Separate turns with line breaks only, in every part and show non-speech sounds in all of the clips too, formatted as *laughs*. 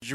Je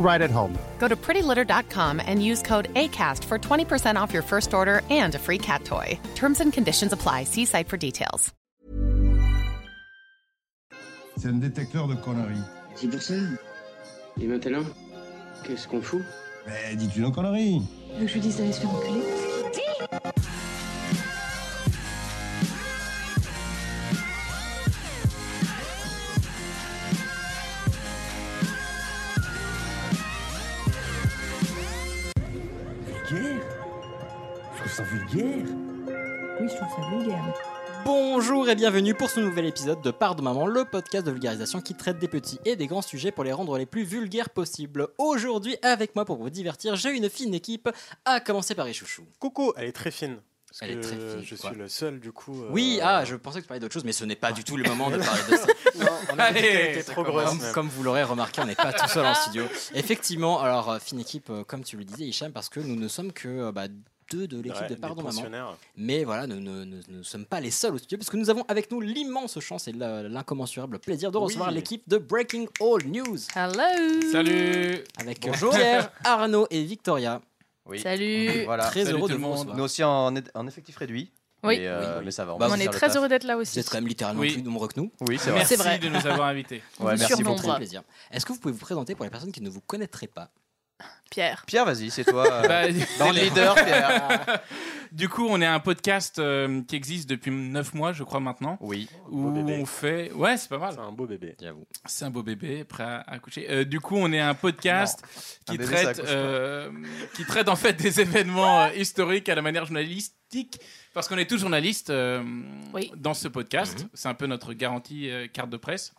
right at home.
Go to prettylitter.com and use code ACAST for 20% off your first order and a free cat toy. Terms and conditions apply. See site for details.
C'est un détecteur de conneries.
C'est pour ça. Et maintenant, qu'est-ce qu'on fout
Mais dis-tu nos conneries
que je lui dise d'aller se faire enculer
Vulgaire Je trouve ça vulgaire.
Oui, je trouve ça vulgaire.
Bonjour et bienvenue pour ce nouvel épisode de Part de Maman, le podcast de vulgarisation qui traite des petits et des grands sujets pour les rendre les plus vulgaires possibles. Aujourd'hui, avec moi pour vous divertir, j'ai une fine équipe, à commencer par les chouchous.
Coucou, elle est très fine. Parce
Elle est
que
très fine,
Je
quoi.
suis le seul, du coup. euh,
Oui,
*laughs*
ah, je pensais que tu parlais d'autre chose, mais ce n'est pas du tout le moment de parler de ça.
non, on a dit qu'elle était trop grosse.
Comme,
même.
comme vous l'aurez remarqué, on n'est pas tout seul en
*laughs*
studio. Effectivement, alors, euh, fine équipe, euh, comme tu le disais, Hicham, parce que nous ne sommes que euh, bah, deux de l'équipe
Ouais,
de
des
Pardon Maman.
pensionnaires.
Mais voilà, nous ne nous- nous ne sommes pas les seuls au studio, parce que nous avons avec nous l'immense chance et la- l'incommensurable plaisir de
Oui.
recevoir l'équipe de Breaking All News,
Ah. Hello
Salut
avec euh, Pierre, Arnaud et Victoria.
Oui. Salut
Voilà.
Très
Salut
heureux
tout
de
le
vous
monde.
recevoir.
Nous aussi en, é- en effectif réduit.
Oui.
Mais, euh,
Oui, oui.
mais ça va.
Bah,
On
va
est
faire le
très
taf.
heureux d'être là
Vous
aussi.
êtes quand même littéralement
Oui.
plus nombreux que nous.
Oui, c'est vrai.
Merci
vrai.
de nous avoir
*laughs*
invités.
Ouais, merci
surnombre.
beaucoup.
Très plaisir. Est-ce que vous pouvez vous présenter pour les personnes qui ne vous connaîtraient pas
Pierre.
Pierre, vas-y, c'est *laughs* toi. euh,
Bah,
dans le leader, Pierre.
du coup, on est un podcast euh, qui existe depuis 9 mois, je crois, maintenant.
Oui.
Où
Beau bébé.
on fait. Ouais, c'est pas mal.
C'est un beau bébé.
J'avoue.
C'est un beau bébé, prêt à accoucher. Euh, du coup, on est un podcast
Un
qui
bébé, ça
traite,
accouche
euh, qui traite en fait des *laughs* événements euh, historiques à la manière journalistique, parce qu'on est tous journalistes euh,
Oui.
dans ce podcast.
Mhm.
C'est un peu notre garantie euh, carte de
*laughs*
presse.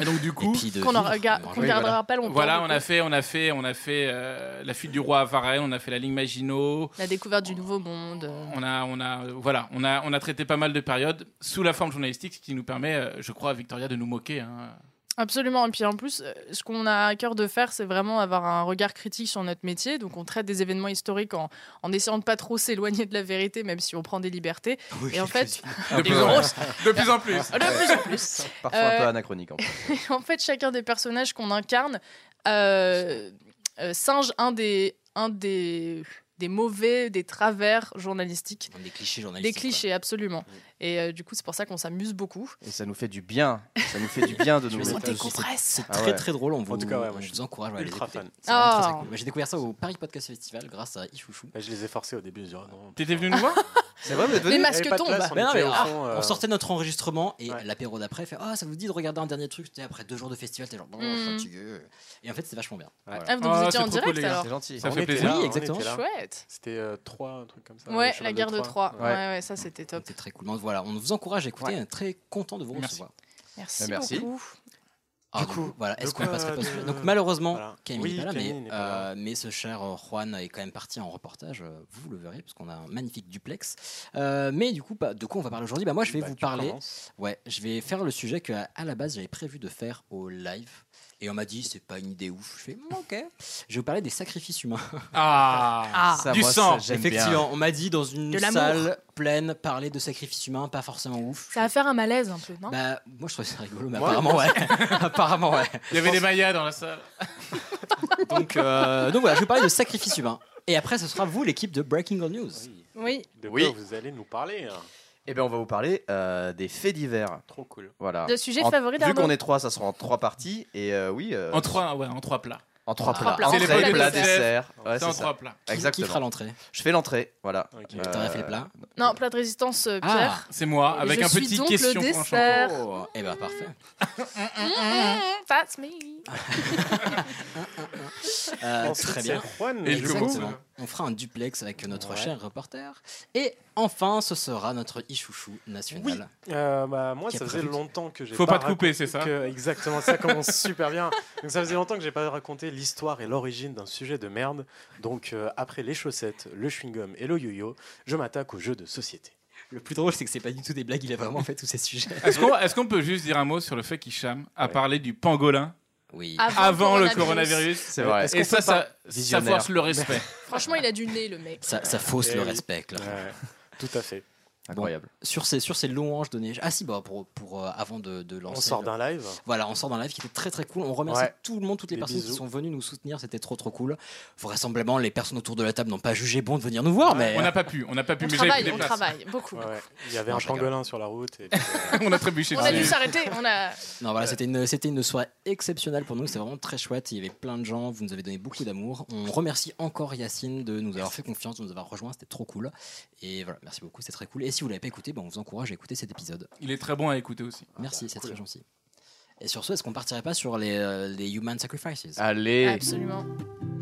Et donc du
Et
coup,
puis de
Qu'on en
vivre,
rega-
de
qu'on
manger.
gardera pas longtemps.
voilà,
du
on
coup.
a fait, on a fait, on a fait euh, la fuite du roi à Varennes, on a fait la ligne Maginot,
La découverte du nouveau monde. euh,
on a, on a, euh, voilà, on a, on a traité pas mal de périodes sous la forme journalistique, ce qui nous permet, euh, je crois, à Victoria de nous moquer. hein.
Absolument. Et puis en plus, euh, ce qu'on a à cœur de faire, c'est vraiment avoir un regard critique sur notre métier. Donc on traite des événements historiques en, en essayant de pas trop s'éloigner de la vérité, même si on prend des libertés. Et en fait,
De plus en plus. De plus en plus.
de plus en plus.
Parfois un peu anachronique. En fait.
en fait, chacun des personnages qu'on incarne euh, euh, singe un des, un des, des mauvais, des travers journalistiques.
Des clichés
Des
journalistiques.
clichés, absolument. Et euh, du coup, c'est pour ça qu'on s'amuse beaucoup.
Et ça nous fait du bien. Ça nous fait du bien de nous.
Mais
On
c'est pas-
décompresse.
Très
Ah ouais.
très drôle, on vous,
tout cas, ouais,
on
moi, je
vous encourage à aller
ultra
les écouter.
fan.
C'est vraiment très,
Ah.
très cool. Moi, J'ai découvert ça au Paris Podcast Festival grâce à Ichouchou.
Bah, je les ai forcés au début. je dis, ah non,
T'étais venu nous voir
C'est vrai, vous êtes venus.
Les
Il y avait
masques
pas de
tombent.
place, on
Mais non,
était
mais,
au
ah,
fond, euh,
On sortait notre enregistrement et
ouais.
l'apéro d'après fait Ah, ça vous dit de regarder un dernier truc C'était après deux jours de festival, t'es genre bon, je suis
Mm.
fatigué. Et en fait, c'était vachement bien.
Ouais.
Voilà.
Ah, donc
Ah,
vous étiez
c'est
en
trop cool,
direct
les gars.
alors
C'est gentil.
Ça
on
fait
était
plaisir.
là,
Oui,
on
exactement.
était là.
Chouette.
C'était euh, trois, un truc comme ça. le
Ouais,
cheval
la
de
guerre de Troie.
Ouais.
Ouais, ouais, ça c'était top.
C'était très cool. Donc, voilà, on vous encourage à écouter. on est Très content de vous
Merci.
recevoir.
Merci,
Merci.
beaucoup.
Alors,
Du
du coup,
coup,
voilà,
de
est-ce qu'on
quoi,
passerait pas sur-
euh,
Donc malheureusement,
voilà.
Camille
Oui,
n'est pas là,
Camille
mais,
n'est pas là.
euh, mais ce cher euh, Juan est quand même parti en reportage. euh, Vous le verrez parce qu'on a un magnifique duplex. Euh, mais du coup, bah, de quoi on va parler aujourd'hui Bah, moi, je vais
Bah,
vous
tu
parler.
commences.
Ouais, je vais faire le sujet que à à la base j'avais prévu de faire au live. Et on m'a dit, c'est pas une idée ouf. Je fais, Mm, ok. Je vais vous parler des sacrifices humains.
Ah,
*laughs* Ah,
Ça,
Du
moi,
sang.
ça, j'aime bien.
Effectivement, on m'a dit dans une
De l'amour.
salle pleine, parler de sacrifices humains, pas forcément ouf.
ça va hein faire un malaise un peu, non
Bah, moi je trouvais ça rigolo, mais
Moi,
apparemment, ouais. *laughs* apparemment, ouais.
il y avait des mayas dans la salle.
Donc, euh, donc voilà, je vais parler de sacrifice humain. Et après, ce sera vous, l'équipe de Breaking All News.
Oui.
Oui.
De
Oui.
quoi vous allez nous parler hein.
Eh bien, on va vous parler euh, des faits divers.
Trop cool.
Voilà.
Le sujet
En-
favori
Vu
d'Arnaud.
qu'on est trois, ça sera en trois parties. Et euh, oui. euh,
En trois, ouais, en trois plats.
En trois plats.
Trois plats.
En
C'est les plats
plat,
dessert.
dessert. Ouais,
c'est en
c'est ça.
trois plats.
Qui- Qui, fera
Exactement.
l'entrée
Je fais l'entrée. Voilà.
Ok.
Euh,
T'aurais fait les plats
Non, plat de résistance,
Ah.
euh, Pierre.
C'est moi,
Et
avec
je
un
suis
petit
donc le
question penchant.
dessert.
Oh, Eh ben parfait.
Hum,
Mm, that's me.
Ah,
Euh,
Ensuite,
très bien. Ah,
c'est Juan,
Et
du
du coup,
Euh, Exactement. On fera un duplex avec notre cher reporter. Et enfin, ce sera notre ichouchou national.
Oui. Euh, bah, moi,
Qui a
ça faisait
prévu-
longtemps que j'ai.
Faut pas te
raconté
couper, c'est ça
que- Exactement, ça commence *laughs* super bien. Donc, ça faisait longtemps que j'ai pas raconté l'histoire et l'origine d'un sujet de merde. Donc, euh, après les chaussettes, le chewing-gum et le yo-yo, je m'attaque aux jeux de société.
Le plus drôle, c'est que c'est pas du tout des blagues, il a vraiment fait tous ces sujets.
Est-ce qu'on est-ce qu'on peut juste dire un mot sur le fait qu'Hicham a parlé du pangolin
oui.
Avant
avant,
le
le
coronavirus.
coronavirus
Euh, C'est vrai.
Est-ce qu'on
Et ça,
peut pas-
ça, ça
Visionnaire.
force le respect.
Franchement, il a du nez, le mec.
Ça, ça fausse
Eh
le
oui.
respect, là.
Ouais, tout à fait.
Incroyable.
Sur ces, sur ces louanges données. Ah si, bah, pour, pour, euh, avant de, de lancer.
On sort
le-
d'un
*laughs*
live.
Voilà, on sort d'un live qui était très très cool. On remercie
Ouais.
tout le monde, toutes les
Des
personnes qui
bisous.
sont venues nous soutenir. C'était trop trop cool. Vraisemblablement, les personnes autour de la table n'ont pas jugé bon de venir nous voir, mais euh,
On n'a pas pu, on n'a pas pu,
On
mais j'avais pris
travaille,
des
on
places.
travaille beaucoup.
Ouais, ouais. Il y avait
Non,
un
je rigole.
pangolin sur la route. Et puis, *laughs* euh,
*laughs* on a trébuché
On a dû
dessus.
s'arrêter. On a.
non voilà, c'était une c'était une soirée exceptionnelle pour nous. C'était vraiment très chouette. Il y avait plein de gens. Vous nous avez donné beaucoup d'amour. On remercie encore Yacine de nous avoir fait confiance, de nous avoir rejoints. C'était trop cool. Et voilà, merci beaucoup. C'était très cool. Et si vous l'avez pas écouté, ben, on vous encourage à écouter cet épisode.
Il est très bon à écouter aussi.
Merci,
bah,
c'est
cool.
très gentil. Et sur ce, est-ce qu'on partirait pas sur les, euh, les human sacrifices
Ah,
Allez.
Absolument.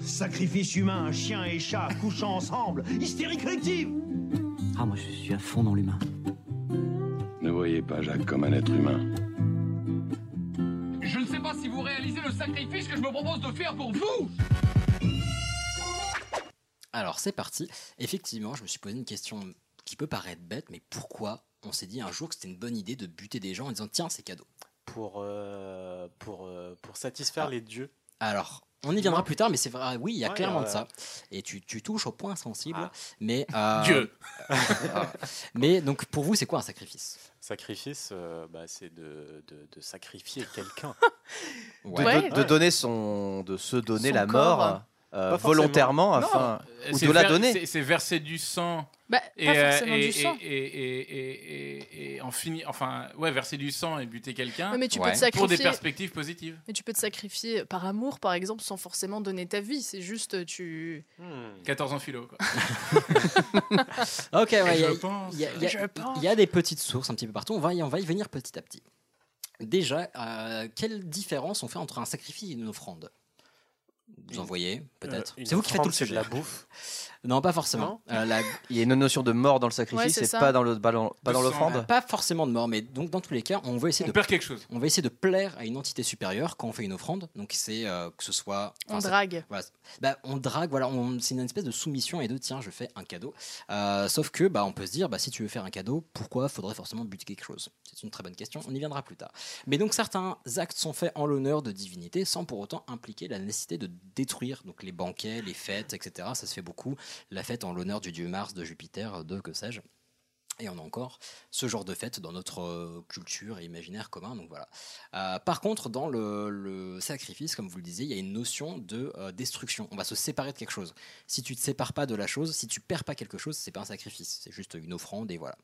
Sacrifice humain, chien et chat couchant ensemble, hystérie collective
Ah, moi je suis à fond dans l'humain.
Ne voyez pas Jacques comme un être humain.
Je ne sais pas si vous réalisez le sacrifice que je me propose de faire pour vous
Alors c'est parti. Effectivement, je me suis posé une question qui peut paraître bête, mais pourquoi on s'est dit un jour que c'était une bonne idée de buter des gens en disant tiens c'est cadeau.
pour, euh, pour, euh, pour satisfaire
Ah.
les dieux.
Alors on y viendra plus tard, mais c'est vrai, oui, il y a
Ouais,
clairement de
euh,
ça. Et tu, tu touches au point sensible,
Ah.
mais *laughs* euh,
Dieu
Ah. mais donc pour vous c'est quoi un sacrifice
Sacrifice, euh, bah, c'est de, de, de sacrifier
*laughs*
quelqu'un.
De,
Ouais.
de- de donner son, de se donner
Son
la
corps.
mort euh,
Pas forcément.
volontairement
Non.
afin. Ou
C'est
de la
ver-
donner.
c'est- C'est verser du sang.
Bah,
Et,
pas
euh,
forcément
et-
du sang.
Et, et- et- et- et en fini, enfin, ouais, verser du sang et buter quelqu'un
Ouais, mais tu
Ouais.
peux te
pour des
sacrifier.
perspectives positives.
Mais tu peux te sacrifier par amour, par exemple, sans forcément donner ta vie. C'est juste tu.
Hmm.
14 ans philo. Quoi.
Ok,
Et
ouais, il y a-
je pense.
il y a- il y a-
Je pense.
Il y a des petites sources un petit peu partout. On va y, on va y venir petit à petit. Déjà, euh, quelle différence on fait entre un sacrifice et une offrande Vous en voyez, peut-être.
Euh, une
c'est vous qui faites tout le
offrande, c'est
sujet.
de la bouffe.
Non, pas forcément. Euh, la-
Il y a une notion de mort dans le
Ouais,
sacrifice
c'est
et
ça.
pas dans le pas dans, pas
De
dans
sang.
l'offrande.
pas forcément de mort, mais donc dans tous les cas, on veut essayer
On
de
perd quelque chose.
on va essayer de plaire à une entité supérieure quand on fait une offrande. Donc c'est euh, que ce soit
On
enfin, ça-
drague.
voilà, c'est- bah, on drague, voilà, on- c'est une espèce de soumission et de tiens, je fais un cadeau. Euh, sauf que bah, on peut se dire, bah, si tu veux faire un cadeau, pourquoi faudrait forcément buter quelque chose C'est une très bonne question, on y viendra plus tard. Mais donc certains actes sont faits en l'honneur de divinités sans pour autant impliquer la nécessité de détruire donc les banquets, les fêtes, etc. Ça se fait beaucoup. La fête en l'honneur du dieu Mars, de Jupiter, de que sais-je. Et on a encore ce genre de fête dans notre euh, culture et imaginaire commun. Donc voilà. Euh, par contre, dans le, le sacrifice, comme vous le disiez, il y a une notion de euh, destruction. On va se séparer de quelque chose. Si tu ne te sépares pas de la chose, si tu perds pas quelque chose, c'est pas un sacrifice. C'est juste une offrande et voilà.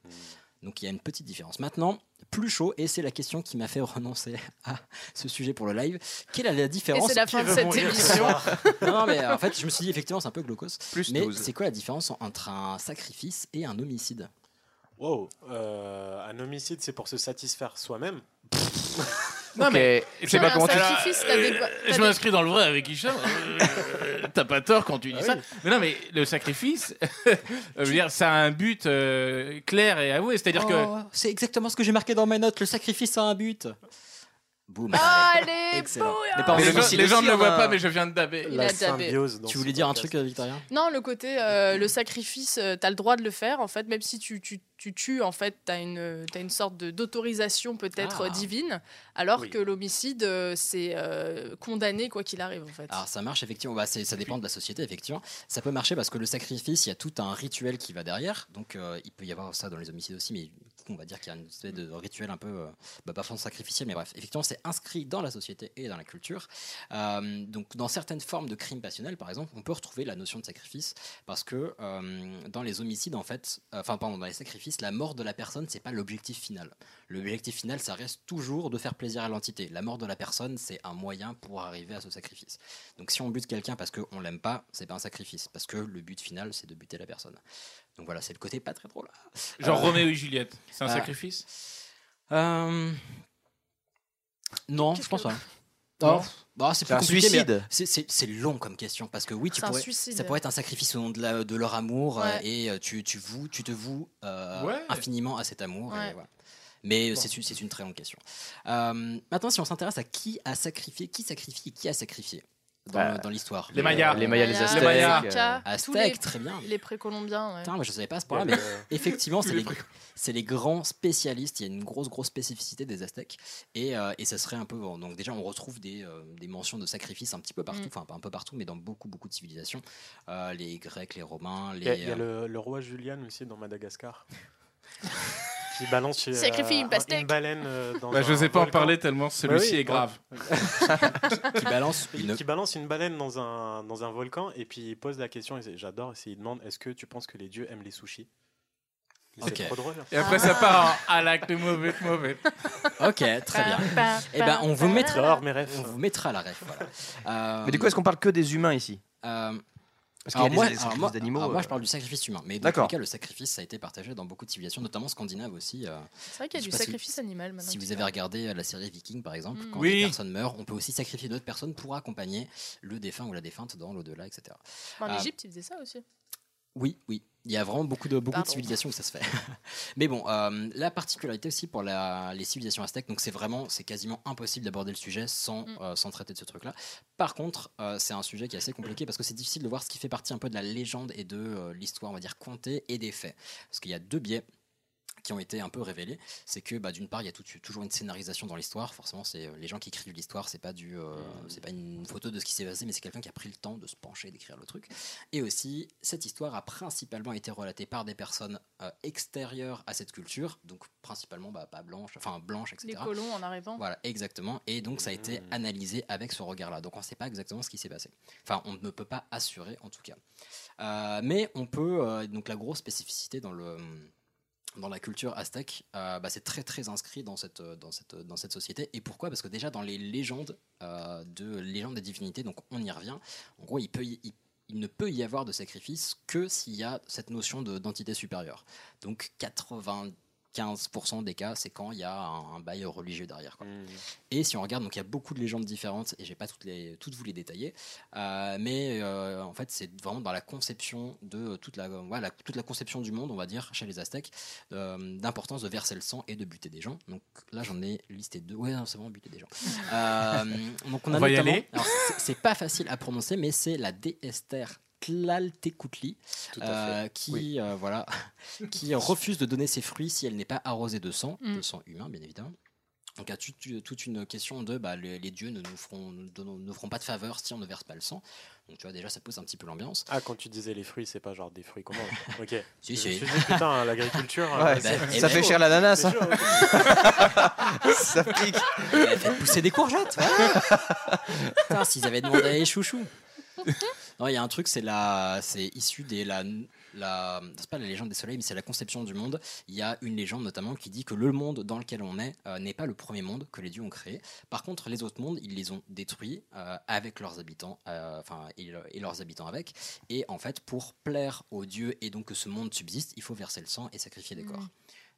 Donc il y a une petite différence. Maintenant, plus chaud, et c'est la question qui m'a fait *laughs* renoncer à ce sujet pour le live. Quelle est la
Et
différence
c'est la fin de
veut
cette
mourir ce
émission.
soir
Non, non, mais euh, en fait, je me suis dit effectivement, c'est un peu glaucos.
Plus
Mais
12.
c'est quoi la différence entre un sacrifice et un homicide
Wow, euh, un homicide, c'est pour se satisfaire soi-même.
Non, mais.
Je
sais pas comment tu- sacrifice, t'as des- t'as
Euh, je
des-
m'inscris dans le vrai avec Hicham. Euh, T'as pas tort quand tu
Ah
dis ça. Mais non, mais le sacrifice, *laughs* euh, je veux dire, ça a un but euh, clair et avoué. C'est-à-dire que.
Oh, C'est exactement ce que j'ai marqué dans mes notes. Le sacrifice a un but. Ah, Boum.
Allez,
*laughs*
ah.
Excellent.
bouillard
Mais pas en
Mais les, gens,
homicide.
les gens ne
Il y
le
en
voient
a-
pas, mais je viens de daber.
Il a dabé.
dans
Tu
ce
voulais dire un
podcast.
truc, euh, Victorien
Non, le côté, euh, le sacrifice, euh, t'as le droit de le faire, en fait, même si tu, tu, tu tues, en fait, t'as une, euh, t'as une sorte de- d'autorisation peut-être
Ah.
euh, divine, alors
Oui.
que l'homicide, euh, c'est euh, condamné quoi qu'il arrive, en fait.
Alors ça marche effectivement, Bah, c'est- ça dépend de la société effectivement. Ça peut marcher parce que le sacrifice, il y a tout un rituel qui va derrière. Donc euh, il peut y avoir ça dans les homicides aussi, mais on va dire qu'il y a une espèce de rituel un peu, euh, bah, pas forcément sacrificiel, mais bref, effectivement c'est inscrit dans la société et dans la culture. Euh, donc dans certaines formes de crimes passionnels par exemple, on peut retrouver la notion de sacrifice parce que euh, dans les homicides en fait, euh, enfin pardon, dans les sacrifices, la mort de la personne c'est pas l'objectif final. L'objectif final ça reste toujours de faire plaisir à l'entité. La mort de la personne c'est un moyen pour arriver à ce sacrifice. Donc si on bute quelqu'un parce qu'on l'aime pas, c'est pas un sacrifice, parce que le but final c'est de buter la personne. Donc voilà, c'est le côté pas très drôle.
Genre
Euh,
Roméo et Juliette, c'est un
Ah.
sacrifice
euh, Non,
Qu'est-ce
je pense
*laughs* que-
pas. Non.
Non.
Bah, c'est
C'est
plus
un
compliqué, mais
suicide.
c'est- C'est c'est long comme question parce que oui, tu
C'est un
pourrais,
suicide.
ça pourrait être un sacrifice au nom de, la- de leur amour euh,
Ouais.
et euh, tu, tu, voues- tu te voues euh,
Ouais.
infiniment à cet amour. et
Ouais.
voilà. Mais euh, c'est une- c'est une très longue question. Euh, maintenant, si on s'intéresse à qui a sacrifié, qui sacrifie et qui a sacrifié dans,
Bah,
dans l'histoire
les Mayas.
Les Mayas, les Aztèques.
Inca, tous les-
Aztèques, Ah, très bien.
Les précolombiens, ouais.
Putain, moi, je savais pas à ce
*laughs*
point-là, mais effectivement, c'est les, c'est les grands spécialistes. Il y a une grosse, grosse spécificité des Aztèques. Et, euh, et ça serait un peu. bon, Donc, déjà, on retrouve des, euh, des mentions de sacrifices un petit peu partout,
Mm.
enfin, pas un peu partout, mais dans beaucoup, beaucoup de civilisations. Euh, les Grecs, les Romains, les.
Il y a, il y a
euh,
le, le roi Julian aussi dans *laughs* Madagascar. qui balance euh,
Sacrifie une
un-
pastèque.
baleine euh, dans
Bah, je
un
sais pas en
volcan.
parler tellement celui-ci
oui,
est grave.
qui balance une.
Qui balance une baleine dans un, dans un volcan et puis il pose la question, et j'adore, et il demande est-ce que tu penses que les dieux aiment les sushis C'est
Ok.
trop drôle.
Ah.
Et après, ça part en à l'acte mauvais, mauvais.
Ok, très
*laughs*
bien. Eh ben, on vous mettra.
J'adore mes rêves.
On vous mettra la ref. Voilà. Euh,
Mais du coup, est-ce qu'on parle que des humains ici
euh,
Parce qu'il y
Alors
a
moi,
des
alors
sacrifices
moi-
d'animaux.
alors moi,
euh,
je parle du sacrifice humain, mais dans tous
D'accord.
les cas, le sacrifice, ça a été partagé dans beaucoup de civilisations, notamment scandinaves aussi. euh,
C'est vrai qu'il y
Je
a du
sais pas si-
sacrifice animal maintenant.
Si vous avez regardé euh, la série Viking, par exemple,
Mm.
quand
Oui.
des personnes meurent, on peut aussi sacrifier d'autres personnes pour accompagner le défunt ou la défunte dans l'au-delà, etc.
En
Ah.
Égypte, ils faisaient ça aussi.
Oui, oui. Il y a vraiment beaucoup de, beaucoup de
Pardon.
civilisations où ça se fait. *laughs* Mais bon, euh, la particularité aussi pour la- les civilisations aztèques, donc c'est vraiment, c'est quasiment impossible d'aborder le sujet sans,
Mm.
euh, sans traiter de ce truc-là. Par contre, euh, c'est un sujet qui est assez compliqué parce que c'est difficile de voir ce qui fait partie un peu de la légende et de euh, l'histoire, on va dire, contée et des faits. Parce qu'il y a deux biais qui ont été un peu révélés. C'est que, bah, d'une part, il y a tout- toujours une scénarisation dans l'histoire. Forcément, c'est euh, les gens qui écrivent l'histoire, c'est pas, du, euh, c'est pas une photo de ce qui s'est passé, mais c'est quelqu'un qui a pris le temps de se pencher, d'écrire le truc. Et aussi, cette histoire a principalement été relatée par des personnes euh, extérieures à cette culture, donc principalement bah, pas blanches, enfin blanches, etc.
Les colons en arrivant.
Voilà, exactement. Et donc, ça a été analysé avec ce regard-là. Donc, on ne sait pas exactement ce qui s'est passé. Enfin, on ne peut pas assurer, en tout cas. Euh, mais on peut. euh, donc, la grosse spécificité dans le. Dans la culture aztèque, euh, bah, c'est très très inscrit dans cette, euh, dans cette, dans cette société. Et pourquoi Parce que déjà dans les légendes euh, de légendes des divinités, donc on y revient. En gros, il, peut y- il- il ne peut y avoir de sacrifice que s'il y a cette notion de- d'entité supérieure. Donc 95% des cas, c'est quand il y a un, un bail religieux derrière. quoi.
Mm.
Et si on regarde, donc il y a beaucoup de légendes différentes, et j'ai pas toutes les, toutes vous les détailler, euh, mais euh, en fait c'est vraiment dans la conception de toute la, voilà, toute la conception du monde, on va dire, chez les Aztèques, euh, d'importance de verser le sang et de buter des gens. Donc là j'en ai listé deux. Ouais, non, c'est bon, buter des gens. Euh, donc on, a
On va y
notamment-
aller.
alors, c'est- C'est pas facile à prononcer, mais c'est la déesse Terre Tlaltekutli,
Tout à fait.
euh, qui euh, voilà, *laughs* qui refuse de donner ses fruits si elle n'est pas arrosée de sang,
Mm.
de sang humain bien évidemment. Donc il y a toute, toute une question de bah, les, les dieux ne nous feront, ne nous feront pas de faveur si on ne verse pas le sang. Donc tu vois déjà ça pose un petit peu l'ambiance.
Ah, quand tu disais les fruits, c'est pas genre des fruits comment Ok. Je
*laughs* Si, si.
me suis dit, putain, l'agriculture.
Ouais,
euh, c'est-
bah, eh
ça
ben,
fait cher l'ananas,
c'est
hein.
chaud.
ça pique.
Elle fait pousser des courgettes. voilà. Putain, s'ils avaient demandé à les chouchous. Non, il y a un truc, c'est la, c'est issu des la, la, c'est pas la légende des soleils, mais c'est la conception du monde. Il y a une légende notamment qui dit que le monde dans lequel on est euh, n'est pas le premier monde que les dieux ont créé. Par contre, les autres mondes, ils les ont détruits euh, avec leurs habitants, euh, enfin et, le- et leurs habitants avec. Et en fait, pour plaire aux dieux et donc que ce monde subsiste, il faut verser le sang et sacrifier des
Mhm.
corps.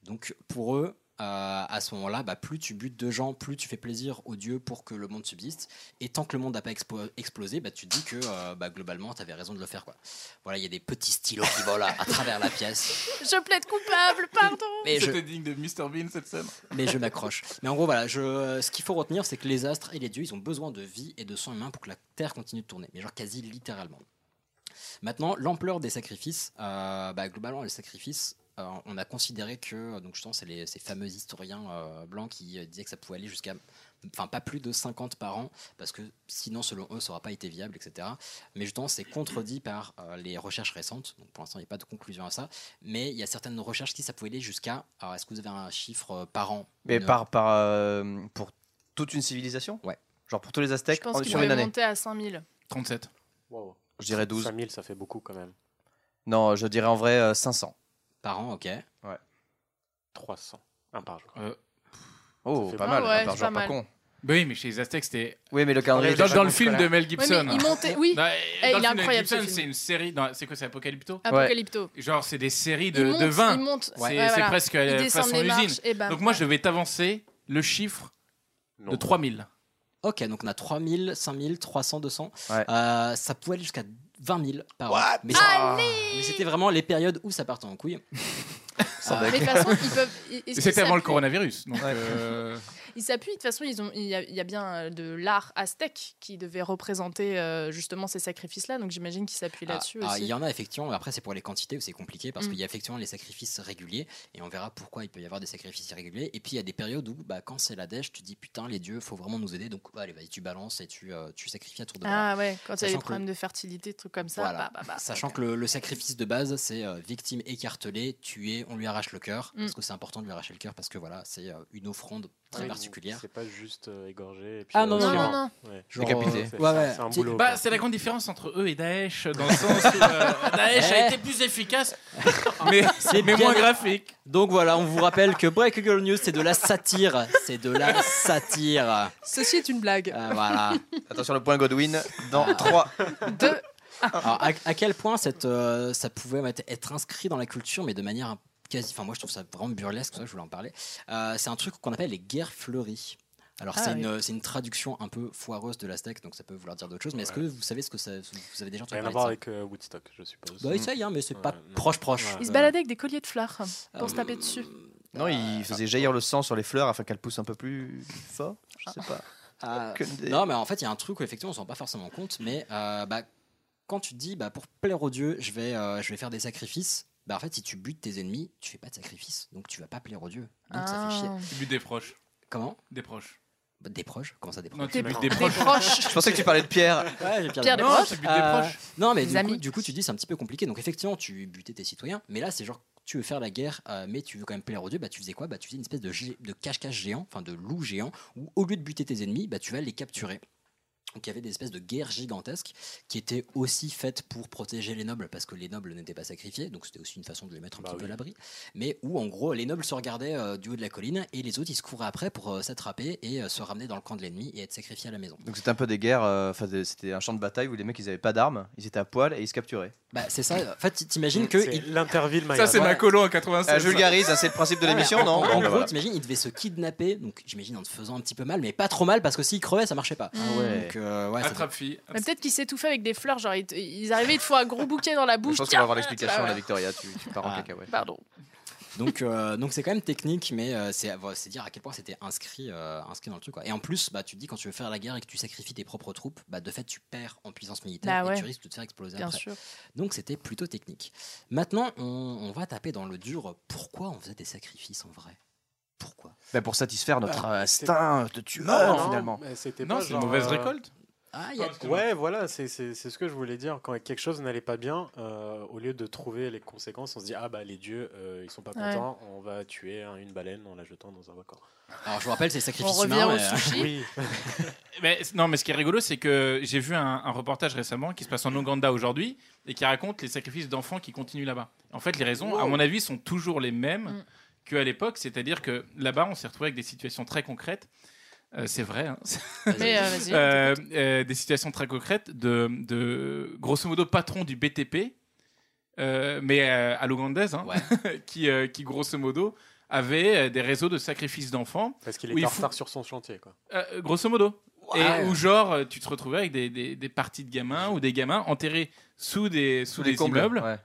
Donc pour eux, euh, à ce moment-là, bah, plus tu butes de gens, plus tu fais plaisir aux dieux pour que le monde subsiste. Et tant que le monde n'a pas expo- explosé, bah, tu te dis que euh, bah, globalement, tu avais raison de le faire. Quoi. Voilà, il y a des petits stylos qui volent à, à travers la pièce.
Je plaide coupable, pardon
Mais je,
C'était digne de Mr Bean cette scène.
mais je m'accroche. Mais en gros, voilà, je, ce qu'il faut retenir, c'est que les astres et les dieux, ils ont besoin de vie et de sang humain pour que la Terre continue de tourner, mais genre quasi littéralement. Maintenant, l'ampleur des sacrifices, euh, bah, globalement, les sacrifices, euh, on a considéré que, donc justement, c'est les- ces fameux historiens euh, blancs qui euh, disaient que ça pouvait aller jusqu'à, enfin, pas plus de 50 par an, parce que sinon, selon eux, ça n'aura pas été viable, etc. Mais justement, c'est contredit par euh, les recherches récentes, donc pour l'instant, il n'y a pas de conclusion à ça, mais il y a certaines recherches qui ça pouvait aller jusqu'à, alors est-ce que vous avez un chiffre euh, par an
Mais
Une-
par, par, euh, pour toute une civilisation
Ouais.
Genre pour tous les
Je
Aztèques
pense
en-
qu'il
sur une
pourrait
année
monter à 5000.
37.
Wow.
Je dirais 12.
5000, ça fait beaucoup quand même.
Non, je dirais en vrai euh, 500.
Par an, ok.
300. Un par jour.
Oh,
fait
pas
beaucoup.
mal,
Ah ouais,
un par jour,
c'est pas
pas
mal.
con.
Bah Oui, mais chez les Aztèques, c'était.
Oui, mais le calendrier.
Ouais,
était
Dans,
déjà
dans
pas
le
con.
film de Mel
Oui, mais
Gibson.
il montait. Oui,
Non,
Eh,
dans le film de
il est
Mel
incroyable, ce
Gibson,
film.
c'est une série. non, C'est quoi, c'est Apocalypto
Apocalypto.
Genre, c'est des séries
il
de,
monte,
de 20.
Il monte.
C'est-
Ouais,
c'est
voilà.
presque
Il
euh,
descend
façon
les marches, eh Ah,
usine.
et ben,
Donc moi,
ouais.
je vais t'avancer le chiffre
Non.
de 3000.
Ok, donc on a 3000, 5000, 300, 200.
Ouais.
Euh, ça pouvait aller jusqu'à 20 000 par an. Mais,
Ah,
mais c'était vraiment les périodes où ça partait en couille. Euh,
Sans
Mais de toute façon, ils peuvent-
*laughs*
ils- ils-
C'était
ils
avant le
s'appuient-
coronavirus. Donc, euh,
Ils s'appuient, de toute façon, ils ont- il y, a- il y a bien euh, de l'art aztèque qui devait représenter euh, justement ces sacrifices-là, donc j'imagine qu'ils s'appuient
Ah,
là-dessus
ah,
aussi.
il y en a effectivement, mais après c'est pour les quantités où c'est compliqué parce
Mm.
qu'il y a effectivement les sacrifices réguliers et on verra pourquoi il peut y avoir des sacrifices irréguliers. Et puis il y a des périodes où bah, quand c'est la dèche, tu dis putain les dieux, faut vraiment nous aider donc bah, allez vas-y tu balances et tu, euh, tu sacrifies à tour de bras.
Ah ouais, quand il y a
Sachant
des
que-
problèmes de fertilité, des trucs comme ça.
Voilà.
bah, bah, bah.
Ah, Sachant que le, le sacrifice de base, c'est euh, victime écartelée, tuée, on lui arrache le cœur,
Mm.
parce que c'est important de lui arracher le cœur, parce que voilà, c'est euh, une offrande très
Oui,
particulière.
C'est pas juste euh, égorgé. Et puis,
Ah,
euh,
non, non,
c'est
non,
un-
non.
ouais.
Genre, Décapité. euh,
C'est-
ouais, ouais.
C'est un
C'est-
boulot.
bah,
quoi.
c'est la grande différence entre eux et Daesh, dans le sens où *laughs* euh, Daesh a
Eh.
été plus efficace, mais,
*laughs* C'est
mais
bien-
moins graphique.
Donc voilà, on vous rappelle que Break Girl News, c'est de la satire. C'est de la satire.
Ceci est une blague.
Euh, voilà.
Attention, le point Godwin *laughs* dans 3.
Alors, à, à quel point cette, euh, ça pouvait être- être inscrit dans la culture, mais de manière un- quasi. Enfin, moi, je trouve ça vraiment burlesque, c'est pour ça que je voulais en parler. Euh, c'est un truc qu'on appelle les guerres fleuries. Alors,
Ah
c'est
oui.
une, c'est une traduction un peu foireuse de l'aztèque, donc ça peut vouloir dire d'autres choses, mais est-ce que vous savez ce que ça. Vous avez déjà entendu
Rien
parler de
à voir
ça
avec euh, Woodstock, je suppose.
Bah, essaye, hein, mais c'est pas Euh,
Ouais, non.
proche-proche.
Ouais.
Ils se baladaient avec des colliers de fleurs
Ah,
pour se taper dessus.
euh,
Non, il faisait jaillir le sang sur les fleurs afin qu'elles poussent un peu plus fort. Je sais pas.
Ah,
Aucune idée.
Non, mais en fait, il y a un truc où effectivement, on s'en rend pas forcément compte, mais euh, bah, quand tu te dis, bah, pour plaire aux dieux, je vais, euh, je vais faire des sacrifices, bah, en fait, si tu butes tes ennemis, tu fais pas de sacrifice, donc tu vas pas plaire aux dieux. Donc ça fait chier.
Ah.
Tu butes des proches.
Comment
Des proches.
Bah, Des proches Comment ça, des proches
Non, tu
Des
butes des
pro- des
proches.
proches.
Je pensais que tu parlais de Pierre.
Ouais, j'ai
Pierre
Non,
Desproges.
Desproges.
tu butes des
Euh,
proches.
Non, mais du
Des
coup,
amis.
du coup, tu dis c'est un petit peu compliqué. Donc, effectivement, tu butais tes citoyens, mais là, c'est genre, tu veux faire la guerre, euh, mais tu veux quand même plaire aux dieux, bah, tu faisais quoi Bah, tu faisais une espèce de gé- de cache-cache géant, enfin de loup géant, où au lieu de buter tes ennemis, bah, tu vas les capturer. Donc, il y avait des espèces de guerres gigantesques qui étaient aussi faites pour protéger les nobles, parce que les nobles n'étaient pas sacrifiés, donc c'était aussi une façon de les mettre un
Bah
petit peu à
oui.
l'abri. Mais où, en gros, les nobles se regardaient euh, du haut de la colline et les autres, ils se couraient après pour euh, s'attraper et euh, se ramener dans le camp de l'ennemi et être sacrifiés à la maison.
Donc c'était un peu des guerres, euh, enfin des- c'était un champ de bataille où les mecs ils avaient pas d'armes, ils étaient à poil et ils se capturaient.
Bah, c'est ça. En fait, t'imagines que.
C'est
ils-
L'interville,
Ça,
Maya.
Ah, c'est ma colo en 96.
Euh, je vulgarise, hein, c'est le principe de
Ah ouais,
l'émission,
en-
non
En, en
Bon, bah,
gros,
voilà.
t'imagines, il devait se kidnapper, donc j'imagine en te faisant un petit peu mal, mais pas trop mal parce que s'il crevait, ça marchait pas.
Ah
ouais.
Donc, euh,
Ah,
ouais, ça-
Attrape-fille.
Mais peut-être qu'ils s'étouffaient avec des fleurs, genre ils, ils arrivaient, ils te font un gros bouquet dans la
Je
bouche.
pense qu'on va avoir
tiens,
l'explication,
voilà.
la Victoria, tu, tu pars en
Ah.
cacahuète.
Pardon.
donc, euh, donc c'est quand même technique, mais euh, c'est voilà, c'est dire à quel point c'était inscrit, euh, inscrit dans le truc. quoi. Et en plus, bah, tu te dis quand tu veux faire la guerre et que tu sacrifies tes propres troupes, bah, de fait, tu perds en puissance militaire
Bah
et
ouais.
tu risques de te faire exploser
Bien
après.
sûr.
Donc c'était plutôt technique. Maintenant, on, on va taper dans le dur. Pourquoi on faisait des sacrifices en vrai Pourquoi
Bah, pour satisfaire notre
Bah,
instinct de
Ah, Non,
tueur
non,
finalement.
mais c'était
Non,
pas
c'est une
genre,
mauvaise
euh,
récolte.
Ah, il y a-
Ouais, voilà, c'est c'est- c'est ce que je voulais dire. Quand quelque chose n'allait pas bien, euh, au lieu de trouver les conséquences, on se dit Ah, bah les dieux, euh, ils sont pas
Ouais.
contents, on va tuer hein, une baleine en la jetant dans un volcan.
Alors je vous rappelle, c'est
On
sacrifice
revient
humain.
au
mais, euh,
sushi.
Oui,
Mais, non, mais ce qui est rigolo, c'est que j'ai vu un, un reportage récemment qui se passe en Ouganda aujourd'hui et qui raconte les sacrifices d'enfants qui continuent là-bas. En fait, les raisons, à mon avis, sont toujours les mêmes
Mm.
qu'à l'époque, c'est-à-dire que là-bas, on s'est retrouvé avec des situations très concrètes. Euh, c'est vrai, hein.
*laughs* vas-y.
Mais euh, vas-y.
Euh, euh, des situations très concrètes de, de, grosso modo patron du BTP, euh, mais euh, à l'ougandaise, hein, *laughs* qui, euh, qui grosso modo avait euh, des réseaux de sacrifices d'enfants,
parce qu'il est
Oui,
en
faut-
retard sur son chantier. Quoi.
euh, grosso modo. Et
Ouais.
où genre euh, tu te retrouvais avec des, des- des parties de gamins ou des gamins enterrés sous des sous, des
combles,
immeubles.
ouais.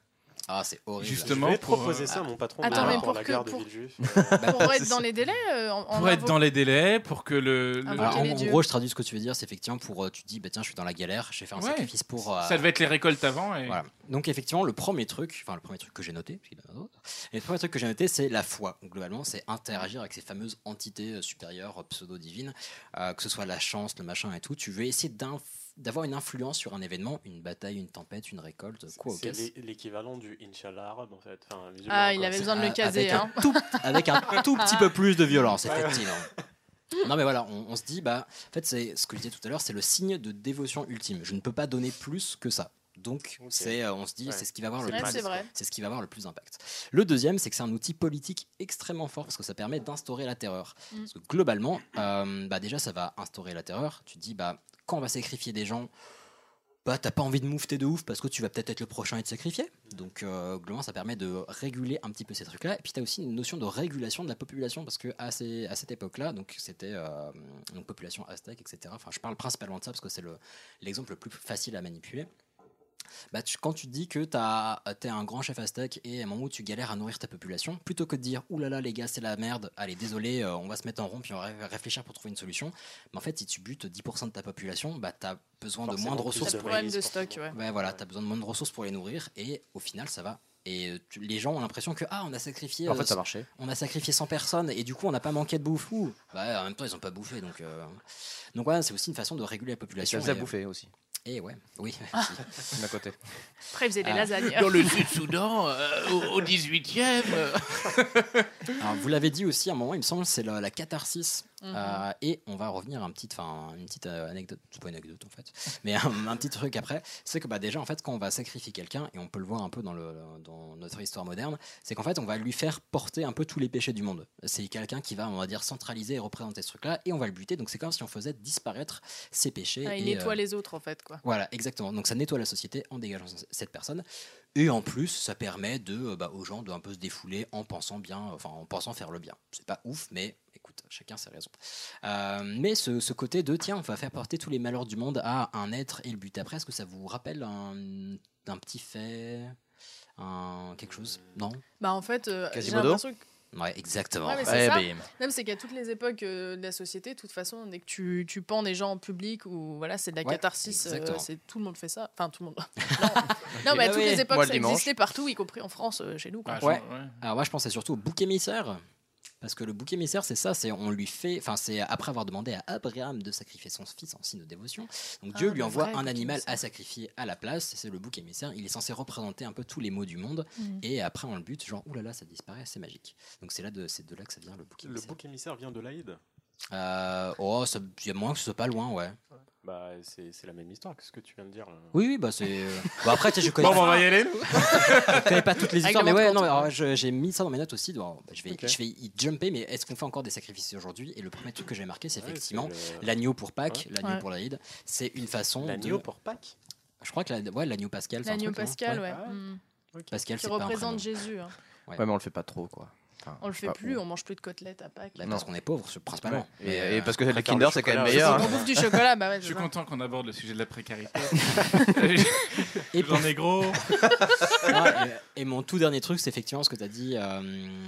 Ah, c'est horrible.
Justement,
je vais
pour,
proposer
euh,
ça à mon patron
Attends,
demain
mais
pour
pour
la
que-
gare de
pour-
*laughs* Villejuif.
*laughs*
bah,
Pour être dans les délais, euh, en- en
pour être
invoquant-
dans les délais, pour que le,
Ah,
le-
Alors,
Invoquer
en,
les
en
dieux.
gros, je traduis ce que tu veux dire, c'est effectivement pour euh, tu te dis bah tiens, je suis dans la galère, je vais faire un
Ouais.
sacrifice pour euh,
ça devait être les récoltes avant. Et...
voilà. Donc effectivement, le premier truc, enfin le premier truc que j'ai noté, parce qu'il y en a d'autres, et le premier truc que j'ai noté, c'est la foi. Donc, globalement, c'est interagir avec ces fameuses entités euh, supérieures, euh, pseudo-divines, euh, que ce soit la chance, le machin et tout. Tu veux essayer d'inf- d'avoir une influence sur un événement, une bataille, une tempête, une récolte, quoi. au
C'est
caisse.
l'é- l'équivalent du Inch'Allah arabe en fait. Enfin, musulman,
Ah, il
quoi.
avait
C'est-
besoin de le
Ah,
caser.
avec un
hein.
tout- avec
*laughs*
un tout petit peu plus de violence, effectivement. *laughs* Non mais voilà, on, on se dit, bah, en fait c'est ce que je disais tout à l'heure, c'est le signe de dévotion ultime. Je ne peux pas donner plus que ça. Donc
Ok.
c'est, euh, on se dit,
Ouais.
c'est ce qui va avoir le
Ouais,
plus.
c'est vrai.
C'est ce qui va avoir le plus d'impact. Le deuxième, c'est que c'est un outil politique extrêmement fort parce que ça permet d'instaurer la terreur.
Mm.
Parce que globalement, euh, bah déjà, ça va instaurer la terreur. Tu te dis, bah, quand on va sacrifier des gens, bah, t'as pas envie de moufter de ouf parce que tu vas peut-être être le prochain à être sacrifié. Donc, euh, globalement, ça permet de réguler un petit peu ces trucs-là. Et puis, t'as aussi une notion de régulation de la population parce que à, ces- à cette époque-là, donc c'était euh, donc population aztèque, etc. Enfin, je parle principalement de ça parce que c'est le- l'exemple le plus facile à manipuler. Bah, tu- quand tu te dis que t'as- t'es un grand chef aztèque et à un moment où tu galères à nourrir ta population, plutôt que de dire oulala là là, les gars c'est la merde, allez désolé euh, on va se mettre en rond puis on va ré- réfléchir pour trouver une solution, mais en fait si tu butes 10% de ta population, bah t'as besoin de
Forcément,
moins de
plus
ressources
de
pour
problème
les-
de stock, ouais.
Ouais, Ben voilà, t'as besoin de moins de ressources pour les nourrir et au final ça va. Et euh, tu- les gens ont l'impression que ah on a sacrifié
En fait,
euh,
ça marchait.
on a sacrifié 100 personnes et du coup on n'a pas manqué de bouffe. Ouh. Bah, en même temps ils ont pas bouffé donc euh, donc voilà c'est aussi une façon de réguler la population.
faisait
euh,
bouffer aussi.
Et ouais oui.
D'un côté.
Après, ils faisaient des
Ah.
*laughs* lasagnes.
Dans le
Sud-Soudan, euh, au, au 18e.
Ah,
euh.
*laughs* Alors, vous l'avez dit aussi à un moment, il me semble, c'est la, la catharsis.
Mhm.
Ah,
Euh, et on va revenir à un petit, enfin, une petite euh, anecdote, c'est pas une anecdote en fait, mais un, un petit truc après, c'est que bah, déjà en fait quand on va sacrifier quelqu'un, et on peut le voir un peu dans, le, dans notre histoire moderne, c'est qu'en fait on va lui faire porter un peu tous les péchés du monde. C'est quelqu'un qui va, on va dire, centraliser et représenter ce truc-là, et on va le buter, donc c'est comme si on faisait disparaître ses péchés.
Ah,
et,
ils nettoient
euh,
les autres, en fait, quoi.
voilà, exactement. Donc ça nettoie la société en dégageant c- cette personne. Et en plus, ça permet de, euh, bah, aux gens de un peu se défouler en pensant bien, enfin en pensant faire le bien. C'est pas ouf, mais écoute, chacun ses raisons. Euh, mais ce, ce côté de tiens, on va faire porter tous les malheurs du monde à un être et le but après, est-ce que ça vous rappelle un, un petit fait, un, quelque chose Non
Bah, en fait, euh, j'ai
Quasimodo
l'impression que
Ouais, exactement.
Ouais, mais c'est ça. Non, mais c'est qu'à toutes les époques euh, de la société, de toute façon, dès que tu, tu pends des gens en public, ou voilà, c'est de la
Ouais,
catharsis, euh,
exactement.
c'est tout le monde fait ça. Enfin, tout
*laughs*
le monde. non, Non, mais
Ah
à toutes
oui.
les époques,
Moi, le
ça
dimanche.
existait partout, y compris en France, euh, chez nous. Quoi.
Ouais. Alors moi je pensais surtout au bouc émissaire. Parce que le bouc émissaire, c'est ça, c'est on lui fait, enfin c'est après avoir demandé à Abraham de sacrifier son fils en signe de dévotion, donc
Ah,
Dieu lui
le
envoie
vrai
un
bouc
animal
émissaire.
à sacrifier à la place. C'est le bouc émissaire. Il est censé représenter un peu tous les maux du monde,
Mm.
Mhm.
et après on le bute, genre oulala ça disparaît, c'est magique. Donc c'est là de, c'est de là que ça vient le bouc
Le
émissaire.
bouc émissaire vient de l'Aïd
Euh, oh, ça- il y a moins que ce soit pas loin, ouais.
Bah, c'est c'est la même histoire que ce que tu viens de dire. là.
Oui, oui, bah c'est. Bon, après, tu sais, je connais.
Bon, bah, on
pas-
va y aller, nous.
je connais pas toutes les
Avec
histoires, mais
le
ouais,
ventre
non, mais
contre.
alors, je- j'ai mis ça dans mes notes aussi. donc, bah, je, vais,
Ok.
je vais y jumper, mais est-ce qu'on fait encore des sacrifices aujourd'hui Et le premier truc que j'ai marqué, c'est
Ouais,
effectivement
c'est le-
l'agneau pour Pâques,
Ouais.
l'agneau
Ouais.
pour l'Aïd. C'est une façon.
L'agneau
de-
pour Pâques
Je crois que la- ouais, l'agneau pascal. c'est un
L'agneau
truc, non
pascal, ouais.
Ouais.
Mm.
Pascal,
Qui
c'est pas un prénom.
représente Jésus. hein.
Ouais. mais on le fait pas trop, quoi. Enfin,
On le
je sais
fait
pas.
plus, on mange plus de côtelettes à Pâques.
Bah, parce qu'on est pauvre, principalement.
Ouais. Et-
Mais, euh,
et parce que le
préfère
Kinder,
le
c'est quand même
chocolat,
meilleur.
ouais.
hein.
du chocolat, bah ouais,
Je
c'est
suis
ça.
content qu'on aborde le sujet de la précarité.
Et
Et
pour-
J'en ai gros.
Moi, euh, et mon tout dernier truc, c'est effectivement ce que tu as dit, euh,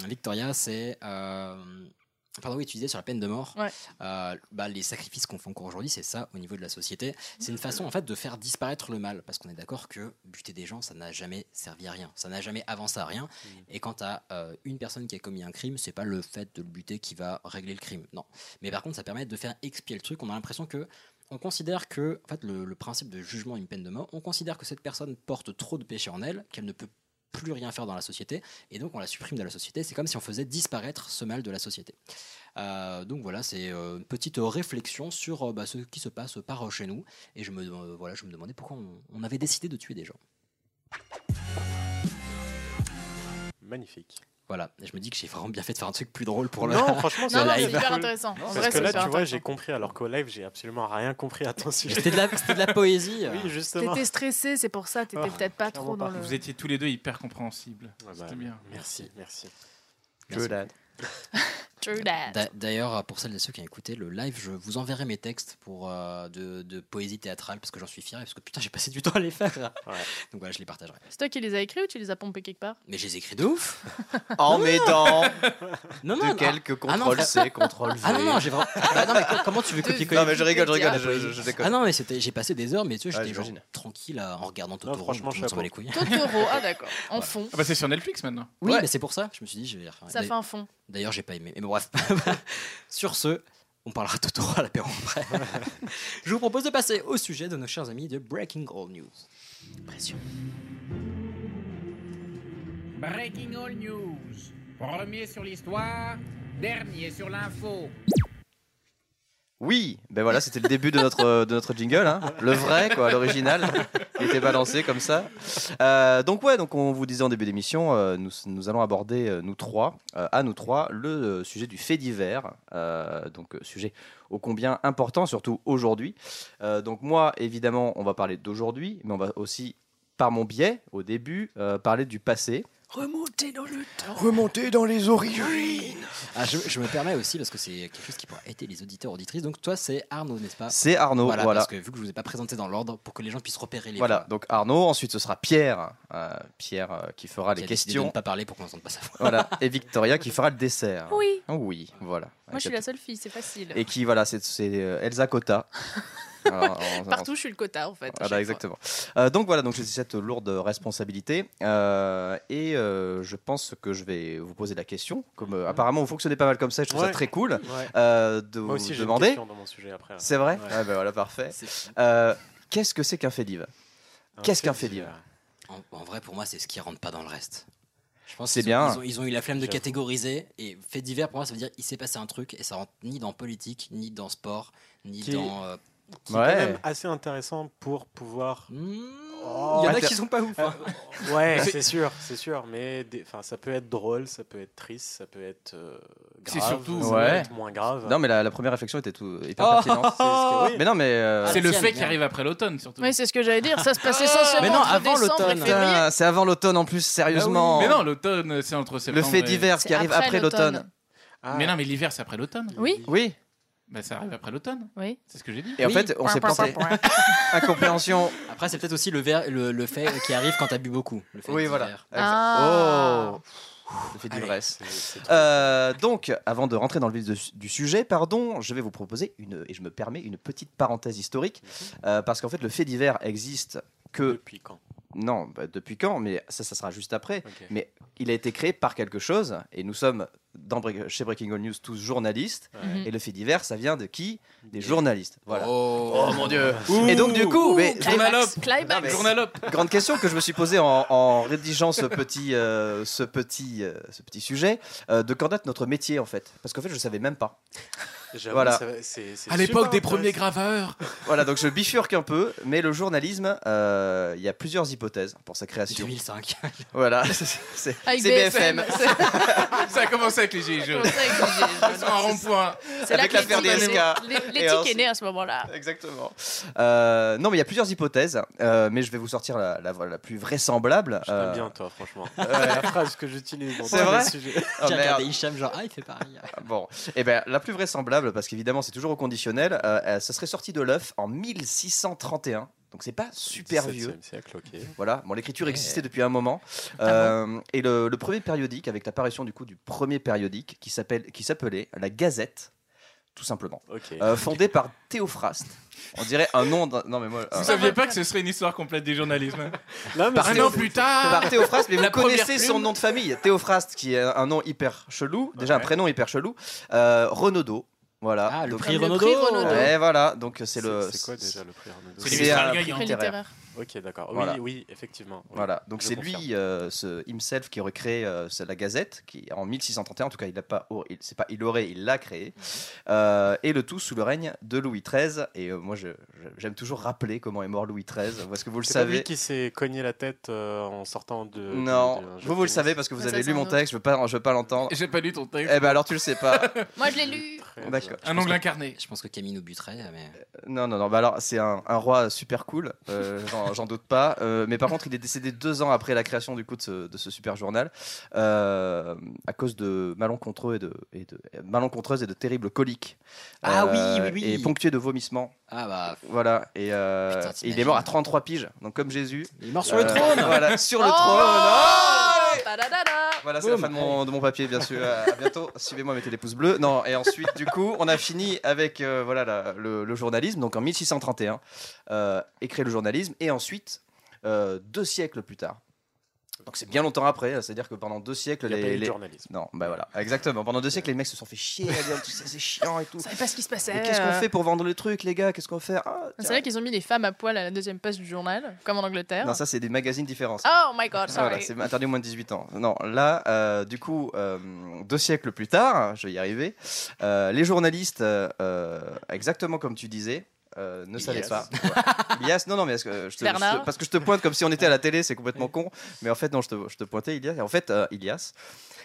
Victoria, c'est. euh, Pardon, oui, tu disais sur la peine de mort.
Ouais.
Euh, bah, les sacrifices qu'on fait encore aujourd'hui, c'est ça au niveau de la société. C'est une façon en fait de faire disparaître le mal, parce qu'on est d'accord que buter des gens, ça n'a jamais servi à rien, ça n'a jamais avancé à rien. Et quand tu as une personne qui a commis un crime, c'est pas le fait de le buter qui va régler le crime, non. Mais par contre, ça permet de faire expier le truc. On a l'impression que on considère que, en fait, le, le principe de jugement d'une peine de mort, on considère que cette personne porte trop de péchés en elle, qu'elle ne peut plus rien faire dans la société, et donc on la supprime de la société. C'est comme si on faisait disparaître ce mal de la société. Euh, donc voilà, c'est euh, une petite réflexion sur euh, bah, ce qui se passe par euh, chez nous, et je me, euh, voilà, je me demandais pourquoi on, on avait décidé de tuer des gens.
Magnifique.
Voilà, et je me dis que j'ai vraiment bien fait de faire un truc plus drôle pour le.
*laughs* Non, franchement,
le live.
Parce que là, tu vois, j'ai compris, alors qu'au live, j'ai absolument rien compris à ton
*laughs*
sujet.
C'était de la- c'était de la poésie.
Oui, justement.
T'étais stressé, c'est pour ça, t'étais peut-être pas trop dans le.
Vous étiez tous les deux hyper compréhensibles. C'était bien.
Ah bah, Merci, merci.
hein.
Merci.
True that.
Euh, D'a- D'ailleurs, pour celles et ceux qui ont écouté le live, je vous enverrai mes textes pour, euh, de, de poésie théâtrale parce que j'en suis fier et parce que putain, j'ai passé du temps à les faire. Donc voilà, je les partagerai.
C'est toi qui les as écrits ou tu les as pompés quelque part
Mais je les écris de ouf
En m'aidant
non,
de
non,
quelques
ah non,
contrôles
vra-
C, contrôle V.
Ah non, non, j'ai vraiment. *laughs* Bah non, mais co- comment tu veux copier-coller
Non, mais je rigole, je rigole,
Ah,
je- je- je déconne.
Ah non, mais c'était- j'ai passé des heures, mais tu sais,
Ouais,
j'étais genre
j'imagine.
tranquille à- en regardant Totoro.
franchement,
donc tout le monde s'en bat les
chapeau.
couilles.
Totoro, ah d'accord, en
Voilà.
fond.
Ah bah c'est sur Netflix maintenant.
Oui, mais c'est pour ça, je me suis dit, je vais y refaire.
Ça fait un fond.
D'ailleurs, j'ai pas aimé. Mais bon, bref. *laughs* Sur ce, on parlera de Totoro à l'apéro *laughs* après. je vous propose de passer au sujet de nos chers amis de Breaking All News.
Pression.
Breaking all news. Premier sur l'histoire, dernier sur l'info.
Oui, ben voilà, c'était le début de notre, de notre jingle, hein. le vrai, quoi, l'original, qui était balancé comme ça. Euh, donc ouais, donc on vous disait en début d'émission, euh, nous, nous allons aborder, euh, nous trois, euh, à nous trois, le euh, sujet du fait divers, euh, donc euh, sujet ô combien important, surtout aujourd'hui. Euh, donc moi, évidemment, on va parler d'aujourd'hui, mais on va aussi, par mon biais, au début, euh, parler du passé.
Remonter dans le temps.
Remonter dans les origines.
Ah, je, je me permets aussi, parce que c'est quelque chose qui pourra aider les auditeurs, auditrices. Donc, toi, c'est Arnaud, n'est-ce pas
C'est Arnaud, voilà.
Ah, Parce que vu que je ne vous ai pas présenté dans l'ordre, pour que les gens puissent repérer les
Voilà,
voix.
donc Arnaud, ensuite ce sera Pierre, euh, Pierre euh, qui fera
Qui
les
a décidé de
questions.
ne pas parler pour qu'on n'entende pas sa voix. *laughs*
Voilà, et Victoria qui fera le dessert.
Oui.
Oh oui, voilà.
Moi, je suis la seule fille, c'est facile.
Et qui, voilà, c'est c'est, euh, Elsa
*laughs*
Cotta. Alors, on- on-
Partout, je suis le quota, en fait.
Voilà,
à chaque fois.
exactement. Euh, donc voilà, donc j'ai cette lourde responsabilité euh, et euh, je pense que je vais vous poser la question. Comme euh, apparemment vous fonctionnez pas mal comme ça, je trouve
Ouais.
ça très cool
Ouais.
euh, de vous
Moi aussi, j'ai une
demander.
question dans mon sujet après.
C'est vrai.
Ouais.
Ah, ben voilà, parfait. Euh, Qu'est-ce que c'est qu'un fait divers
Un
Qu'est-ce
fait
qu'un fait divers
En, en vrai, pour moi, c'est ce qui rentre pas dans le reste. Je pense
C'est
qu'ils ont-
bien.
Ils ont, ils ont eu la flemme de
J'avoue.
catégoriser et fait divers. Pour moi, ça veut dire il s'est passé un truc et ça rentre ni dans politique, ni dans sport, ni
Qui-
dans. euh,
qui est quand même assez intéressant pour pouvoir.
hmm. il y en a qui sont pas ouf, hein.
Euh, ouais, c'est sûr, c'est sûr. Mais des- enfin, ça peut être drôle, ça peut être triste, ça peut être euh, grave. ça peut être moins grave.
Non, mais la, la première réflexion était tout hyper
Oh
pertinente.
*laughs*
C'est ce que- oui.
Mais non, mais euh,
C'est le fait qui arrive après l'automne, surtout.
Ah,
Oui, c'est ce que j'allais dire. Ça se passe essentiellement
Mais non,
entre
avant
décembre et
l'automne.
février.
Putain, C'est avant l'automne en
Bah
plus, sérieusement.
Mais non, l'automne, c'est entre
le
septembre.
fait Ah.
et-
divers qui arrive après l'automne.
Ah,
Mais non, mais l'hiver, c'est après l'automne.
Oui.
Oui.
Bah, ça arrive après l'automne.
Oui.
C'est ce que j'ai dit. *laughs*
Et en fait, on s'est planté. *laughs* Incompréhension.
Après, c'est peut-être aussi le, ver- le, le fait qui arrive quand t'as bu beaucoup. Le fait
Oui,
divers.
voilà.
Ah.
Oh Ça fait d'ivresse. Euh, donc, avant de rentrer dans le vif de- du sujet, pardon, je vais vous proposer une et je me permets une petite parenthèse historique euh, parce qu'en fait, le fait divers existe que
depuis quand
Non, bah, depuis quand Mais ça, ça sera juste après. Mais il a été créé par quelque chose et nous sommes dans Bre- chez Breaking All News tous journalistes
Ouais.
et le fait divers, ça vient de qui Des journalistes. Voilà.
Oh,
mon dieu.
Ouh.
et donc du coup,
Ouh,
mais
climax, climax.
Non, mais-
Journalope.
*laughs* Grande question que je me suis posée en, en rédigeant ce petit, euh, ce petit, euh, ce petit sujet euh, de quand date notre métier en fait, parce qu'en fait je savais même pas.
J'avoue,
Voilà.
ça- c'est- c'est
À l'époque
super
des premiers
intéressant.
graveurs.
Voilà, donc je bifurque un peu, mais le journalisme, euh, il y a plusieurs hypothèses pour sa création.
2005.
Voilà, *laughs* c'est- c'est c'est
Avec
BFM.
ça a commencé avec les Gilets jaunes.
commencé avec les Gilets jaunes.
Sur un rond-point.
Ah C'est là
Avec
que
l'affaire
l'éthique-
DSK.
l'é-
Et
L'éthique est
ensuite-
née à ce moment-là.
Exactement. Euh, non, mais il y a plusieurs hypothèses, euh, mais je vais vous sortir la, la- la plus vraisemblable.
J'aime
Euh,
bien toi, franchement.
ouais.
C'est la phrase que j'utilise dans
C'est
tous
vrai
les sujets.
Oh,
J'ai
merde.
regardé Hicham, genre, ah, il fait pareil.
Bon, et ben la plus vraisemblable, parce qu'évidemment c'est toujours au conditionnel, euh, euh, ça serait sorti de l'œuf en 1631. Donc c'est pas super
17e
vieux.
siècle, ok.
Voilà, bon, l'écriture
Eh.
Ouais.
existait depuis un moment.
Ah
Euh, et le, le premier périodique, avec l'apparition du coup du premier périodique, qui s'appelle- qui s'appelait la Gazette, tout simplement.
Ok.
Euh, fondé par Théophraste. On dirait un nom. d'un- Non mais moi.
Vous
euh,
saviez pas que ce serait une histoire complète du journalisme
Non,
Par
Un
Théo-
an plus tard
Par Théophraste, mais vous
la première
connaissez son
plume.
nom de famille. Théophraste, qui est un nom hyper chelou, déjà un prénom hyper chelou. Euh, Renaudot. Voilà.
Ah, le
Donc-
prix Le Renaudot. prix Renaudot.
Et voilà, donc c'est le.
C'est quoi déjà le prix Renaudot
C'est C'est un
hein.
prix littéraire.
Ok, d'accord. Oui,
Voilà.
oui, effectivement. Oui,
Voilà, donc
je
c'est
confirme.
lui, euh, ce himself, qui aurait créé euh, ce- la Gazette, qui en 1631, en tout cas, il l'a pas, oh, il- c'est pas, il aurait, il l'a créé, Euh, et le tout sous le règne de Louis XIII. Et euh, moi, je- je- j'aime toujours rappeler comment est mort Louis XIII, parce que vous le
C'est pas
savez.
lui qui s'est cogné la tête euh, en sortant de.
Non,
du- d'un jeu
vous, vous le
de tennis.
savez parce que vous
Ah, ça,
avez
c'est
lu
un
mon
autre.
texte, je veux pas, je veux pas l'entendre.
J'ai pas lu ton texte.
Eh ben alors tu le sais pas.
*laughs*
Moi, je l'ai lu.
D'accord.
Un ongle incarné.
Je pense que Camille nous buterait, mais.
Non, non, non, bah alors c'est un, un roi super cool, euh, j'en- j'en doute pas. Euh, mais par contre, il est décédé deux ans après la création du coup de ce, de ce super journal euh, à cause de malencontreux et de, et de malencontreuses et de terribles coliques.
Ah
Euh,
oui, oui, oui.
Et ponctué de vomissements.
Ah bah.
Voilà. Et, euh,
Putain,
et il est mort à 33 piges, donc comme Jésus.
Il est mort sur
Euh,
le trône.
*laughs* Voilà, sur le
Oh
trône. Oh
Ta-da-da-da.
voilà, c'est la fin de mon, de mon papier, bien sûr. À à bientôt. Suivez-moi, mettez les pouces bleus. Non, et ensuite, du coup, on a fini avec euh, voilà, la- le, le journalisme. Donc en 1631, euh, est créé le journalisme. Et ensuite, euh, deux siècles plus tard, Donc c'est bien longtemps après, hein, c'est-à-dire que pendant deux siècles,
Il y a
les,
pas eu de
les- *laughs*
journalisme.
Non, bah voilà, exactement. Pendant deux siècles, les mecs se sont fait chier à dire tout ça, c'est chiant et tout.
savait pas ce qui se passait. euh.
Mais qu'est-ce
euh,
qu'on fait pour vendre le truc, les gars Qu'est-ce qu'on fait Ah,
C'est vrai qu'ils ont mis les femmes à poil à la deuxième page du journal, comme en Angleterre.
Non, ça c'est des magazines différents. ça.
Oh my god, sorry.
Ah, Voilà, c'est interdit au moins de 18 ans. Non, là, euh, du coup, euh, deux siècles plus tard, hein, je vais y arriver, euh, les journalistes, euh, euh, exactement comme tu disais, euh, ne savaient
Yes.
pas. Ouais. Ilias, non, non, mais parce que, je te,
Bernard.
je te- parce que je te pointe comme si on était à la télé, c'est complètement con. Mais en fait, non, je te, je te pointais Ilias. Et en fait, euh, Ilias.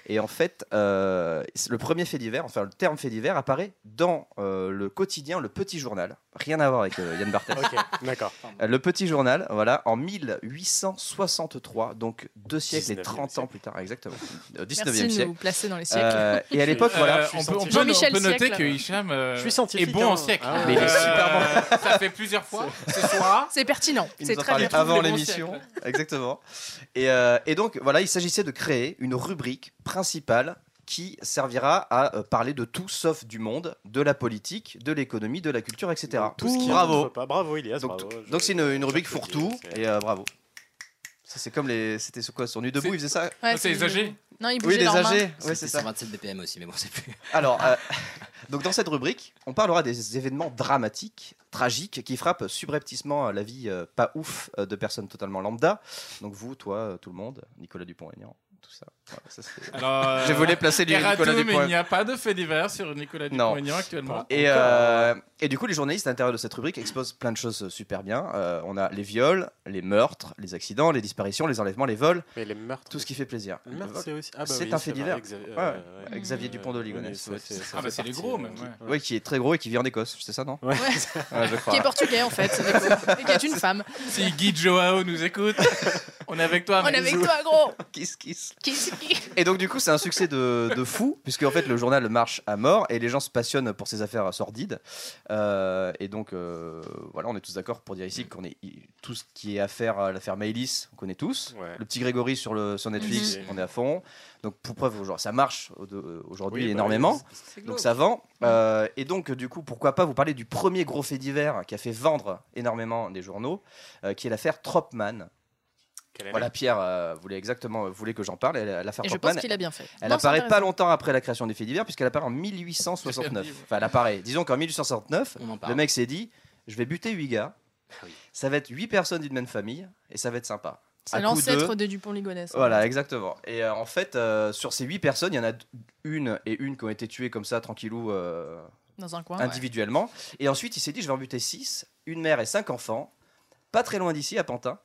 Et en fait, euh, c'est le premier fait divers, enfin le terme fait divers, apparaît dans euh, le quotidien, le petit journal. Rien à voir avec euh, Yann Barthès.
Ok, d'accord.
Euh, Le petit journal, voilà, en 1863, donc deux siècles et 30 ans plus tard, exactement. Au 19e
Merci de
siècle.
nous placer dans les siècles.
Euh, et à l'époque, voilà.
Euh, on peut, on peut- on peut noter que Hicham euh, est bon en siècle.
Mais il est
Euh,
super bon.
ça fait plusieurs *laughs* fois ce soir.
C'est pertinent.
Il
C'est
nous en
très
parlait
bien.
avant l'émission. Exactement. Et, euh, et donc, voilà, il s'agissait de créer une rubrique principale qui servira à euh, parler de tout sauf du monde, de la politique, de l'économie, de la culture, *laughs* etc.
Tout ce qui
Bravo.
rentre pas. Bravo, Ilias.
Donc,
bravo.
Donc c'est une, une rubrique fourre-tout
c'est-
et euh, bravo. Ça c'est comme les c'était sur quoi sur nu debout ils faisaient ça.
Ouais, c'est les âgés. Non, ils
Oui
bougeaient
les
leurs mains.
âgés. Ouais, c'est
C'était
ça.
127 BPM aussi, mais bon, c'est plus.
Alors euh, *laughs* donc dans cette rubrique on parlera des événements dramatiques, tragiques qui frappent subrepticement la vie euh, pas ouf euh, de personnes totalement lambda. Donc vous, toi, euh, tout le monde, Nicolas Dupont-Aignan, tout ça. Voilà, ça, c'est-
Alors,
Je voulais placer du
Erato,
Nicolas
mais il n'y
Dupont.
a pas de fait divers sur Nicolas
Non.
Dupont-Aignan actuellement.
Et, euh, et du coup, les journalistes à l'intérieur de cette rubrique exposent plein de choses euh, super bien. Euh, on a les viols, les meurtres, les accidents, les disparitions, les enlèvements, les vols.
Mais les meurtres.
Tout ce qui fait plaisir.
Les meurtres, c'est aussi- ah bah
C'est
oui,
un
c'est
fait
vrai,
divers.
Xavier-
Ouais,
euh, ouais.
avec Xavier Dupont de
Oui,
Ligonnès.
c'est-
ouais,
c'est-
c'est-
ça
Ah,
ça
bah,
fait
c'est les
partie,
gros,
euh,
même,
qui-
ouais.
ouais, qui est très gros et qui vit en Écosse, c'est ça, non Ouais, je crois.
Qui est portugais en
*laughs*
fait, du coup, et qui est une femme.
Si Guy Joao nous écoute, on est avec toi.
On est
mec.
avec toi, gros.
Ah, *laughs* Kiss, kiss.
Kiss, kiss.
Et donc du coup, c'est un succès de, de fou, puisque en fait le journal marche à mort et les gens se passionnent pour ces affaires sordides. Euh, et donc euh, voilà, on est tous d'accord pour dire ici qu'on est i- tout ce qui est affaire à l'affaire Maëlys, on connaît tous. Le petit Grégory sur le sur Netflix,
Mhm.
on est à fond. Donc pour preuve, genre, ça marche au- de- aujourd'hui
Oui, bah,
énormément.
c'est- c'est
donc
glauque.
ça vend. Euh, et donc du coup, pourquoi pas vous parler du premier gros fait divers qui a fait vendre énormément les journaux, euh, qui est l'affaire Tropman.
année
Voilà, Pierre euh, voulait exactement euh, voulait que j'en parle. Elle- L'affaire
Et je
Tropman,
pense qu'il a bien fait.
Elle
Non, c'est
apparaît pas
intéressant.
longtemps après la création des faits divers, puisqu'elle apparaît en 1869. Enfin, elle apparaît. Disons qu'en 1869, le mec s'est dit je vais buter 8 gars, ça va être 8 personnes d'une même famille, et ça va être sympa.
C'est
À coup
l'ancêtre
de-
de Dupont-Ligonnès.
Voilà, exactement. Et euh, en fait, euh, sur ces 8 personnes, il y en a d- une et une qui ont été tuées comme ça, tranquillou, euh,
Dans un coin.
individuellement. Et ensuite, il s'est dit je vais en buter 6, une mère et 5 enfants, pas très loin d'ici, à Pantin.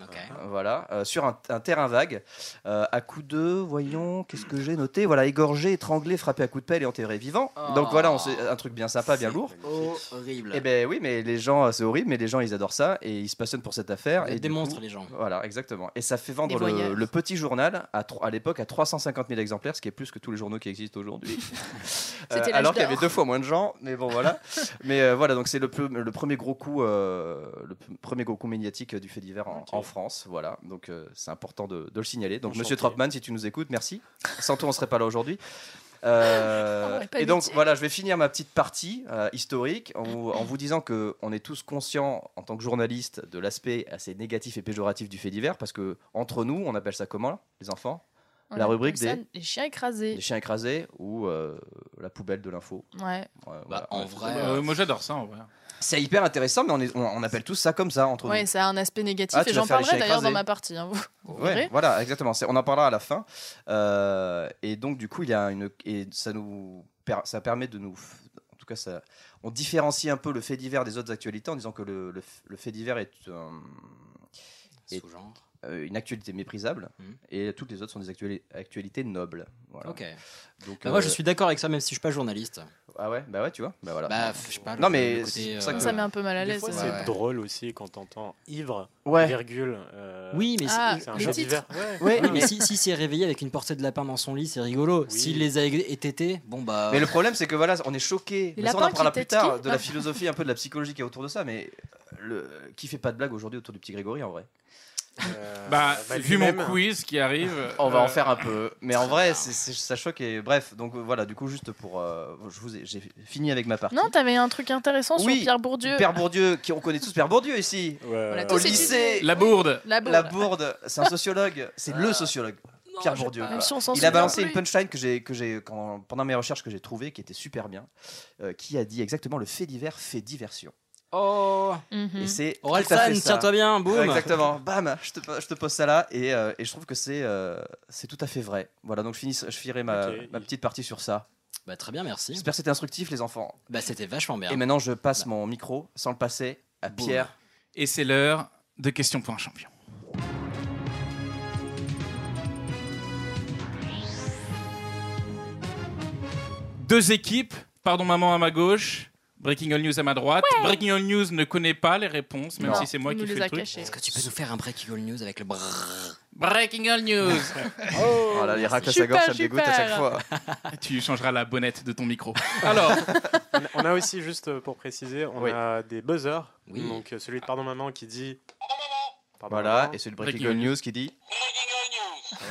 Euh, Voilà, euh, sur un, un terrain vague, Euh, à coups de, voyons, qu'est-ce que j'ai noté Voilà, égorgé, étranglé, frappé à coups de pelle et enterré vivant. Donc voilà, on sait- un truc bien sympa, bien lourd.
Horrible.
Eh ben oui, mais les gens, euh, c'est horrible, mais les gens, ils adorent ça et ils se passionnent pour cette affaire.
Vous
et
êtes
du
des monstres,
coup-
les gens.
Voilà, exactement. Et ça fait vendre
Des voyeurs.
le, le petit journal à, tro- à l'époque à 350 000 exemplaires, ce qui est plus que tous les journaux qui existent aujourd'hui. Euh,
l'âge
alors qu'il y
d'or.
avait deux fois moins de gens, mais bon voilà. mais euh, voilà, donc c'est le, plus- le premier gros coup, euh, le p- premier gros coup médiatique euh, du fait divers en, en France, voilà. Donc euh, c'est important de, de le signaler. Donc
Enchanté.
Monsieur Tropman, si tu nous écoutes, merci. Sans toi, on serait pas là aujourd'hui. Euh,
On aurait pas
et
eu
donc
de-
voilà, je vais finir ma petite partie euh, historique en vous, en vous disant que on est tous conscients en tant que journalistes de l'aspect assez négatif et péjoratif du fait divers parce que entre nous, on appelle ça comment les enfants
On
La
appelle
rubrique
ça
des,
Les chiens écrasés.
des chiens écrasés ou euh, la poubelle de l'info.
Ouais.
en
Bah, vrai, Euh, moi, j'adore ça en vrai.
C'est hyper intéressant, mais on, est- on- on appelle tous ça comme ça entre
Ouais,
nous.
ça a un aspect négatif
Ah, tu
et
vas
j'en
faire les
parlerai
chiens
d'ailleurs dans
écrasés.
ma partie. hein, vous- vous
Ouais,
verrez.
voilà, exactement. C'est- On en parlera à la fin. Euh, et donc, du coup, il y a une. Et ça nous. per- Ça permet de nous. En tout cas, ça. On différencie un peu le fait divers des autres actualités en disant que le, le f- le fait divers est. un- est, euh, une actualité méprisable et toutes les autres sont des actuali- actualités nobles. Voilà.
Mmh. Ok.
Donc,
Bah, moi,
euh,
je suis d'accord avec ça, même si je suis pas journaliste.
Ah ouais, bah ouais, tu vois. Bah voilà.
Bah, je sais pas, le-
Non mais
le côté,
c'est pour
euh,
que-
Ça met un peu mal à
Des
l'aise.
fois,
ouais.
c'est
ouais.
drôle aussi quand t'entends ivre, euh,
Ouais.
virgule. euh,
Oui, mais
Ah,
si-
c'est un
mais-
jeu d'hiver. Ouais.
*laughs* Ouais,
Ouais.
mais si, si s'est réveillé avec une portée de lapin dans son lit, c'est rigolo. S'il les a ététés, bon bah.
*laughs* Mais le problème, c'est que voilà, on est choqué.
Les
Mais ça, on
lapins
en
qui
parlera plus
têtent
tard
qui
de la
Ah.
euh, philosophie, un peu de la psychologie qui est autour de ça. Mais le... qui fait pas de blague aujourd'hui autour du petit Grégory en vrai Euh,
Bah, vu mon
lui-même.
quiz qui arrive,
on va
euh,
en faire un peu. Mais en vrai, c'est- c'est- ça choque. Et bref, donc euh, voilà, du coup, juste pour. euh, je vous ai- J'ai fini avec ma partie.
Non, t'avais un truc intéressant
Oui,
sur Pierre Bourdieu.
Père Bourdieu, qui on connaît tous Père Bourdieu ici.
l'a tous
Au
étudié.
lycée.
La bourde. La bourde.
bourde, c'est un sociologue. C'est le sociologue. Pierre Bourdieu.
pas.
quoi.
Même si on s'en
il a
souvient
balancé
plus.
une punchline que j'ai que j'ai quand- pendant mes recherches que j'ai trouvé qui était super bien, euh, qui a dit exactement le fait divers fait diversion.
Oh
Mhm.
Et
Mm.
c'est
Aurel
tout à fait
San,
ça.
tiens-toi bien, boum
Ouais, Exactement, bam, je te, je te pose ça là et, euh, et je trouve que c'est euh, c'est tout à fait vrai. Voilà, donc je finis, je finirai ma,
Ok.
ma petite partie sur ça.
Bah, très bien, merci.
J'espère que c'était instructif les enfants.
Bah, c'était vachement bien.
Et maintenant je passe mon micro sans le passer à
Boum.
Pierre.
Et c'est l'heure de questions pour un champion. Deux équipes, pardon maman à ma gauche, Breaking All News à ma droite. Breaking All News ne connaît pas les réponses, même
Non.
si c'est moi
Il
qui
nous
fais
les
le
a
truc.
cachées. Est-ce que tu peux nous faire un breaking all news avec le brrrr
Breaking All News
Oh, là, les racles à sa gorge, ça me dégoûte à chaque fois.
Ah, tu changeras la bonnette de ton micro. *laughs*
Alors, on a aussi juste euh, pour préciser, on a des buzzers. Donc euh, celui de Pardon Maman qui dit. Pardon,
Voilà,
maman.
et c'est le Breaking All News qui dit.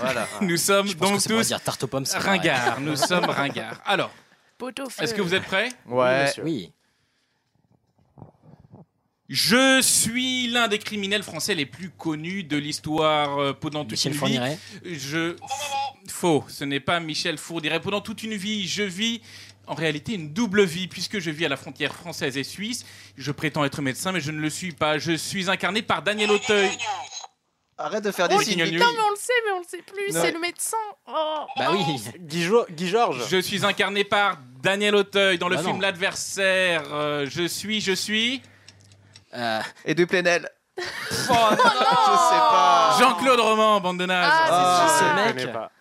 Voilà.
Nous sommes
Je pense
donc
que c'est pour
tous
dire tarte aux pommes, c'est pareil.
ringards. Nous
*laughs*
sommes ringards. Alors,
Poteau feu.
est-ce
Euh.
que vous êtes prêts
Ouais. Oui, monsieur.
Oui.
Je suis l'un des criminels français les plus connus de l'histoire euh, pendant toute
Michel
une
Fourniret
vie. Je faux, ce n'est pas Michel Fourniret. Pendant toute une vie, je vis en réalité une double vie puisque je vis à la frontière française et suisse. Je prétends être médecin mais je ne le suis pas. Je suis incarné par Daniel Auteuil.
Arrête de faire
Oh, putain, mais on le sait, mais on le sait plus.
Non.
C'est le médecin. Oh.
Bah oui.
Guy, Georges.
Je suis incarné par Daniel Auteuil dans le
Bah
film
non.
L'adversaire. Euh, je suis, je suis. Ah.
euh,
Et de Plenel.
Oh non, je sais pas. Jean-Claude Roman, bande de nazes.
Ah, c'est
Ah,
ce
je
mec.
connais pas.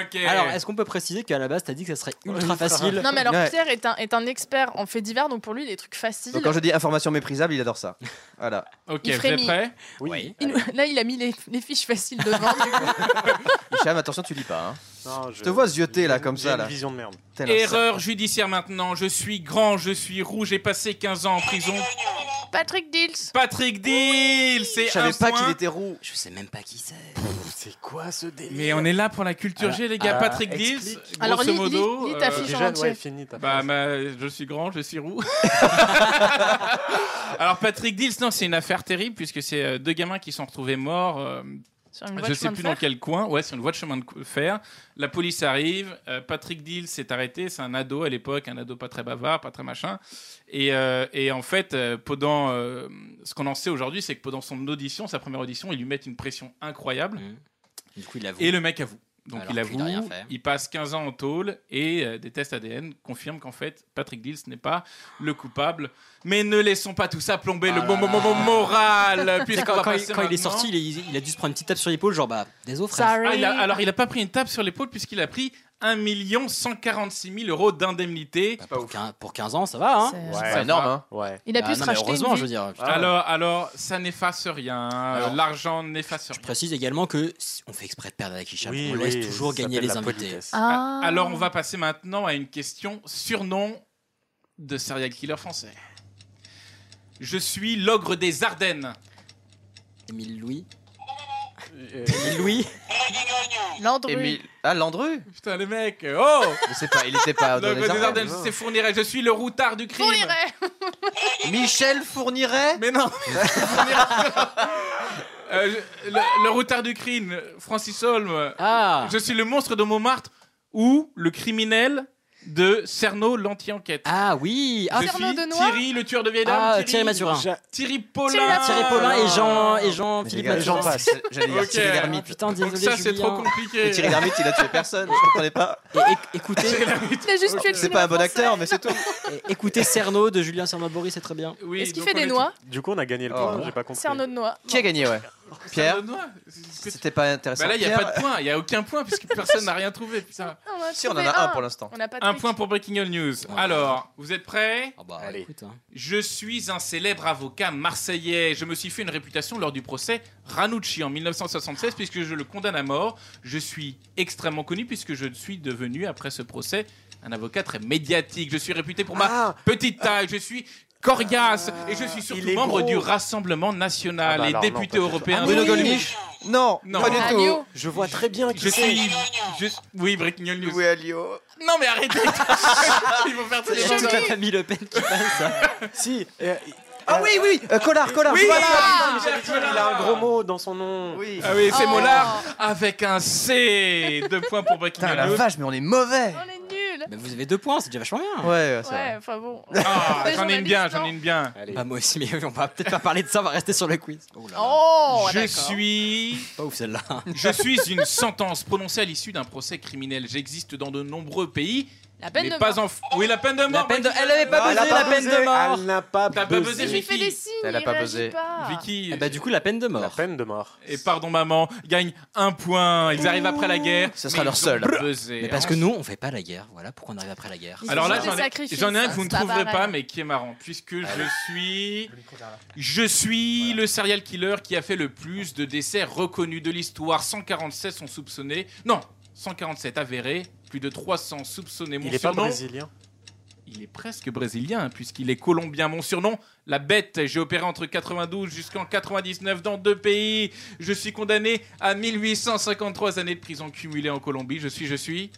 Ok.
Alors, est-ce qu'on peut préciser qu'à la base, t'as dit que ça serait ultra facile
Non, mais alors Pierre est un, est un expert en faits divers, donc pour lui, les trucs faciles.
Donc quand je dis information méprisable, il adore ça. Voilà.
Ok,
Il vous frémit. êtes prêts
Oui.
Il nous- là, il a mis les, les fiches faciles devant. du coup.
Hicham, attention, tu lis pas. Hein.
Non, je...
te vois zioter là comme
j'ai
ça
une
là.
vision de merde.
Tel un
Erreur judiciaire maintenant. Je suis grand, je suis rouge. J'ai passé 15 ans en prison.
Patrick Dills.
Patrick Deal, c'est
Je
un
savais pas
point.
qu'il était
roux.
Je sais même pas qui c'est.
C'est quoi ce délire
Mais on est là pour la culture
Ah,
G, les gars.
ah,
Patrick
explique.
Deals,
Alors,
grosso
lis-
modo. euh,
lis- lis ta
Euh,
fiche en Déjà, entier. ouais,
finis ta
bah, ma- je suis grand, je suis roux. Alors, Patrick Deals, non, c'est une affaire terrible puisque c'est euh, deux gamins qui sont retrouvés morts. euh,
Sur une voie
je
de
sais
chemin de
plus
fer.
dans quel coin, ouais, sur une voie de chemin de cou- fer. La police arrive, euh, Patrick Deal s'est arrêté, c'est un ado à l'époque, un ado pas très bavard, pas très machin. Et, euh, et en fait, euh, pendant euh, ce qu'on en sait aujourd'hui, c'est que pendant son audition, sa première audition, ils lui mettent une pression incroyable.
Mm. Du coup, il avoue.
Et le mec avoue. Donc
Alors
il
qu'il a rien
avoue,
fait.
il passe 15 ans en tôle et euh, des tests ADN confirment qu'en fait Patrick Deal n'est pas le coupable. Mais ne laissons pas tout ça plomber le bon moment moral.
Tu sais,
puisqu'on
Quand,
va
quand il,
passer
quand il est
maintenant-
sorti, il, est- il a dû se prendre une petite tape sur l'épaule, genre bah, désolé frère.
Ah, il a- alors, il n'a pas pris une tape sur l'épaule puisqu'il a pris 1 146 000 euros d'indemnité.
pour, quin- pour 15 ans, ça va, hein
C'est-
Ouais.
C'est énorme, hein.
Ouais.
Il a pu
Ah
se
non, mais
racheter.
Heureusement,
une
je veux
vie.
dire. putain.
Alors, alors, ça n'efface rien. Euh,
Ah Alors,
L'argent n'efface rien.
Je précise également que si- on fait exprès de perdre avec Hicham.
Oui,
on laisse
oui,
toujours
ça
gagner
s'appelle la
les invités.
Ah, Alors, on va passer maintenant à une question surnom de serial killer français. Je suis l'ogre des Ardennes.
Émile Louis.
Euh,
Émile
Louis.
Landru.
Émile- Ah, Landru
Putain, le mec. Oh
Je sais pas, il était
*laughs*
pas dans
L'ogre des
les
Ah, Ardennes, oh.
Ardennes.
c'est Fourniret. Je suis le routard du crime.
Michel Fourniret
Mais non *laughs* Euh, je- le, le routard du crime, Francis Holm.
Ah.
Je suis le monstre de Montmartre ou le criminel de Cerno l'anti-enquête.
Ah oui Ah,
Je
Cerno
suis
de Noir
Thierry, le tueur de vieille dame.
Ah, Thierry Mathurin.
Ja- Thierry Paulin.
Thierry Paulin et Jean, et Jean
Mais
Philippe
les gars,
Mathieu.
j'en passe. J'allais dire
Ok.
Thierry Lhermitte.
Ah, Putain,
Donc
désolé.
ça, c'est
Julien.
trop compliqué.
Et Thierry Lhermitte, il a tué personne, je comprenais pas.
*laughs*
écoutez,
Il a juste tué le
c'est pas un bon acteur, mais c'est tout.
Et écoutez Cerno de Julien Cerno Boris, c'est très bien.
Oui,
Est-ce qu'il fait des noix
Du coup, on a gagné le point, j'ai pas compris.
C'est un autre noix.
Qui a gagné, ouais Pierre C'était pas intéressant.
Bah là, il n'y a
Pierre- Euh,
pas de point, il n'y a aucun point puisque personne n'a rien trouvé. Putain.
Non, on a
Si, on en a
trouvé
un pour l'instant.
On n'a pas de
Un
truc.
point pour Breaking All News. Alors, vous êtes prêts
Allez.
Je suis un célèbre avocat marseillais. Je me suis fait une réputation lors du procès Ranucci en 1976 puisque je le condamne à mort. Je suis extrêmement connu puisque je suis devenu, après ce procès, un avocat très médiatique. Je suis réputé pour ma
Ah,
petite taille. Je suis coriace et je suis surtout
est
membre
gros.
du Rassemblement National
Ah bah
et
alors non, Ah,
député
pas du tout.
européen.
Bruno Gollnisch Non,
Non.
pas du
Ah,
tout.
Lio.
Je vois très bien qui
Je
c'est.
suis. je- Oui, Breaking News.
Oui, Alio.
Non, mais
*laughs*
arrêtez Ils vont faire tous les gens.
toute la famille Le Pen qui passe.
Si. euh,
Ah oui, oui, euh, Collard, Collard.
Oui,
voilà.
ah,
j'allais dire, il a un gros mot dans son nom.
Oui.
Ah oui, c'est
Oh.
Mollard avec un C. Deux points pour Breaking
Putain, la
News.
vache, mais on est mauvais.
On est nuls.
Bah, vous avez deux points, c'est déjà vachement bien.
Ouais, ouais, c'est vrai.
Ouais, enfin bon.
Ah,
Les
j'en ai une bien,
journalistes,
j'en ai une bien.
Bah, moi aussi, mais on va peut-être pas parler de ça, on va rester sur le quiz. Oh là là.
Oh,
je
d'accord.
suis.
Pas ouf celle-là.
Je suis une sentence prononcée à l'issue d'un procès criminel. J'existe dans de nombreux pays,
La peine
mais
de
pas
mort.
en. f- Oui, la peine de
La
mort.
peine de...
Breaking
Elle avait pas
Ah,
buzzé
elle a
la
pas
peine de mort.
Elle n'a pas
T'as pas buzzé,
buzzé.
Je lui fais des signes,
Elle a
il
pas
réagit
buzzé.
pas.
Vicky.
Eh bah, du coup, la peine de
La
mort.
peine de mort.
Et pardon maman, gagne un point. Ils arrivent après la guerre.
Ce sera
mais
leur
ils ont
seul.
buzzé,
Mais parce
hein.
que nous, on fait pas la guerre. Voilà pourquoi on arrive après la guerre. Bah,
Ils
Alors
ont
là,
des
j'en ai,
sacrifices,
j'en ai un que
hein,
vous ne
c'est pas
trouverez
pareil.
pas, mais qui est marrant, puisque je suis, je suis le serial killer qui a fait le plus de décès reconnus de l'histoire. 147 sont soupçonnés. Non, 147 avérés. Plus de 300 soupçonnés. Mon
Il est pas
surnom,
brésilien.
il est presque brésilien, hein, puisqu'il est colombien. Mon surnom, la bête. J'ai opéré entre 92 jusqu'en 99 dans deux pays. Je suis condamné à 1853 années de prison cumulée en Colombie. Je suis, je suis.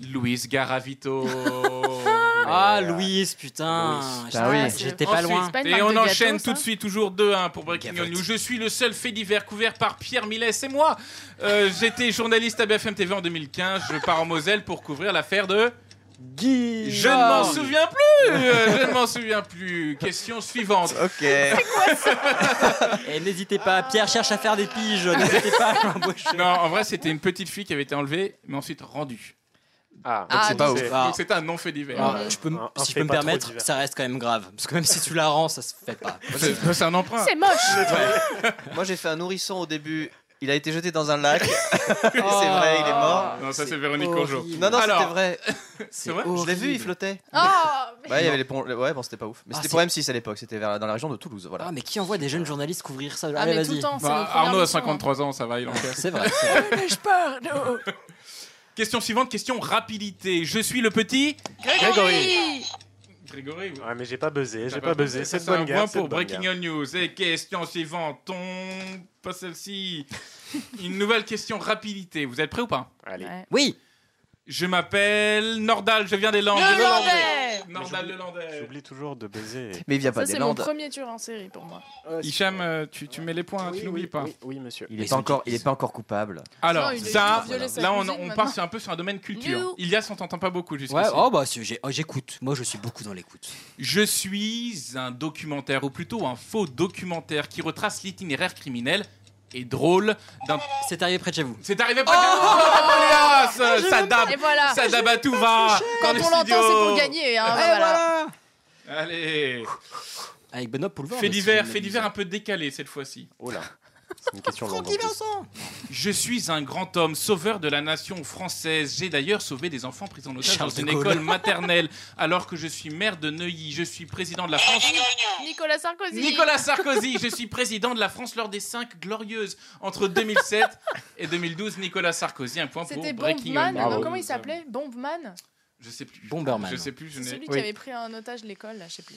Luis Garavito. *laughs*
Ah, Louise, putain.
Louise.
J'étais-
Ah oui.
Bah J'étais pas
Ensuite,
loin.
pas une
Et
marque
on
de gâteau,
enchaîne
ça
tout de suite, toujours 2-1 pour Breaking
Gavotte.
News. Je suis le seul fait divers couvert par Pierre Millet, c'est moi. Euh, J'étais journaliste à BFM TV en 2015. Je pars en Moselle pour couvrir l'affaire de.
Guy.
Je ne m'en souviens
*laughs*
plus Euh, Je ne m'en souviens plus. Question suivante. *laughs*
Ok.
Et eh, n'hésitez pas, Pierre cherche à faire des *laughs* piges. N'hésitez pas à l'embaucher.
Non, en vrai, c'était une petite fille qui avait été enlevée, mais ensuite rendue.
Ah,
Ah,
c'est pas
donc
ouf.
Ah.
Donc c'était un non fait divers.
Alors, je peux, m-
Un- un
si je
fait
peux me
pas trop
permettre,
divers.
ça reste quand même grave. Parce que même si tu la rends, ça se fait *laughs* pas.
C'est c'est un emprunt.
C'est moche.
Moi, j'ai fait un nourrisson au début. Il a été jeté dans un lac. *laughs* c'est vrai, il est mort.
Ah. Non, ça c'est Véronique
horrible.
Courgeot.
Non, non,
Alors,
c'était vrai.
C'est vrai
Je l'ai vu, il flottait.
Ah, mais-
Ouais, il y avait les ponts. Ouais, bon, c'était pas ouf. Mais
Ah,
c'était
c'est-
pour M6 à l'époque. C'était vers- dans la région de Toulouse. Voilà.
Ah, mais qui envoie des jeunes journalistes couvrir ça
Ah,
Allez,
mais tout le
vas-y.
temps, c'est
Bah,
notre première
Arnaud a
mission, hein.
53 ans, ça va, il en casse.
C'est vrai.
Mais je pars, non.
Question suivante, question rapidité. Je suis le petit.
Grégory
Grégory, oui.
Ouais, mais j'ai pas buzzé, j'ai
T'as
pas buzzé.
Ça,
C'est
C'est
bonne
un
guerre.
point
c'est
pour
de bonne
Breaking
guerre.
All News. Et question suivante, on... Pas celle-ci. Une nouvelle question rapidité. Vous êtes prêts ou pas
Allez.
Ouais.
Oui.
Je m'appelle Nordal, je viens des Landes.
Le Landais
Nordal
Mais
le Landais.
J'oublie toujours de baiser.
*laughs* Mais il vient pas
Ça,
des
c'est mon
Landes.
premier tueur en série pour moi.
Hicham, euh, tu, tu mets les points, hein,
Oui,
tu
oui,
n'oublies pas.
Oui, oui, monsieur.
Il est
Ils
pas
sont
encore.
qui-
Il est pas encore coupable.
Alors,
Non, il a-
ça,
il a violé sa
là, on,
cousine,
on
maintenant.
part sur un peu sur un domaine culture.
Nous.
Ilias, on t'entend pas beaucoup jusqu'ici.
Ouais, oh bah si, j'ai- oh, j'écoute. Moi, je suis beaucoup dans l'écoute.
Je suis un documentaire, ou plutôt un faux documentaire, qui retrace l'itinéraire criminel et drôle d'un.
C'est arrivé près de chez vous.
C'est arrivé pas oh
Ah,
Elias Ça dab
Et voilà
Ça dab à tout va
Quand
dans les
on l'entend,
studios.
c'est pour gagner. Hein, bah voilà.
Allez
Avec Benoît Poulevard.
Fait
aussi,
divers,
je
fait
m'abuse.
divers un peu décalé cette fois-ci.
Oh là. C'est une question longue. en plus.
Je suis un grand homme, sauveur de la nation française. J'ai d'ailleurs sauvé des enfants pris en otage
Charles
dans une
de Gaulle.
école maternelle, alors que je suis maire de Neuilly. Je suis président de la France.
Nicolas Sarkozy.
Nicolas Sarkozy, je suis président de la France lors des 5 glorieuses. Entre 2007 et 2012, Nicolas Sarkozy, un point pour
C'était
Breaking
Bombman.
News.
Non, comment il s'appelait Bombman
Je sais plus.
Bomberman.
Je sais plus, je
C'est
n'ai-
celui
Oui.
qui avait pris un otage de l'école, là, je sais plus.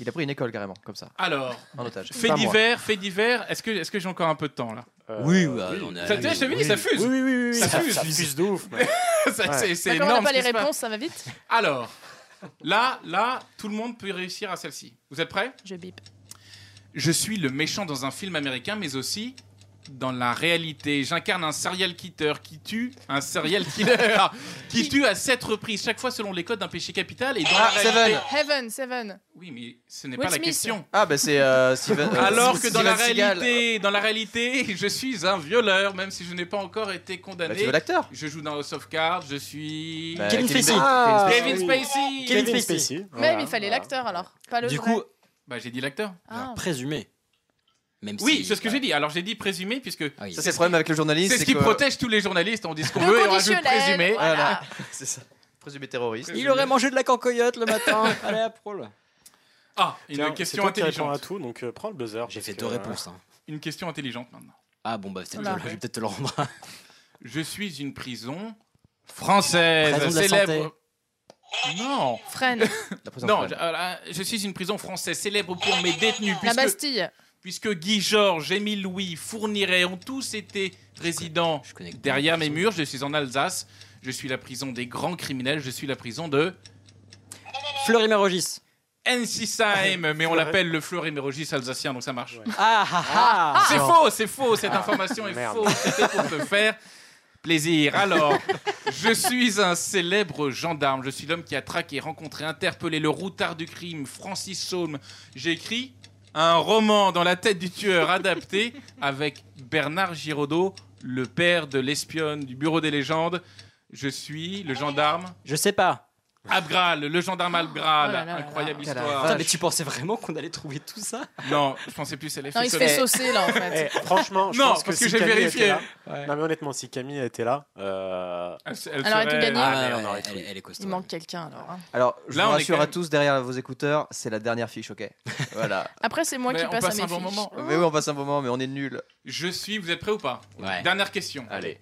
Il a pris une école carrément, comme ça,
Alors,
en otage.
fait
Pas moi.
divers, fait divers. Est-ce que, est-ce que j'ai encore un peu de temps là
Euh,
Ah Oui, ouais, on est-
Ça, tu vois, je t'avais dit, ça fuse.
Oui, oui, oui, oui.
Ça
Ça
fuse.
ça fuse de ouf. mec.
Ça,
Ouais.
c'est- C'est
D'accord, on n'a
énorme.
pas
ce
les
qui se passe.
réponses, ça va vite
Alors, là, là, tout le monde peut réussir à celle-ci. Vous êtes prêts
Je bip.
Je suis le méchant dans un film américain, mais aussi dans la réalité. J'incarne un serial killer qui tue un serial *laughs* killer qui tue à sept reprises, chaque fois selon les codes d'un péché capital et dans la
Ah,
réalité.
Seven.
Heaven, Seven.
Oui, mais ce n'est
Will
pas la
Smith.
question.
Ah bah c'est euh, Steven. euh,
Alors que dans la
Steven Seagal.
réalité, dans la réalité, je suis un violeur, même si je n'ai pas encore été
Bah, tu
condamné.
veux l'acteur
je joue dans House of Cards, je suis
Bah,
Kevin Spacey.
Ah,
Kevin
oui.
Spacey.
Kevin
Kevin
Spacey.
Spacey.
Même,
Voilà,
il fallait
voilà.
l'acteur, alors. Pas le
Du
vrai.
coup,
Bah, j'ai dit l'acteur.
Ah.
présumé. Même
Oui,
si-
c'est ce que j'ai dit. Alors j'ai dit présumé puisque
Ah oui.
Ça c'est le problème avec le journaliste.
c'est ce qui
que-
protège tous les journalistes. On dit ce qu'on
Le
veut et on rajoute
conditionnel,
présumé.
voilà.
Voilà. *laughs* c'est ça. Présumé terroriste.
Il aurait mangé de la cancoyote le matin. Allez, à prole.
Ah, une
Tiens, c'est
question
toi qui réponds
intelligente.
à tout, donc euh, prends le buzzer.
J'ai
parce
fait
que,
deux
euh,
réponses. hein.
Une question intelligente maintenant.
Ah bon, bah, c'est-
Voilà.
je vais peut-être te le rendre. Ah,
Je suis une prison française
Prison de la
célèbre. Non,
Fren,
*laughs*
La prison
non,
de
je, euh, je suis une prison française célèbre pour mes détenus
la
puisque
Bastille.
puisque Guy Georges, Émile Louis, Fourniret ont tous été résidents derrière mes murs. Je suis en Alsace, je suis la prison des grands criminels, je suis la prison de
Fleury-Mérogis.
Ensisheim, mais on l'appelle le Fleury-Mérogis alsacien, donc ça marche.
Ah, ah, ah.
c'est
Genre.
faux, c'est faux, cette
Ah,
information est
merde.
fausse. C'était pour te faire plaisir.
*laughs*
Alors, je suis un célèbre gendarme. Je suis l'homme qui a traqué, rencontré, interpellé le routard du crime, Francis Saume. J'écris un roman dans la tête du tueur adapté avec Bernard Giraudot, le père de l'espionne du Bureau des légendes. Je suis le gendarme.
Je sais pas.
Abgral, le gendarme
Oh
Abgral. Incroyable histoire.
Putain, mais tu pensais vraiment qu'on allait trouver tout ça
Non, je pensais plus à l'effet.
Non, il se fait saucer, là, en fait.
Eh, franchement, je
Non,
pense que
parce que
si
j'ai
Camille
vérifié.
était là- Non, mais honnêtement, si Camille était là, euh...
elle,
Elle aurait tout gagné.
Ah,
Ah,
Ah
est
Eh.
Il manque quelqu'un alors. hein.
Alors, je
Là,
vous
on est
rassure
quand
à
même-
tous derrière vos écouteurs, c'est la dernière fiche, ok
*laughs*
Voilà.
Après, c'est moi
Mais
qui
on
passe,
passe
à mes
un bon
fiches.
moment.
mais oui, on passe un moment, mais on est nuls.
Je suis. Vous êtes prêts ou pas
Ouais.
Dernière question. Allez.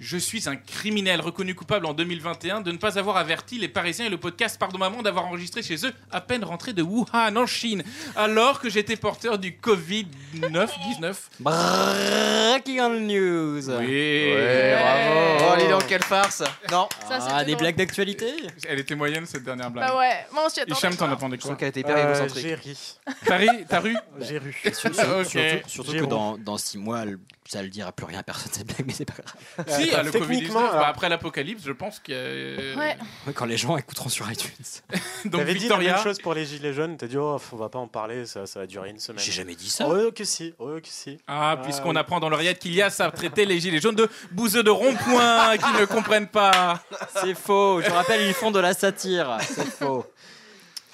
Je suis un criminel reconnu coupable en 2021 de ne pas avoir averti les Parisiens et le podcast Pardon Maman d'avoir enregistré chez eux à peine rentré de Wuhan en Chine alors que j'étais porteur du Covid-19.
Breaking news.
Bah,
Oui.
Ouais, bravo. Oh, dis donc, quelle farce. Non.
Ça, c'était drôle.
Ah, d'actualité
Elle était moyenne cette dernière blague.
Bah ouais, moi on s'y attendait.
Hicham, t'en
pas.
attendais quoi
Je sens qu'elle était hyper Euh, égocentrique.
j'ai ri.
T'as ri T'as
*laughs*
ru
J'ai ru.
Sur-
*laughs*
sur-
Ok.
Surtout, surtout que
Jérôme.
dans, dans six mois, le- ça le dira plus rien à personne cette blague, mais c'est pas grave.
Si,
Euh,
le Covid-19,
techniquement, alors-
bah, après l'apocalypse, je pense que. euh,
Ouais.
Ouais, quand les gens écouteront sur iTunes.
Donc,
T'avais dit la
Victoria-
même chose pour les Gilets jaunes, t'as dit, oh, faut- on va pas en parler, ça, ça va durer une semaine.
J'ai jamais dit ça.
Oh, que si, oh, que si.
Ah, puisqu'on
oui.
apprend dans l'oreillette qu'il y a ça traiter les gilets jaunes de bouseux de rond-point qui ne comprennent pas.
C'est faux, je rappelle, ils font de la satire. C'est faux.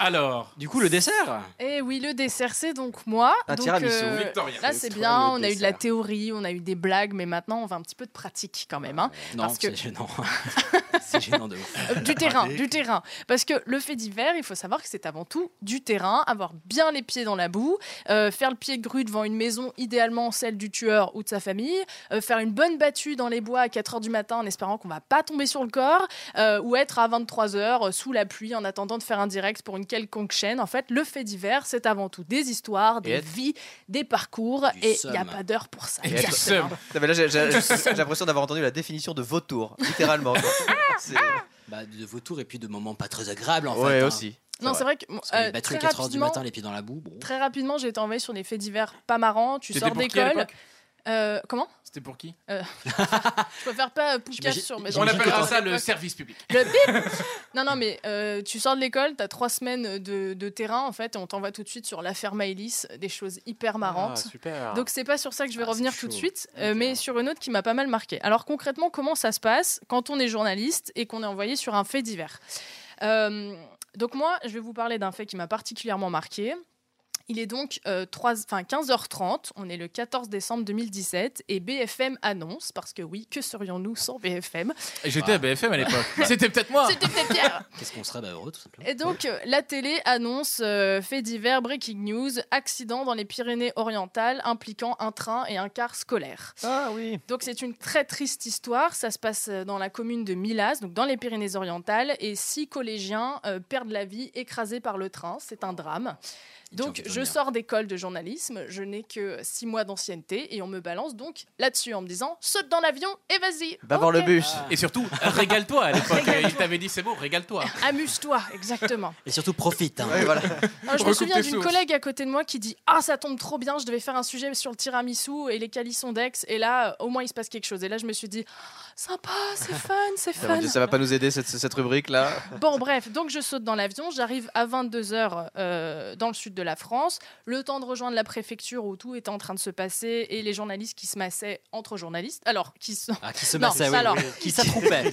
Alors
Du coup, le dessert
Et oui, le dessert, c'est donc moi.
Un
donc,
tiramisu.
euh,
Victoria.
Là,
C'est
c'est
toi
bien,
le
on a eu de la
dessert.
théorie, on a eu des blagues, mais maintenant, on va un petit peu de pratique quand même. hein,
Non,
parce
c'est
que
gênant. *laughs* c'est gênant de ouf.
Euh, du terrain, du terrain. Parce que le fait d'hiver, il faut savoir que c'est avant tout du terrain, avoir bien les pieds dans la boue, euh, faire le pied grue devant une maison, idéalement celle du tueur ou de sa famille, euh, faire une bonne battue dans les bois à 4h du matin en espérant qu'on va pas tomber sur le corps, euh, ou être à 23h sous la pluie en attendant de faire un direct pour une quelconque chaîne. En fait, le fait d'hiver, c'est avant tout des histoires,
Et
des
être-
vies, des parcours, et il n'y a
seum.
pas d'heure pour ça.
Et
Exactement.
être- Non, mais là, j'ai j'ai- j'ai l'impression d'avoir entendu la définition de vautour, littéralement. quoi. C'est-
Bah, de vautour et puis de moments pas très agréables en fait.
Ouais,
hein.
aussi.
Non, c'est vrai que
Parce qu'on est
euh,
battu
très
à 4h du
rapidement,
matin, les pieds dans la boue. Bon.
Très rapidement, j'ai été envoyée sur des faits divers pas marrants. Tu
T'étais
sors
pour qui à
d'école.
l'époque
Euh, comment
C'était pour qui
Euh, Je préfère pas euh, poucave
J'imagine-
sur mes
On appellera ça le
le
service public.
bip Non, non, mais euh, tu sors de l'école, t'as trois semaines de, de terrain en fait, et on t'envoie tout de suite sur l'affaire Maëlys, des choses hyper marrantes.
Ah, super.
Donc c'est pas sur ça que je vais revenir tout de suite, euh, mais sur une autre qui m'a pas mal marqué. Alors concrètement, comment ça se passe quand on est journaliste et qu'on est envoyé sur un fait divers Euh, Donc moi, je vais vous parler d'un fait qui m'a particulièrement marqué. Il est donc euh, trois- enfin, 15h30, on est le 14 décembre 2017, et BFM annonce, parce que oui, que serions-nous sans BFM
Et J'étais à BFM à l'époque. *laughs* C'était peut-être moi.
C'était peut-être Pierre
Qu'est-ce qu'on serait bah, heureux tout simplement
et donc, euh, la télé annonce euh, fait divers, breaking news, accident dans les Pyrénées-Orientales impliquant un train et un car scolaire.
Ah oui.
Donc, c'est une très triste histoire. Ça se passe euh, dans la commune de Milas, donc dans les Pyrénées-Orientales, et six collégiens euh, perdent la vie écrasés par le train. C'est un drame. Donc, je sors d'école de journalisme, je n'ai que six mois d'ancienneté, et on me balance donc là-dessus en me disant saute dans l'avion et vas-y.
Va voir
Ok.
le bus.
Et surtout, Ah. régale-toi à l'époque. Il t'avait dit c'est bon, régale-toi.
Amuse-toi, exactement.
Et surtout, profite. Hein.
Ah, je me
Recoupe
souviens
tes
d'une
sources.
collègue à côté de moi qui dit Ah, ça tombe trop bien, je devais faire un sujet sur le tiramisu et les calissons d'ex, et là, euh, au moins, il se passe quelque chose. Et là, je me suis dit *gasps* Sympa,
*laughs*
c'est fun, c'est
Ah, mon
fun.
Dieu, ça va pas nous aider cette, cette rubrique là.
Bon, bref, donc je saute dans l'avion, j'arrive à 22h dans le sud de la France, le temps de rejoindre la préfecture où tout est en train de se passer et les journalistes qui se massaient entre journalistes. Alors, qui se.
Ah, qui se
Non,
massait, oui,
alors,
oui. Qui s'attroupaient.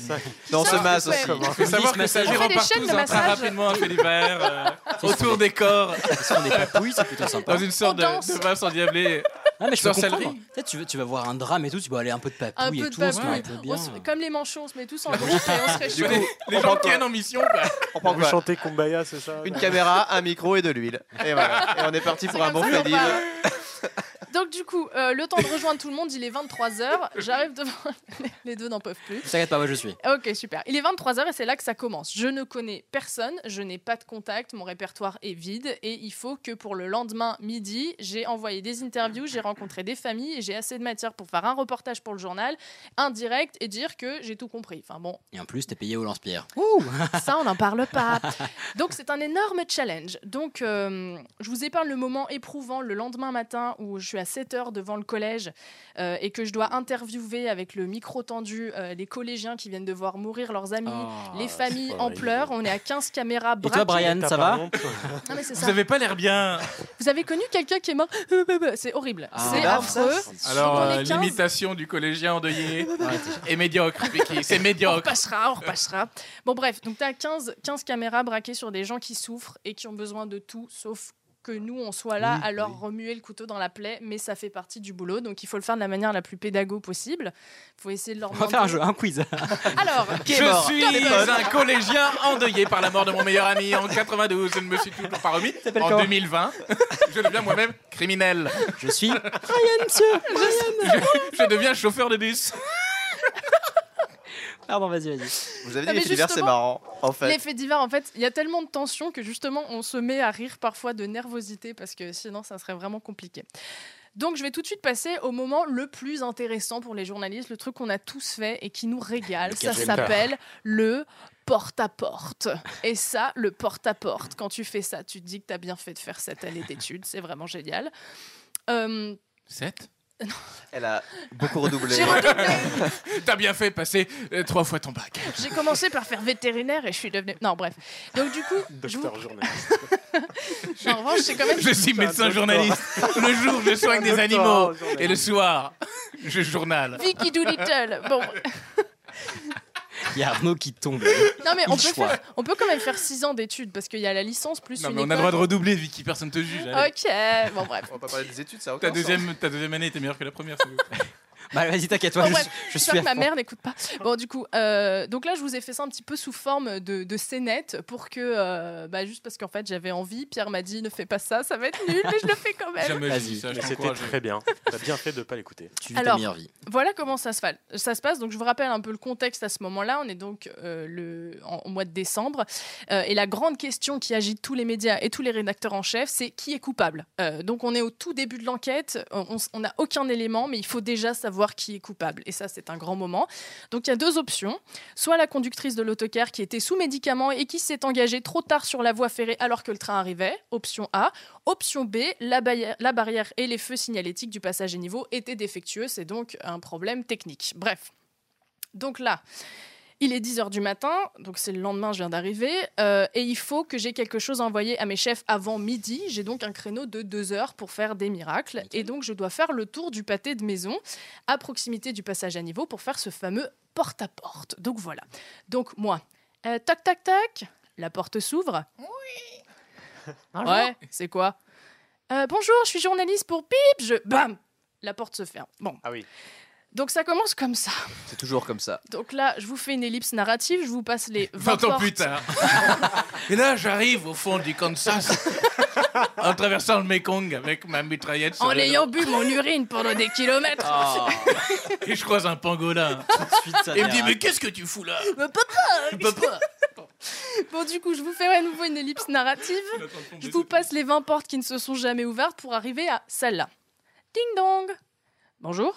Non, on se masse
s'attroupaient.
aussi. hein.
Comment
Il
Faut savoir que ça
On fait
gère
des chaînes
partout
de
un train
massage.
rapidement à fait divers, *laughs* euh,
sont
autour des corps.
Parce qu'on est papouilles, c'est plutôt sympa.
Dans une sorte de, de valse endiablée.
Ah, mais je peux
Sorcellerie.
comprendre. Tu sais, Tu, vas- tu vas voir un drame et tout, tu vas aller un peu de
Un
papouille
peu
et
de
tout, c'est un
babouille.
peu bien. hein.
On se- Comme les manchots, on se
*laughs*
met tous en groupe et on se réchauffe.
Les gens tiennent en mission. quoi.
prend
Vous
quoi
chantez Kumbaya, c'est ça
Une caméra, un micro et de l'huile. Et voilà. Et on est parti pour un bon
Ah, comme ça qu'on
crédit.
parle. Donc du coup, euh, le temps de rejoindre tout le monde, il est 23h. J'arrive devant... *laughs* Les deux n'en peuvent plus.
T'inquiète pas, moi je suis.
Ok, super. Il est 23h et c'est là que ça commence. Je ne connais personne, je n'ai pas de contact, mon répertoire est vide et il faut que pour le lendemain midi, j'ai envoyé des interviews, j'ai rencontré des familles et j'ai assez de matière pour faire un reportage pour le journal, un direct et dire que j'ai tout compris. Enfin bon,
Et en plus, t'es payé au lance-pierre.
*laughs* ça, on n'en parle pas. Donc, c'est un énorme challenge. Donc, euh, je vous épargne le moment éprouvant le lendemain matin où je suis à 7 heures devant le collège euh, et que je dois interviewer avec le micro tendu euh, les collégiens qui viennent de voir mourir leurs amis, les familles en pleurs. On est à 15 caméras.
Et toi,
braquées.
Brian, ça va
Non, mais c'est
Vous
ça.
avez pas l'air bien.
Vous avez connu quelqu'un qui est mort Euh, C'est horrible. c'est
grave, ça.
affreux.
Alors,
Dans les
euh,
15,
l'imitation du collégien endeuillé est médiocre. Vicky, C'est
On
médiocre.
repassera, on repassera. Bon, bref, donc tu as 15, 15 caméras braquées sur des gens qui souffrent et qui ont besoin de tout sauf que nous, on soit là
Oui,
à leur remuer le couteau dans la plaie, mais ça fait partie du boulot, donc il faut le faire de la manière la plus pédago possible. Il faut essayer de leur
On va faire un jeu,
demander-
un
*laughs*
quiz. *laughs*
Alors,
Je suis un collégien endeuillé par la mort de mon meilleur ami en 92. Je ne me suis toujours pas remis. En
comment
2020, je deviens moi-même criminel.
Je suis.
Brian, monsieur
*laughs*
Brian
Je deviens chauffeur de bus.
Pardon, vas-y, vas-y.
Vous avez dit, les
Non, mais
faits divers, c'est
justement,
marrant, en fait.
Les faits divers, en fait, il y a tellement de tension que justement, on se met à rire parfois de nervosité parce que sinon, ça serait vraiment compliqué. Donc, je vais tout de suite passer au moment le plus intéressant pour les journalistes, le truc qu'on a tous fait et qui nous régale. Ça
Cajun Car.
s'appelle le porte-à-porte. Et ça, le porte-à-porte, quand tu fais ça, tu te dis que tu as bien fait de faire cette année d'études. C'est vraiment génial. Euh,
7
Elle a beaucoup redoublé.
T'as bien fait passer euh, trois fois ton bac.
J'ai commencé par faire vétérinaire et je suis devenue. Non, bref. Donc, du coup. je vous- Non, en revanche, Ah, c'est quand même.
Je suis médecin journaliste. Le jour, je soigne des animaux. Et le soir, je journal.
Vicky Doolittle. Bon,
Il y a Arnaud qui tombe.
non mais
Il
on peut,
choix.
faire- on peut quand même faire 6 ans d'études parce qu'il y a la licence plus
Non,
une
mais on a le droit
école.
de redoubler, Vicky, personne te juge.
Ah
allez.
Ok, bon
*laughs*
bref.
On va pas parler des études, ça a aucun
Ta
sens.
deuxième, ta deuxième année était meilleure que la première, s'il vous plaît.
Bah, vas-y, t'inquiète, toi,
Bon,
je,
bref,
je
j'espère
suis. à
que ma
fond.
mère n'écoute pas. Bon, du coup, euh, donc là, je vous ai fait ça un petit peu sous forme de, de scénette pour que, euh, bah, juste parce qu'en fait, j'avais envie. Pierre m'a dit, ne fais pas ça, ça va être nul, mais je le fais
*laughs*
quand même.
Jamais
Vas-y.
je dis ça, je
Mais c'était
t'encourage.
très bien. T'as bien fait de pas l'écouter.
Tu
*laughs* Voilà comment ça se, fa- ça se passe. Donc, je vous rappelle un peu le contexte à ce moment-là. On est donc euh, le, en, au mois de décembre. Euh, et la grande question qui agite tous les médias et tous les rédacteurs en chef, c'est qui est coupable Euh, Donc, on est au tout début de l'enquête. On on s- on n'a aucun élément, mais il faut déjà savoir qui est coupable. Et ça, c'est un grand moment. Donc, il y a deux options. Soit la conductrice de l'autocar qui était sous médicaments et qui s'est engagée trop tard sur la voie ferrée alors que le train arrivait, option A. Option B, la, baia- la barrière et les feux signalétiques du passage à niveau étaient défectueux, c'est donc un problème technique. Bref. Donc là, il est 10h du matin, donc c'est le lendemain, je viens d'arriver, euh, et il faut que j'ai quelque chose à envoyer à mes chefs avant midi. J'ai donc un créneau de 2 heures pour faire des miracles, et donc je dois faire le tour du pâté de maison à proximité du passage à niveau pour faire ce fameux porte-à-porte. Donc voilà. Donc moi, euh, tac tac tac, la porte s'ouvre.
Bonjour.
Ouais, c'est quoi Euh, Bonjour, je suis journaliste pour Pip. Je bam, la porte se ferme. Bon.
Ah oui.
Donc ça commence comme ça.
C'est toujours comme ça.
Donc là, je vous fais une ellipse narrative, je vous passe les 20,
20 ans plus
portes.
tard. *laughs* Et là, j'arrive au fond du Kansas en traversant le Mekong avec ma mitraillette sur
En
le
ayant bu mon urine pendant des kilomètres.
Ah. dos. Et je croise un pangolin.
ça
Et il me
dérape.
dit Mais qu'est-ce que tu fous là
Mais papa Bon, du coup, je vous fais à nouveau une ellipse narrative. Je vous passe les 20 portes qui ne se sont jamais ouvertes pour arriver à celle-là. Ding dong Bonjour.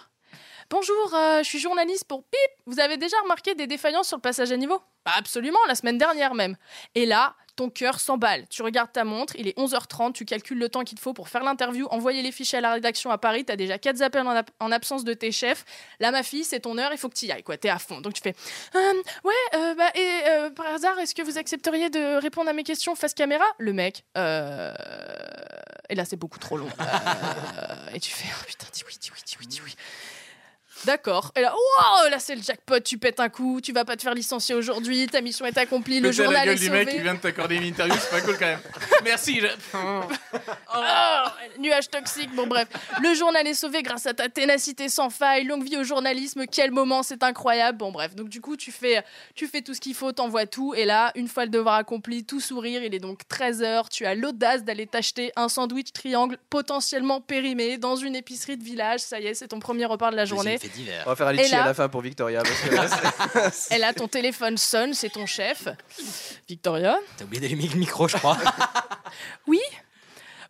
Bonjour, euh, je suis journaliste pour Pip. Vous avez déjà remarqué des défaillances sur le passage à niveau Bah, Absolument, la semaine dernière même. Et là, ton cœur s'emballe. Tu regardes ta montre, il est 11h30, tu calcules le temps qu'il te faut pour faire l'interview, envoyer les fichiers à la rédaction à Paris, t'as déjà 4 appels en, ab- en absence de tes chefs. Là, ma fille, c'est ton heure, il faut que t'y ailles, quoi, t'es à fond. Donc tu fais Hum, ouais, euh, bah, et euh, par hasard, est-ce que vous accepteriez de répondre à mes questions face caméra Le mec, euh... Et là, c'est beaucoup trop long.
*laughs*
Euh, Et tu fais, oh putain, dis oui, dis oui, dis oui, dis oui. D'accord. Et là, wow, là, c'est le jackpot, tu pètes un coup, tu vas pas te faire licencier aujourd'hui, ta mission est accomplie, le
Péter à
journal
la gueule
est
du
sauvé.
mec qui vient de t'accorder une interview, c'est pas cool quand même. Merci. je-
Oh, nuage toxique, bon bref. Le journal est sauvé grâce à ta ténacité sans faille. Longue vie au journalisme, quel moment, c'est incroyable. Bon bref, donc du coup, tu fais, tu fais tout ce qu'il faut, t'envoies tout. Et là, une fois le devoir accompli, tout sourire, il est donc 13h. Tu as l'audace d'aller t'acheter un sandwich triangle potentiellement périmé dans une épicerie de village. Ça y est, c'est ton premier repas de la journée.
On va faire un
Et
litchi
là-
à la fin pour Victoria. Parce que là, c'est-
Et là, ton téléphone sonne, c'est ton chef. Victoria
T'as oublié d'allumer le micro, je
*laughs*
crois.
Oui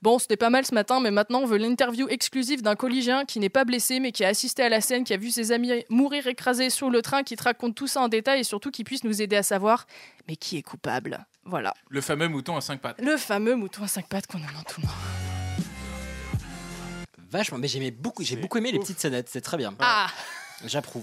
Bon, c'était pas mal ce matin, mais maintenant on veut l'interview exclusive d'un collégien qui n'est pas blessé, mais qui a assisté à la scène, qui a vu ses amis mourir écrasés sur le train, qui te raconte tout ça en détail et surtout qui puisse nous aider à savoir mais qui est coupable. Voilà.
Le fameux mouton à cinq pattes.
Le fameux mouton à cinq pattes qu'on entend tout le monde.
Vachement, mais j'aimais beaucoup, j'ai beaucoup aimé les petites scénettes, c'est très bien.
Ah
J'approuve.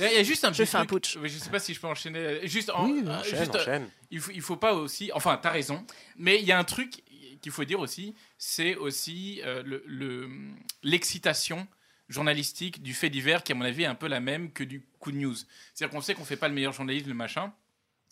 Il y a juste un petit
Je fais un
truc. Oui, Je sais pas si je peux enchaîner. Euh, Juste, en-
Oui,
euh,
enchaîne,
juste, euh,
enchaîne.
Il faut, il faut pas aussi. Enfin, t'as raison. Mais il y a un truc qu'il faut dire aussi, c'est aussi euh, le- le- l'excitation journalistique du fait divers qui, à mon avis, est un peu la même que du coup de news. C'est-à-dire qu'on sait qu'on fait pas le meilleur journalisme, le machin.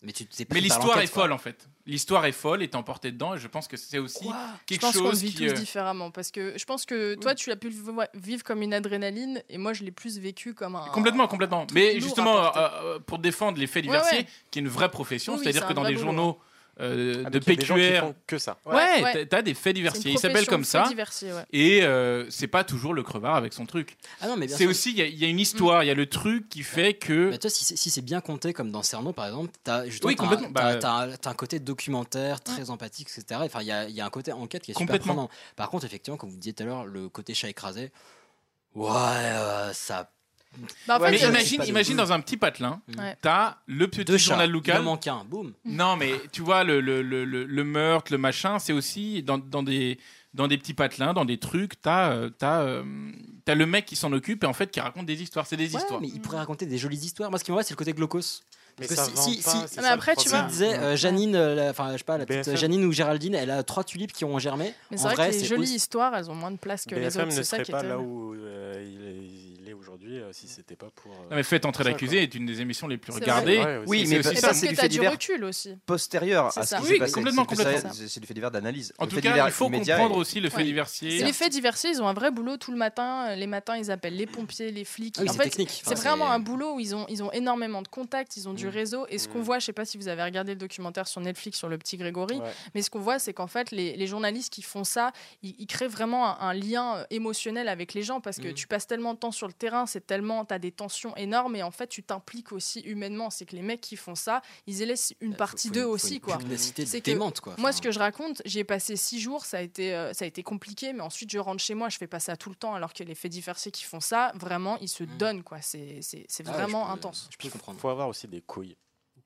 Mais tu t'es
Mais
pris par
l'histoire est
l'enquête, quoi.
folle en fait. L'histoire est folle et t'es emporté dedans et je pense que c'est aussi
Je
quelque
pense qu'on le
chose
vit
qui.
tous
euh,
différemment parce que je pense que toi tu l'as pu le vo- vivre comme une adrénaline et moi je l'ai plus vécu comme un.
Complètement, complètement.
Tout
Mais
lourd
justement,
rapporté.
euh, euh, pour défendre les faits
Ouais,
diversiers,
ouais.
qui est une vraie profession,
Oui, oui,
c'est-à-dire
c'est
que
un
dans
vrai
les
boulot,
journaux euh,
Ah,
de
donc il y a des gens qui
PQR,
font que ça.
Ouais,
Ouais,
t'as-
ouais.
t'as des faits diversiers. Ils s'appellent comme
profession
ça.
de faits diversiers, ouais.
Et euh, c'est pas toujours le crevard avec son truc.
Ah non, mais bien
c'est
sûr.
aussi, il y a- il y, a une histoire, il y a le truc qui fait que.
Bah, toi, si c'est si c'est bien compté, comme dans Cerno par exemple, t'as justement,
Oui,
t'as-
complètement.
t'as-
Bah,
t'as un- t'as un côté documentaire très empathique, etc. Enfin, il y a, il y a un côté enquête qui est super
Complètement.
prenant. Par contre, effectivement, comme vous disiez tout à l'heure, le côté chat écrasé, ouais, euh, ça.
Bah, en fait,
mais
il y a-
imagine,
pas de-
imagine dans un petit patelin,
Ouais.
t'as le petit
Deux chats,
journal local.
il en manque un, boum.
Non, mais tu vois, le, le, le, le, le meurtre, le machin, c'est aussi dans, dans, des, dans des petits patelins, dans des trucs, t'as euh, t'as, euh, t'as le mec qui s'en occupe et en fait qui raconte des histoires. C'est des
Ouais,
histoires.
mais il pourrait raconter des jolies histoires. Moi, ce qui m'embête, c'est le côté glaucos.
Mais
Parce que
ça
si,
vend
si,
pas,
si-
c'est
si
ça le
il
problème.
disait euh, Janine, euh, la- enfin, je sais pas, la petite
BFM.
Janine ou Géraldine, elle a trois tulipes qui ont germé.
Mais
En
c'est vrai,
vrai,
que les
c'est
jolies
aussi-
histoires, elles ont moins de place que les
BFM
autres. C'est
ne
ça
serait
qui est
pas là
terrible.
où euh, il est, il est aujourd'hui euh, si c'était pas pour. euh,
Non, mais Faites entrer
ça,
l'accusé est une des émissions les plus
C'est
regardées.
vrai. Ouais, ouais,
Oui,
Et
mais
c'est
parce-
aussi
Et
ça.
parce que t'as du recul aussi.
Postérieur
C'est
à ce
ça.
qui
Oui,
s'est passé.
complètement,
C'est plus ça,
complètement.
C'est c'est du fait divers d'analyse.
En
Le
tout
fait
cas,
divers
il faut
immédiat
comprendre
est-
aussi le fait
Ouais.
diversier.
C'est les faits diversiers, ils ont un vrai boulot tout le matin. Euh, Les matins, ils appellent les pompiers, les flics.
Ah oui,
en
c'est
fait,
technique.
c'est
Enfin,
vraiment
c'est-
un boulot où ils ont, ils ont énormément de contacts, ils ont du
Mm.
réseau. Et ce qu'on voit, je sais pas si vous avez regardé le documentaire sur Netflix sur le petit Grégory,
Ouais.
mais ce qu'on voit, c'est qu'en fait, les, les journalistes qui font ça, ils, ils créent vraiment un, un lien euh, émotionnel avec les gens parce que
Mm.
tu passes tellement de temps sur le terrain, c'est tellement, t'as des tensions énormes et en fait, tu t'impliques aussi humainement. C'est que les mecs qui font ça, ils laissent une partie d'eux
euh, Bah, faut une
aussi, quoi.
pugnacité
C'est que
démente, quoi.
Moi,
Enfin,
ce que je raconte, j'y ai passé six jours, ça a été, euh, ça a été compliqué, mais ensuite je rentre chez moi, je fais pas ça tout le temps, alors que les faits diversiers qui font ça, vraiment, ils se
Mmh.
donnent, quoi. C'est c'est- c'est
Ah ouais,
vraiment
je peux-
intense.
Je peux comprendre.
faut avoir aussi des couilles.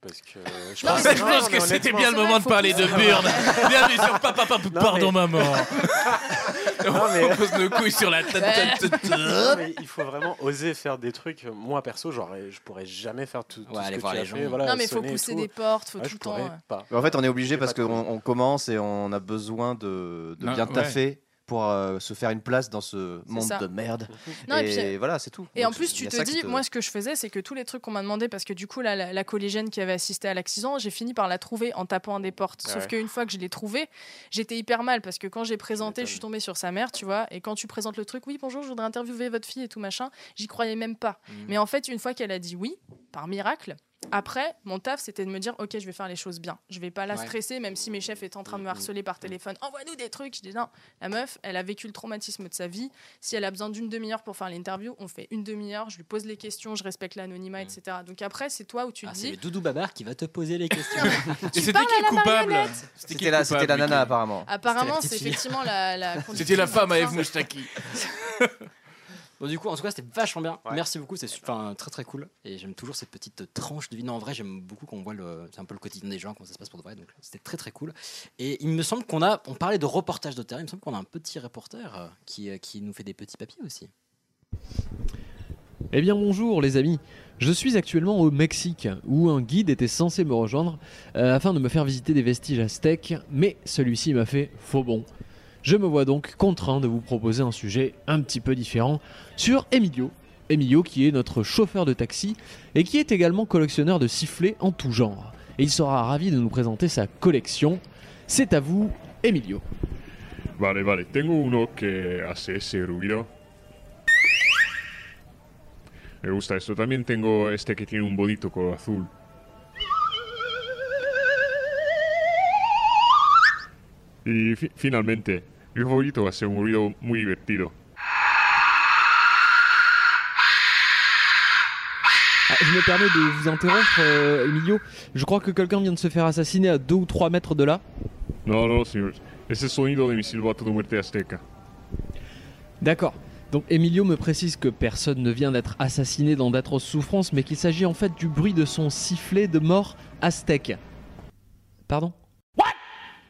Parce que euh,
Non,
Ah,
mais je pense que c'était bien le moment de parler de Burn. Bienvenue sur Papa, Papa, pardon maman.
*laughs*
Non, mais-
On pose nos couilles sur la tête. tête, tête,
Non,
tête.
mais il faut vraiment oser faire des trucs. Moi perso, genre, je pourrais jamais faire tout, tout
Ouais,
ce
aller
que
voir
tu as
les gens.
fait, voilà,
non, mais faut
sonner et
pousser
tout.
des portes, faut
Ah,
tout
je
le temps.
pourrais
euh.
pas.
Mais En fait, on est obligé
J'ai
parce
pas de
qu'on on commence et on a besoin de, de
Non,
bien
ouais.
taffer pour euh, se faire une place dans ce monde
ça.
de merde.
euh. Non, et
et
puis-
voilà, c'est tout.
Et
Donc,
en plus,
il y
tu
a
te
ça qui
dis, moi, ce que je faisais, c'est que tous les trucs qu'on m'a demandé, parce que du coup, la, la, la collégienne qui avait assisté à l'accident, j'ai fini par la trouver en tapant un des portes.
Ah
Sauf
ouais.
qu'une fois que je l'ai trouvée, j'étais hyper mal, parce que quand j'ai présenté, je suis tombée sur sa mère, tu vois, et quand tu présentes le truc, oui, bonjour, je voudrais interviewer votre fille et tout machin, j'y croyais même pas.
Mmh.
Mais en fait, une fois qu'elle a dit oui, par miracle, après, mon taf, c'était de me dire, ok, je vais faire les choses bien. Je vais pas la
Ouais.
stresser, même si mes chefs étaient en train de
Mmh,
me harceler par téléphone. Envoie-nous des trucs. Je dis non. La meuf, elle a vécu le traumatisme de sa vie. Si elle a besoin d'une demi-heure pour faire l'interview, on fait une demi-heure. Je lui pose les questions, je respecte l'anonymat, etc. Donc après, c'est toi où tu
Ah,
te
c'est le
dis.
Doudou Babar qui va te poser les questions.
Et c'était qui le coupable
C'était la- c'était la nana, apparemment.
C'était la
Apparemment, c'est
petite fille.
effectivement la. la
C'était la
conductrice
femme
du
à
train.
Eve Moustaki.
Bon, du coup, en tout cas, c'était vachement bien. Merci beaucoup, c'est su- enfin, très très cool. Et j'aime toujours cette petite euh, tranche de vie. Non, en vrai, j'aime beaucoup qu'on voit le, c'est un peu le quotidien des gens, comment ça se passe pour de vrai. Donc, c'était très très cool. Et il me semble qu'on a, on parlait de reportage de terrain. Il me semble qu'on a un petit reporter euh, qui, euh, qui nous fait des petits papiers aussi.
Eh bien bonjour les amis, je suis actuellement au Mexique où un guide était censé me rejoindre euh, afin de me faire visiter des vestiges aztèques, mais celui-ci m'a fait faux bon. Je me vois donc contraint de vous proposer un sujet un petit peu différent sur Emilio. Emilio qui est notre chauffeur de taxi et qui est également collectionneur de sifflets en tout genre. Et il sera ravi de nous présenter sa collection. C'est à vous, Emilio.
Vale, vale. Tengo uno que hace ese ruido. Me gusta esto. También tengo este que tiene un bonito color azul. Y fi- finalmente, mi favorito hace un ruido muy divertido.
Ah, je me permets de vous interrompre, euh, Emilio. Je crois que quelqu'un vient de se faire assassiner à 2 ou 3 mètres de là.
No, no, señor. Es el sonido de mi silbato de muerte azteca.
D'accord. Donc Emilio me précise que personne ne vient d'être assassiné dans d'atroces souffrances, mais qu'il s'agit en fait du bruit de son sifflet de mort aztèque. Pardon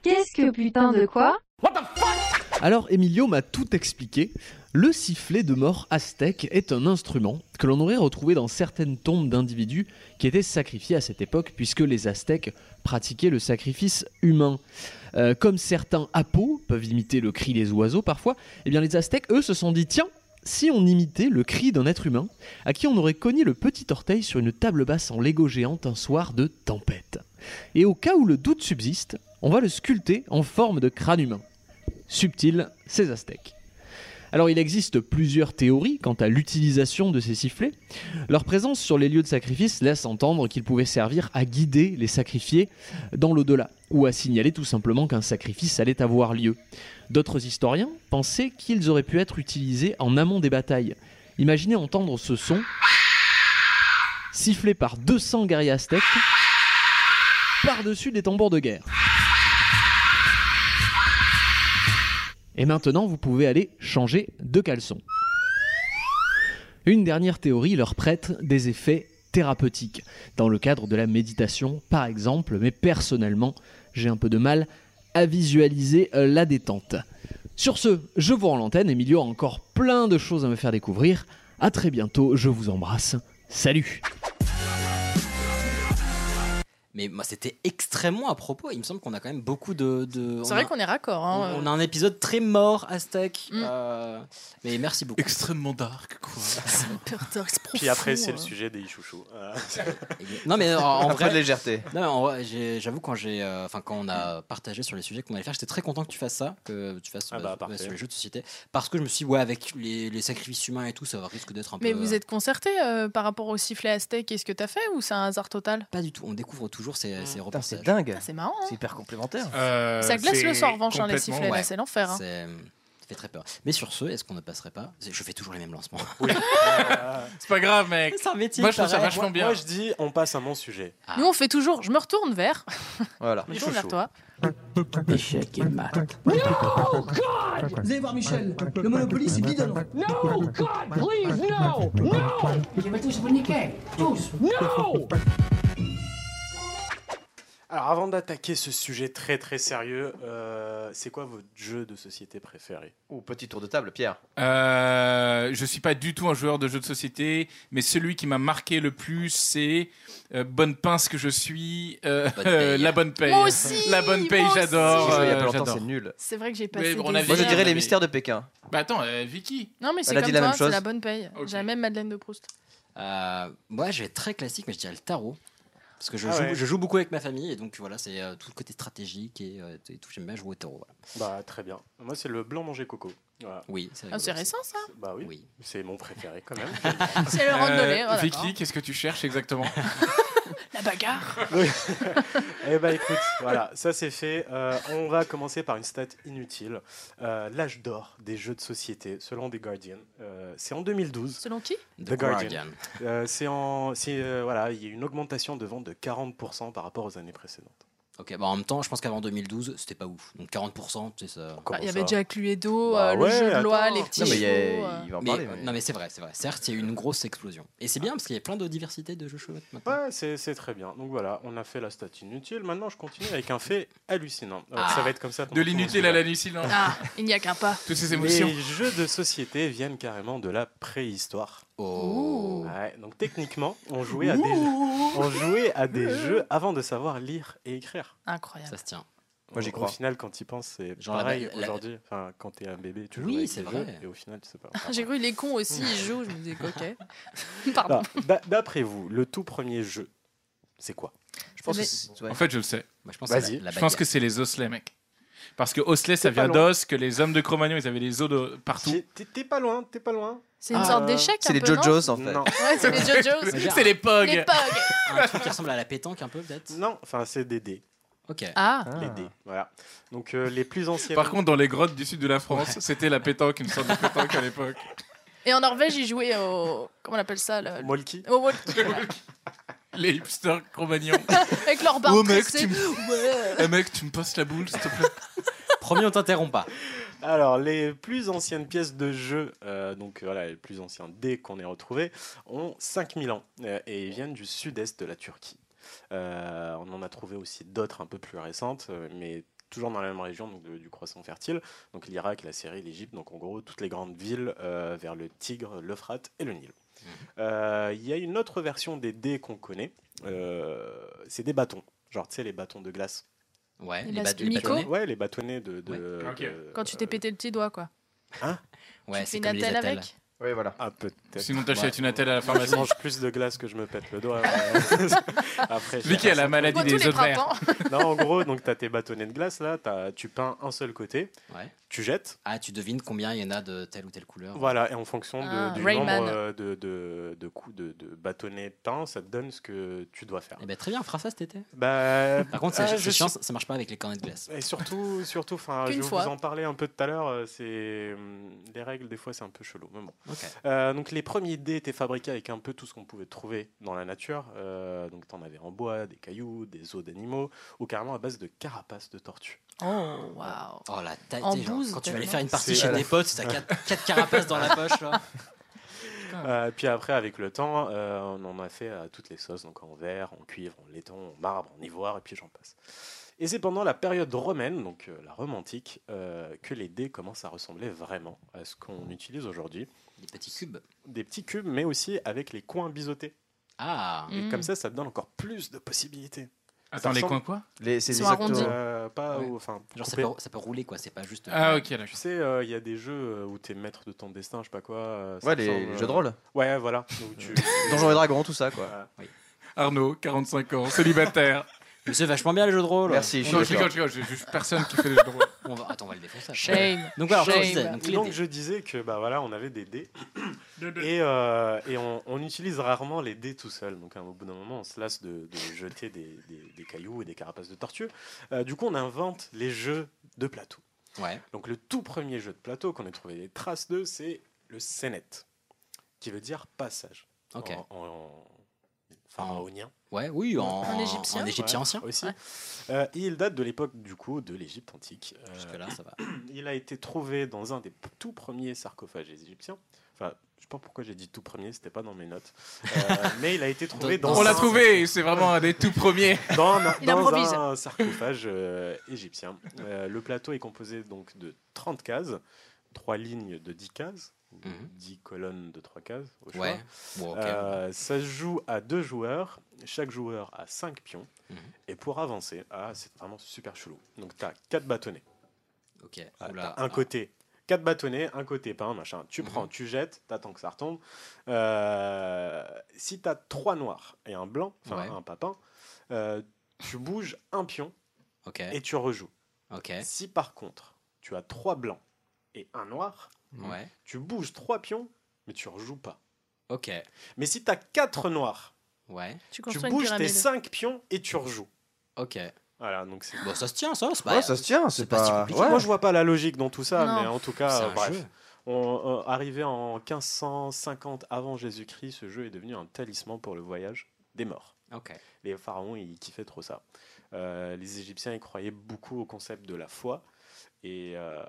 Qu'est-ce que putain de quoi
Alors Emilio m'a tout expliqué. Le sifflet de mort aztèque est un instrument que l'on aurait retrouvé dans certaines tombes d'individus qui étaient sacrifiés à cette époque puisque les aztèques pratiquaient le sacrifice humain. Euh, comme certains apos peuvent imiter le cri des oiseaux parfois, eh bien les aztèques eux se sont dit tiens si on imitait le cri d'un être humain à qui on aurait cogné le petit orteil sur une table basse en Lego géante un soir de tempête. Et au cas où le doute subsiste, on va le sculpter en forme de crâne humain. Subtil, ces aztèques. Alors il existe plusieurs théories quant à l'utilisation de ces sifflets. Leur présence sur les lieux de sacrifice laisse entendre qu'ils pouvaient servir à guider les sacrifiés dans l'au-delà, ou à signaler tout simplement qu'un sacrifice allait avoir lieu. D'autres historiens pensaient qu'ils auraient pu être utilisés en amont des batailles. Imaginez entendre ce son sifflé par 200 guerriers aztèques par-dessus des tambours de guerre. Et maintenant, vous pouvez aller changer de caleçon. Une dernière théorie leur prête des effets thérapeutiques, dans le cadre de la méditation par exemple, mais personnellement, j'ai un peu de mal à visualiser euh, la détente. Sur ce, je vous rends l'antenne, Emilio a encore plein de choses à me faire découvrir. A très bientôt, je vous embrasse. Salut
Mais moi, c'était extrêmement à propos. Il me semble qu'on a quand même beaucoup de. de-
C'est
on
vrai
a-
qu'on Mm. est raccord.
on,
hein.
on
*laughs*
a un épisode très mort, Aztec. Euh, mais merci beaucoup. *laughs*
Extrêmement dark, quoi.
Puis après, c'est le
euh. hein.
sujet des chouchous. Euh, *laughs*
Non mais en, en
Un peu
vrai
de légèreté.
Non mais en vrai, j'ai- j'avoue quand j'ai, euh, enfin quand on a partagé sur les sujets qu'on allait faire, j'étais très content que tu fasses ça, que tu fasses
Ah
euh,
bah,
ouais,
parfait.
sur les jeux de société, parce que je me suis dit, ouais avec les, les sacrifices humains et tout, ça risque d'être un
Mais
peu.
vous êtes concerté euh, par rapport au sifflet aztèque et ce que t'as fait ou c'est un hasard total
Pas du tout. On découvre toujours ces, ces reportages.
C'est dingue.
Mm. C'est marrant. hein.
C'est hyper complémentaire.
Euh,
ça glace le
c'est
sang en revanche, hein, les
complètement-
sifflets, là,
ouais.
c'est l'enfer. hein.
C'est- Ça fait très peur. Mais sur ce, est-ce qu'on ne passerait pas Je fais toujours les mêmes lancements.
C'est pas grave, mec.
*laughs* C'est un métier,
Moi, je trouve ça
pareil.
vachement
Moi-
bien.
Moi, je dis, on passe à mon sujet.
Nous, on fait toujours. Je me retourne vers.
Voilà.
Je me tourne vers toi.
Échec et mat.
No, God! Vous allez voir Michel, le Monopoly c'est bidon. No, God, please, no! No!
va tous vous niquer. Tous.
No!
Alors, avant d'attaquer ce sujet très très sérieux, euh, c'est quoi votre jeu de société préféré
Ou petit tour de table, Pierre.
Euh, je suis pas du tout un joueur de jeux de société, mais celui qui m'a marqué le plus, c'est euh, Bonne Pince que je suis, euh,
Bonne paye.
La Bonne Paye.
Moi aussi,
la Bonne Paye,
moi
j'adore.
aussi. J'ai joué il y a pas
euh,
longtemps,
j'adore.
c'est nul.
C'est vrai que j'ai passé.
on
des
avait-
Moi, je
heures.
dirais les
mais-
mystères de Pékin.
Bah attends, euh, Vicky.
Non, mais c'est
Elle a
comme
dit la
toi,
même
c'est
chose.
la bonne paye. J'ai la même Madeleine de Proust.
Euh, moi, je vais être très classique, mais je dirais le tarot. Parce que je,
Ah
joue,
ouais.
je joue beaucoup avec ma famille, et donc voilà, c'est euh, tout le côté stratégique et, euh, et tout. J'aime bien jouer au tarot. voilà.
Bah, très bien. Moi, c'est le blanc manger coco. Voilà.
Oui, c'est
Ah, c'est récent, ça.
Bah oui. C'est mon préféré quand même.
C'est le randonnée. voilà.
Euh, Vicky, qu'est-ce que tu cherches exactement
La bagarre.
*laughs* Eh bah écoute, voilà, ça c'est fait. Euh, on va commencer par une stat inutile. Euh, L'âge d'or des jeux de société, selon The Guardian. Euh, c'est en 2012.
Selon qui
The Guardian. Euh, c'est en, c'est, euh, voilà, il y a eu une augmentation de vente de 40% par rapport aux années précédentes.
Ah,
Ok, bah en même temps, je pense qu'avant 2012, c'était pas ouf. Donc 40%, c'est ça.
Bah, Il y avait déjà Cluedo,
Bah
euh, le
ouais,
jeu de loi,
attends.
les petits
Non, mais il y a-
chevaux, euh.
Il va en
Mais,
parler,
euh,
mais-
Non, mais c'est vrai, c'est vrai. Certes, il y a eu une grosse explosion. Et c'est bien parce qu'il y a plein de diversité de jeux chouettes maintenant.
Ouais, c'est c'est très bien. Donc voilà, on a fait la stat inutile. Maintenant, je continue avec un fait hallucinant. Alors,
Ah.
Ça va être comme ça. pendant
De
tout mon
l'inutile
sujet.
à l'hallucinant.
Ah, il n'y a qu'un pas.
Toutes ces émotions.
Les jeux de société viennent carrément de la préhistoire.
Oh,
Ouais, donc techniquement, on jouait, à des,
Ouh.
on jouait à des jeux avant de savoir lire et écrire.
Incroyable.
Ça se tient.
Moi, j'y
Au-
crois.
Au final, quand tu y penses, c'est
Genre la-
pareil
la-
aujourd'hui. Enfin, quand t'es un bébé, tu joues
Oui,
avec
c'est
des jeux,
vrai.
et au final, tu sais pas.
J'ai cru les cons aussi, ils jouent. Je me disais, ok. Ah. Pardon.
Alors, d'a- D'après vous, le tout premier jeu, c'est quoi
En fait, je le sais.
Moi, je pense
Je pense que c'est les osselets, mec. Parce que Oslet, ça
C'est pas
vient
long.
d'os, que les hommes de Cro-Magnon, ils avaient les os de partout.
T'es- T'es pas loin, t'es pas loin.
C'est une sorte d'échec. un peu, non
Non.
Ouais, c'est les JoJo's.
*laughs* C'est les pogs.
Les pogs.
Un truc qui ressemble à la pétanque un peu peut-être
Non, enfin c'est des dés.
Ok.
Ah.
Les dés, voilà. Donc euh, les plus anciens.
Par contre, dans les grottes du sud de la France, c'était la pétanque, une sorte de pétanque à l'époque.
Et en Norvège, ils jouaient au. Comment on appelle ça le...
Molki.
Au walkie, voilà.
Les hipsters Cro-Magnon.
Avec leur barbe
Oh, mec, tu
tressée.
me-
Ouais.
*laughs* Eh mec, tu me passes la boule, s'il te plaît.
Promis, on t'interrompt pas.
Alors, les plus anciennes pièces de jeu, euh, donc voilà, les plus anciens dés qu'on ait retrouvés, ont 5000 ans euh, et ils viennent du sud-est de la Turquie. Euh, on en a trouvé aussi d'autres un peu plus récentes, euh, mais toujours dans la même région donc de- du croissant fertile, donc l'Irak, la Syrie, l'Égypte, donc en gros toutes les grandes villes euh, vers le Tigre, l'Euphrate et le Nil. Euh, Il y a une autre version des dés qu'on connaît, euh, c'est des bâtons, genre tu sais les bâtons de glace.
Ouais,
Les les bâ- bâtons- les Miko bâtonnets.
Ouais, les bâtonnets de, de-
Ok.
de-
Quand tu t'es pété le petit doigt, quoi.
Hein
Ouais, Tu te c'est fais une comme les attelle attelles. avec
Oui, voilà.
Ah, peut-être.
*laughs* Sinon, t'achètes
Ouais.
une attelle à la
Moi,
*laughs* pharmacie.
Je mange plus de glace que je me pète le doigt.
*laughs*
Après, j'ai
Lui qui a la
hein.
faim.
maladie Moi, tous des les ovaires.
Non, en gros, donc t'as tes bâtonnets de glace là, t'as- tu peins un seul côté, tu jettes.
Ah, tu devines combien il y en a de telle ou telle couleur.
Voilà, et en fonction de-
Ah,
du
Rayman.
nombre euh, de, de, de coups de, de bâtonnets peints, ça te donne ce que tu dois faire.
Eh ben, très bien, on fera ça cet été.
Bah,
Par contre, c'est
ah,
c'est
je
chiant,
suis-
ça marche pas avec les cornets de glace.
Et surtout, surtout enfin, je
Qu'une
vais vous
fois.
en parler un peu tout à l'heure. euh, C'est hum, les règles, des fois, c'est un peu chelou. Mais bon.
Ok.
Euh, donc, les premiers dés étaient fabriqués avec un peu tout ce qu'on pouvait trouver dans la nature. Euh, donc, t'en avais en bois, des cailloux, des os d'animaux, ou carrément à base de carapaces de tortues.
*laughs* Oh, waouh.
Oh la taille,
En
t'es genre,
bouse,
quand tu vas aller
tellement.
faire une partie
C'est-
chez
voilà. *laughs*
des potes, t'as 4, carapaces dans la poche
hein.
là.
Euh, puis après, avec le temps, euh, on en a fait à toutes les sauces, donc en verre, en cuivre, en laiton, en marbre, en ivoire, et puis j'en passe. Et c'est pendant la période romaine, donc euh, la Rome antique, euh, que les dés commencent à ressembler vraiment à ce qu'on utilise aujourd'hui.
Des petits cubes.
Des petits cubes, mais aussi avec les coins biseautés.
Ah.
Et
Mm.
comme ça, ça te donne encore plus de possibilités.
Attends,
Ça
les
ressemble-
coins quoi
Les-
c'est Ils des sont arrondis. octos.
Euh, pas
Mm. Ouais.
au- enfin,
Genre, ça
coupés.
peut- ça peut rouler, quoi, c'est pas juste- euh,
Ah, ok, d'accord.
Tu sais, euh, il y a des jeux où t'es maître de ton destin, je sais pas quoi. euh, ça
Ouais, les
ressemble,
jeux de
euh,
rôle.
Ouais, voilà. où
*laughs*
tu-
Donjons et Dragons, tout ça, quoi.
Arnaud, 45 ans, *laughs* célibataire.
C'est vachement bien les jeux de rôle.
Merci, je suis
Non, je rigole,
d'accord.
je rigole, j'ai juste personne qui fait les jeux de rôle. *laughs*
On va... Attends, on va le défoncer.
Shame.
Donc voilà,
Shame.
je disais, donc les
Donc,
dés.
je disais que bah voilà, on avait des dés et, euh, et on, on utilise rarement les dés tout seul. Donc hein, au bout d'un moment, on se lasse de, de jeter des, des- des cailloux et des carapaces de tortue. Euh, du coup, on invente les jeux de plateau.
Ouais.
Donc le tout premier jeu de plateau qu'on ait trouvé des traces de, c'est le sénette, qui veut dire passage.
Ok.
En, en- en pharaonien.
Ouais, oui, en- En en égyptien. égyptien
Ouais,
ancien.
Aussi.
Ouais.
Euh, et il date de l'époque, du coup, de l'Égypte antique. Euh,
Jusque-là, ça va.
Il a été trouvé dans un des p- tout premiers sarcophages égyptiens. Enfin, je sais pas pourquoi j'ai dit tout premier, c'était pas dans mes notes. Euh, mais il a été trouvé dans.
On l'a
un-
trouvé, c'est vraiment un des tout premiers.
Dans, un-
*laughs* Il
dans
improvise.
un sarcophage euh, égyptien. Euh, le plateau est composé donc de 30 cases, 3 lignes de 10 cases, ou 10 colonnes de 3 cases. Au choix.
Mhm. Ouais. Bon, ok.
Euh, ça se joue à deux joueurs, chaque joueur a 5 pions.
Mhm.
Et pour avancer, ah, c'est vraiment super chelou. Donc tu as 4 bâtonnets.
Ok.
Ah,
Oula. Mhm.
t'as un côté. Quatre bâtonnets, un côté peint, machin. Tu prends, tu jettes, t'attends que ça retombe. Euh, si t'as trois noirs et un blanc, enfin
Ouais.
un papin, euh, tu bouges un pion
Ok.
et tu rejoues.
Ok.
Si par contre, tu as trois blancs et un noir,
Ouais.
tu bouges trois pions, mais tu rejoues pas.
Ok.
Mais si t'as quatre noirs,
Ouais.
tu,
construis une
bouges tes
pyramide.
cinq pions et tu rejoues.
Ok.
Voilà, donc
*gasps*
c'est.
Bon, ça se tient, ça. C'est
Ouais, ça se tient, c'est pas.
si compliqué. Moi, je vois pas la logique dans tout ça,
Non.
mais en tout cas,
C'est
euh,
un
bref.
jeu.
On, euh, arrivé en 1550 avant Jésus-Christ, ce jeu est devenu un talisman pour le voyage des morts.
Ok.
Les pharaons, ils kiffaient trop ça. Euh, les Égyptiens, ils croyaient beaucoup au concept de la foi. Et euh,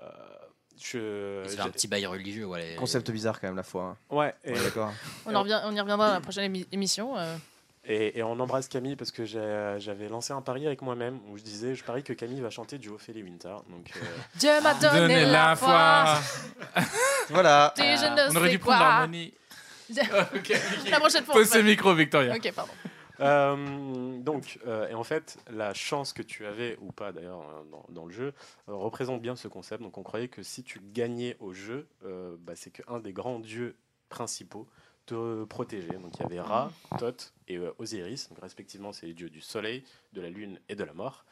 je.
C'est un petit bail religieux, ouais.
Concept bizarre, quand même, la foi. hein.
Ouais, et-
d'accord.
On, en revient- on y reviendra dans la prochaine émi- émission. euh.
Et, et on embrasse Camille parce que j'ai- j'avais lancé un pari avec moi-même où je disais je parie que Camille va chanter du Ophélie Winter. Donc, euh,
Dieu m'a donné,
Donnez
la,
la
foi.
voilà.
Des jeunes de
On aurait
c'est
dû prendre *laughs*
quoi.
l'harmonie.
*laughs* La prochaine fois. on
Pose
fait.
ce micro, Victoria.
Ok, pardon.
Euh, donc, euh, et en fait, la chance que tu avais, ou pas d'ailleurs, hein, dans, dans le jeu, euh, représente bien ce concept. Donc, on croyait que si tu gagnais au jeu, euh, bah, c'est qu'un des grands dieux principaux te protéger. Donc il y avait Ra, Thoth et euh, Osiris, donc respectivement c'est les dieux du soleil, de la lune et de la mort.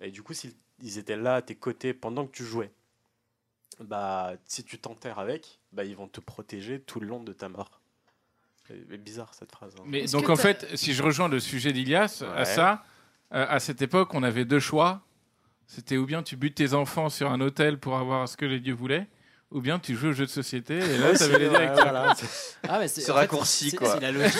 Et du coup, s'ils ils étaient là à tes côtés pendant que tu jouais, bah si tu t'enterres avec, bah ils vont te protéger tout le long de ta mort. C'est bizarre cette phrase. hein.
Mais donc en fait, si je rejoins le sujet d'Ilias
Ouais.
à ça, euh, à cette époque, on avait deux choix. C'était ou bien tu butes tes enfants sur un hôtel pour avoir ce que les dieux voulaient, ou bien tu joues au jeu de société et là,
Ouais,
ça
c'est-
va les
ouais,
directeurs.
voilà.
Ah, mais c'est- en fait, c'est- C'est la logique,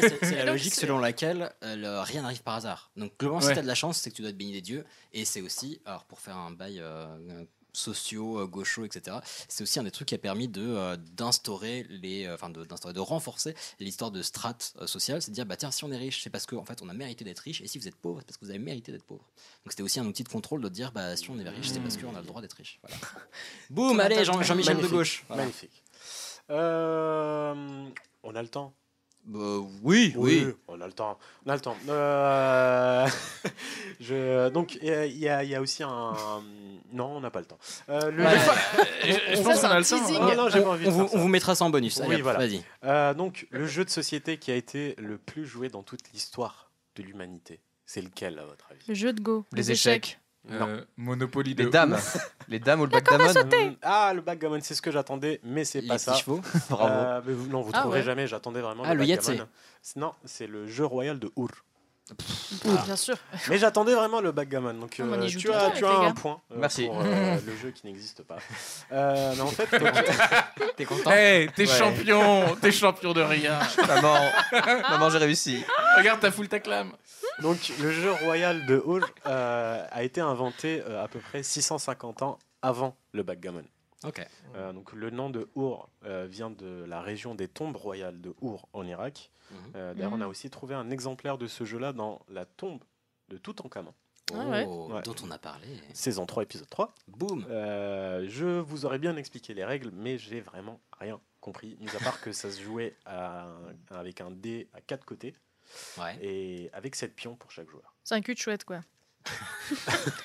c'est- c'est la logique selon laquelle euh, le- rien n'arrive par hasard. Donc, globalement, si
Ouais.
t'as de la chance, c'est que tu dois te baigner des dieux. Et c'est aussi, alors pour faire un bail euh, euh, sociaux, euh, gauchos, etc., c'est aussi un des trucs qui a permis de euh, d'instaurer les. euh, Enfin, de- d'instaurer, de renforcer l'histoire de strate euh, sociale. C'est de dire, bah tiens, si on est riche, c'est parce qu'en fait, on a mérité d'être riche. Et si vous êtes pauvre, c'est parce que vous avez mérité d'être pauvre. Donc, c'était aussi un outil de contrôle de dire, bah si on est riche, c'est parce qu'on a le droit d'être riche. Voilà. *laughs* Boum, allez, Jean- Jean-Michel de
Magnifique,
gauche. Voilà.
Magnifique. Euh, on a le temps.
Bah, oui, oui.
On a le temps. On a le temps. Euh, *laughs* je- donc, il y, a- il y a aussi un. Non, on n'a pas le temps. Euh, le-
Ouais.
on- on-
Ça, c'est
on a
un
le temps.
hein.
teasing.
Non, non, j'ai pas envie de
On vous-
faire ça.
on vous mettra ça en bonus, allez,
Oui,
hop,
voilà.
vas-y.
Euh, donc, le jeu de société qui a été le plus joué dans toute l'histoire de l'humanité, c'est lequel, à votre avis
Le jeu de Go.
Les échecs.
Euh, Monopoly
Les
de
dames.
ouf.
Les dames ou le backgammon
Mm, Ah, le backgammon, c'est ce que j'attendais, mais c'est
Les
pas
petits
ça.
chevaux.
Euh,
*laughs* Bravo.
mais vous- non, vous
Ah
trouverez
ouais.
jamais, j'attendais vraiment
Ah,
le,
le
backgammon.
Yahtzee.
C'est- Non, c'est le jeu royal de Our.
Bien sûr.
Mais j'attendais vraiment le backgammon, donc
On en
euh,
y joue
tu
tout le
as,
temps avec
tu as
les
un
gars.
point euh,
Merci.
pour euh, le jeu qui n'existe pas. Euh, mais en fait,
t'es
content
Hey, t'es champion, t'es champion de rien.
Maman,
Ah.
maman j'ai réussi.
Regarde, t'as full ta clame.
*laughs* Donc, le jeu royal de Hall euh, a été inventé euh, à peu près 650 ans avant le backgammon.
Ok.
Euh, donc, le nom de Our euh, vient de la région des tombes royales de Our en Irak. Euh, D'ailleurs,
Mhm.
on a aussi trouvé un exemplaire de ce jeu-là dans la tombe de Toutankhamon.
Ah ouais. Oh, dont on a parlé.
Saison 3, épisode 3.
Boum
Euh, Je vous aurais bien expliqué les règles, mais j'ai vraiment rien compris, mis à part que ça se jouait à- avec un dé à quatre côtés et avec sept pions pour chaque joueur.
C'est un cul de chouette, quoi.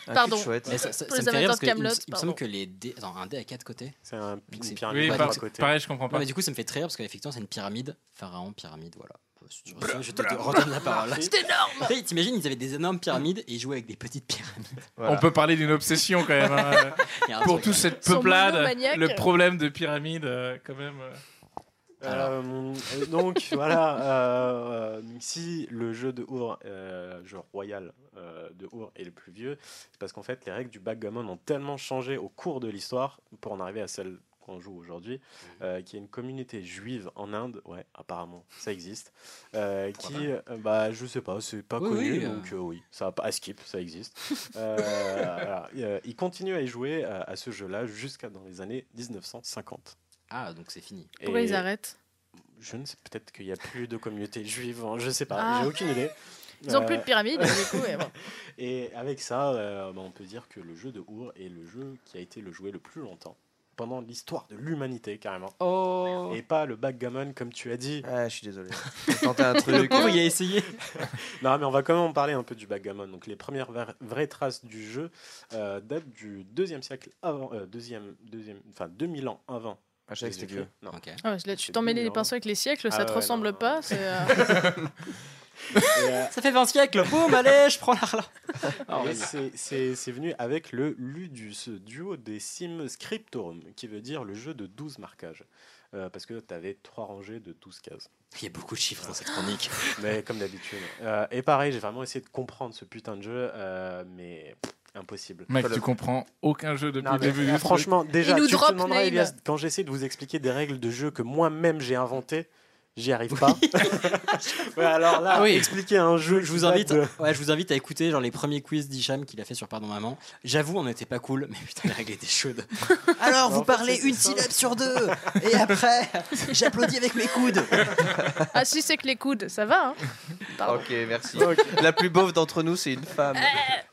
Pardon.
Mais ça, ça-
Pour
ça
les
me fait rire
amateurs
parce que
de
il me-
Camelot.
il me semble que les dés. Attends, un dé à quatre côtés
C'est un
Donc, c'est-
pyramide
Oui, à par- trois côtés. pareil, je comprends pas.
Non, mais du coup, ça me fait très rire parce qu'effectivement, c'est une pyramide. Pharaon, pyramide, voilà. Si tu veux ça, Je te
blah,
redonne
blah.
la parole. *laughs*
C'est énorme
Tu sais, T'imagines, ils avaient des énormes pyramides et ils jouaient avec des petites pyramides.
On peut parler d'une obsession quand même.
*laughs* Ah,
hein.
Il y a un
Pour
truc,
toute
ouais.
cette
Son
peuplade,
monomaniaque.
le problème de pyramide, euh, quand même. euh.
Euh, euh, donc *laughs* voilà, euh, euh, si le jeu de Our, euh, jeu royal euh, de Our est le plus vieux, c'est parce qu'en fait les règles du backgammon ont tellement changé au cours de l'histoire pour en arriver à celle qu'on joue aujourd'hui, euh, qui est une communauté juive en Inde, ouais apparemment ça existe, euh, qui, euh, bah je sais pas, c'est pas
Oui,
connu,
oui, euh.
donc euh, oui, ça va pas, à skip, ça existe. Euh, voilà. Et, euh, ils continuent à y jouer euh, à ce jeu-là jusqu'à dans les années 1950.
Ah, donc c'est fini.
Pourquoi
Et-
ils arrêtent
je ne sais peut-être qu'il n'y a plus de communauté *laughs* juive, hein, je sais pas,
Ah.
j'ai aucune idée. Euh,
Ils ont plus de pyramide, du coup, et
Et,
bon.
avec ça, euh, bah, on peut dire que le jeu de Our est le jeu qui a été le joué le plus longtemps pendant l'histoire de l'humanité carrément.
Oh.
Et pas le backgammon comme tu as dit.
Ah, je suis *laughs* désolé. Tenter un truc.
Hein
a essayé.
non, mais on va quand même en parler un peu du backgammon. Donc les premières vra- vraies traces du jeu euh, datent du deuxième siècle avant, euh, deuxième, deuxième, enfin 2000 ans avant.
Ah, je savais que c'était
Jésus-Christ.
vieux.
Non.
Ok.
Ah ouais, là, Tu t'emmêles les pinceaux avec les siècles,
Ah
ça te
ouais, non,
ressemble
non,
pas.
non.
c'est, euh,
Et, euh,
Ça fait 20 siècles. Boum, allez, je prends la.
Alors,
oui.
c'est- c'est c'est venu avec le Ludus, duo des Sim Scriptorum, qui veut dire le jeu de 12 marquages. Euh, parce que tu avais trois rangées de 12 cases.
Il y a beaucoup de chiffres dans cette chronique.
Mais comme d'habitude. Euh, et pareil, j'ai vraiment essayé de comprendre ce putain de jeu, euh, mais pff, impossible.
Mec,
Voilà.
tu comprends aucun jeu depuis
Non,
le
mais,
début
euh,
du
Franchement,
truc.
déjà, tu te demanderas, Elias, quand j'essaie de vous expliquer des règles de jeu que moi-même j'ai inventées, j'y arrive pas. *laughs* Ouais, alors là,
Ah oui.
expliquer un jeu,
Je vous invite, ouais, je vous invite à écouter genre les premiers quiz d'Hicham qu'il a fait sur Pardon Maman. J'avoue, on n'était pas cool, mais putain, les règles étaient chaudes. *laughs* Alors,
vous parlez une
syllabe sur deux, et après, j'applaudis avec mes coudes.
Ah si, c'est que les coudes, ça va. hein.
Ok, merci. La plus beauve d'entre nous, c'est une femme.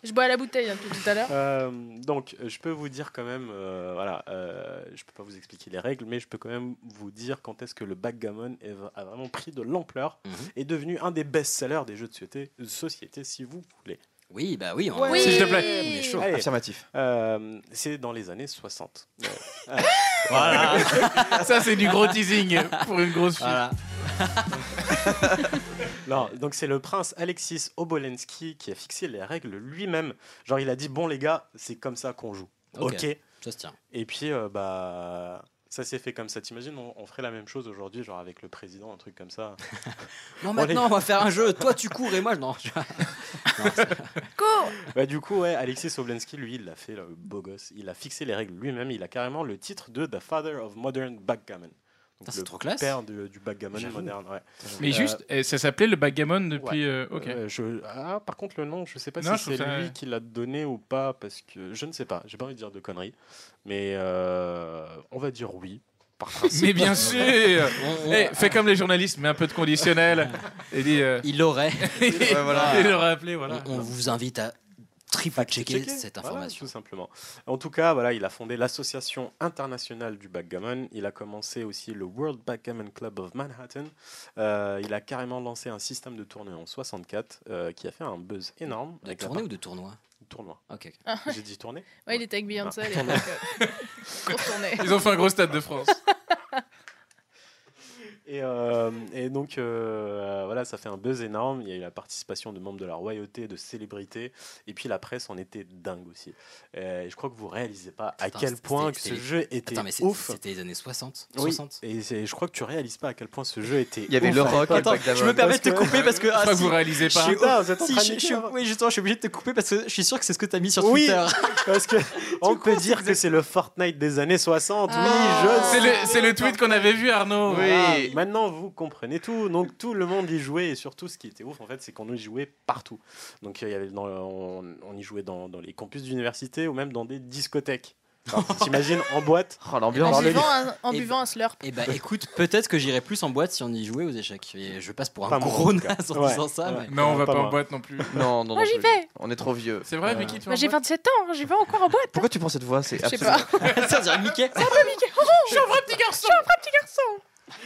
Je bois à la bouteille hein, depuis tout à l'heure.
Euh, donc, euh, je peux vous dire quand même, euh, voilà, euh, je peux pas vous expliquer les règles, mais je peux quand même vous dire quand est-ce que le backgammon est- a vraiment pris de l'ampleur et devenu un des best-sellers des jeux de société, de société, si vous voulez.
Oui, bah oui, on-
Ouais.
Oui. S'il te plaît.
On
eh.
est chaud.
Allez.
Affirmatif.
Euh, c'est dans les années Euh, 60. Ouais.
Voilà. Ça, c'est du gros teasing pour une grosse fille.
Voilà.
non, donc c'est le prince Alexis Obolensky qui a fixé les règles lui-même. Genre, il a dit Bon, les gars, c'est comme ça qu'on joue.
Ok,
Ok.
ça se tient.
Et puis, euh, bah. Ça s'est fait comme ça. T'imagines, on, on ferait la même chose aujourd'hui, genre avec le président, un truc comme ça.
Non,
Bon, les
maintenant,
gars.
on va faire un jeu. Toi, tu cours et moi, je. Non. je-
Bah, du coup, ouais, Alexis Soblensky, lui, il l'a fait, le beau gosse. Il a fixé les règles lui-même. Il a carrément le titre de The Father of Modern Backgammon. Donc,
Ah, c'est
le
trop classe.
père du, du backgammon
J'avoue.
moderne. ouais.
Mais
Euh,
juste, eh, ça s'appelait le backgammon depuis.
ouais.
euh, ok.
Euh, je- ah, par contre, le nom, je sais pas
Non, je
si
trouve
c'est
ça-
lui qui l'a donné ou pas, parce que je ne sais pas. J'ai pas envie de dire de conneries. Mais euh, on va dire oui.
*laughs*
par principe.
Mais bien sûr
On- on-
Eh, Fais comme les journalistes, mais un peu de conditionnel. Et dis, euh,
Il l'aurait.
*laughs* Il l'aurait appelé, voilà.
On, on vous invite à triple-checker
checker.
cette
Voilà,
information.
tout simplement. En tout cas, voilà, il a fondé l'Association internationale du backgammon. Il a commencé aussi le World Backgammon Club of Manhattan. Euh, il a carrément lancé un système de tournoi en 64 euh, qui a fait un buzz énorme.
De tournée ou de tournoi *laughs*
Tournoi.
Ok.
J'ai dit tournée
Ouais, il était avec Beyoncé.
Ah,
à l'époque,
tournoi.
euh, grosse tournée.
Ils ont fait un gros stade de France.
Et, euh, et donc, euh, voilà, ça fait un buzz énorme. Il y a eu la participation de membres de la royauté, de célébrités. Et puis, la presse en était dingue aussi. Euh, Et je crois que vous réalisez pas à
Attends,
quel
c'était-
point que
c'était
ce
les-
jeu était
Attends, mais c'est-
ouf.
C'était les années 60.
Oui,
60.
et c'est- je crois que tu réalises pas à quel point ce jeu était.
Il y avait
ouf
le
à
rock et
l'époque.
le backgammon. Je me permets de te couper parce que, Je ah, crois que si, vous réalisez pas. je suis-
Putain, vous êtes en
Si,
train de
je- je-
niquer, hein.
oui, justement, je suis obligé de te couper parce que je suis sûr que c'est ce que t'as mis sur
Oui,
Twitter.
*laughs* parce que on peut dire que c'est le Fortnite des années 60.
Ah.
oui, je
C'est le-
sais.
c'est le tweet qu'on avait vu, Arnaud.
Voilà.
Oui.
Maintenant, vous comprenez tout. Donc, tout le monde y jouait. Et surtout, ce qui était ouf, en fait, c'est qu'on y jouait partout. Donc, il y avait dans le- on, on y jouait dans, dans les campus d'université ou même dans des discothèques. Alors,
*laughs*
T'imagines, en boîte.
l'ambiance.
En buvant un, en buvant un slurp.
Eh bah écoute, peut-être que j'irai plus en boîte si on y jouait aux échecs. Et je passe pour un
Pas moi,
gros
en tout cas.
naze en
Ouais.
disant ça.
Ouais.
mais-
Non, on va Pas pas en moi. boîte
non plus.
Non, non, non.
Moi, j'y
je-
vais.
On est trop vieux.
C'est vrai,
mais
Mickey, tu
Bah, j'ai 27 ans, j'y vais encore
*laughs*
en boîte.
Pourquoi tu prends cette voix C'est
Je sais
absolument.
pas.
Ça dirait
*laughs*
Mickey.
C'est un peu Mickey. Oh, je suis un vrai *laughs* petit garçon. Je suis un vrai petit garçon.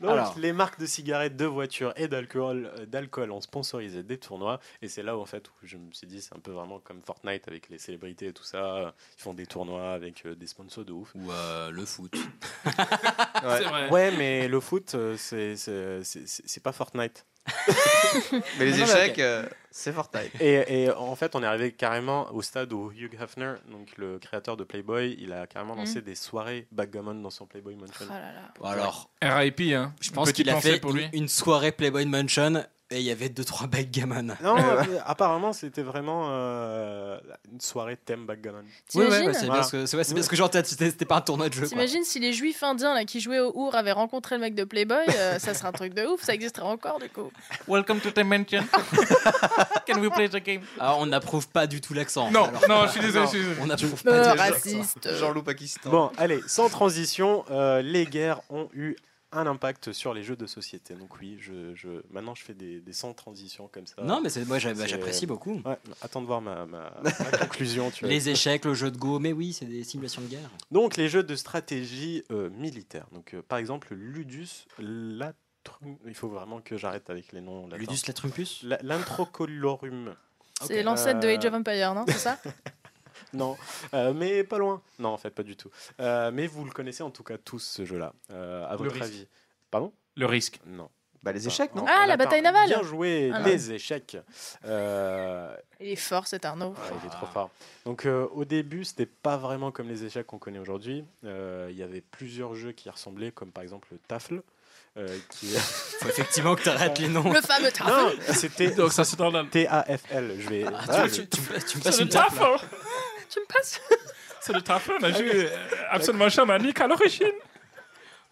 Donc,
Alors.
les marques de cigarettes, de voitures et d'alcool, euh, d'alcool ont sponsorisé des tournois. Et c'est là, en fait, où je me suis dit, c'est un peu vraiment comme Fortnite avec les célébrités et tout ça. Ils font des tournois avec euh, des sponsors de ouf.
Ou euh, le foot.
ouais.
vrai.
Ouais, mais *laughs* le foot, euh, c'est- c'est c'est- c'est- c'est pas Fortnite.
Mais les
Non, non, mais
échecs,
ok.
euh, c'est Fortnite.
Et, et en fait, on est arrivé carrément au stade où Hugh Hefner, donc le créateur de Playboy, il a carrément lancé
Mm.
des soirées backgammon dans son Playboy Mansion.
Oh là là.
Alors,
RIP, hein.
je
Une
pense
petite
qu'il a
pensée
fait
pour lui.
une, une soirée Playboy Mansion et il y avait 2-3 backgammon.
Non, euh, apparemment, c'était vraiment euh, une soirée thème backgammon.
Ouais, ouais,
T'imagines
ouais, bah, c'est bien
Voilà.
ce que, c'est- ouais, c'est bien ce que j'ai en tête. C'était c'était pas un tournoi de jeu. quoi.
T'imagines si les juifs indiens là, qui jouaient au Our avaient rencontré le mec de Playboy, euh, ça serait un truc de ouf, ça existerait encore du coup.
Welcome to the
*laughs*
mansion. Can we play the game
Ah, on n'approuve pas du tout l'accent.
Non,
Alors,
non, je suis désolé, je suis désolé.
On n'approuve
Euh,
pas du tout l'accent.
raciste.
Jean-Loup Pakistan.
Bon, allez, sans transition, euh, les guerres ont eu un impact sur les jeux de société. Donc oui, je, je- maintenant je fais des, des sans transition comme ça.
Non, mais c'est- moi, j'a-
C'est-
j'apprécie beaucoup.
Ouais, attends de voir ma, ma- ma conclusion. tu vois.
Les échecs, le jeu de Go, mais oui, c'est des simulations de guerre.
Donc les jeux de stratégie euh, militaire. Donc euh, par exemple Ludus Latrum. Il faut vraiment que j'arrête avec les noms. latins.
Ludus Latrumpus
La- L'introcolorum.
C'est l'ancêtre de Age of
Euh,
Empire, non C'est ça
Non, euh, mais pas loin. Non, en fait, pas du tout. Euh, mais vous le connaissez en tout cas tous ce jeu-là. Euh, à
Le
votre
risque.
avis. Pardon
Le risque.
Non.
Bah, les échecs, non
Ah,
hein. On
la
a pas-
bataille navale.
Bien joué,
Ah, non.
les échecs. Euh,
Il est fort cet Arnaud.
ah, il est trop fort. Donc euh, au début, c'était pas vraiment comme les échecs qu'on connaît aujourd'hui. Euh, Il y avait plusieurs jeux qui ressemblaient, comme par exemple le Tafle. euh, qui...
Faut effectivement que t'arrêtes les noms.
Le fameux Tafel.
Non, c'était
Donc ça, c'est dans la.
T-A-F-L. Je vais.
tu-
Ah,
tu-
je-
tu me- tu me passes
C'est
une
le
tarte, là.
tafel.
Tu me passes *laughs*
C'est le tafel, on a joué euh, absolument chamanique à l'origine.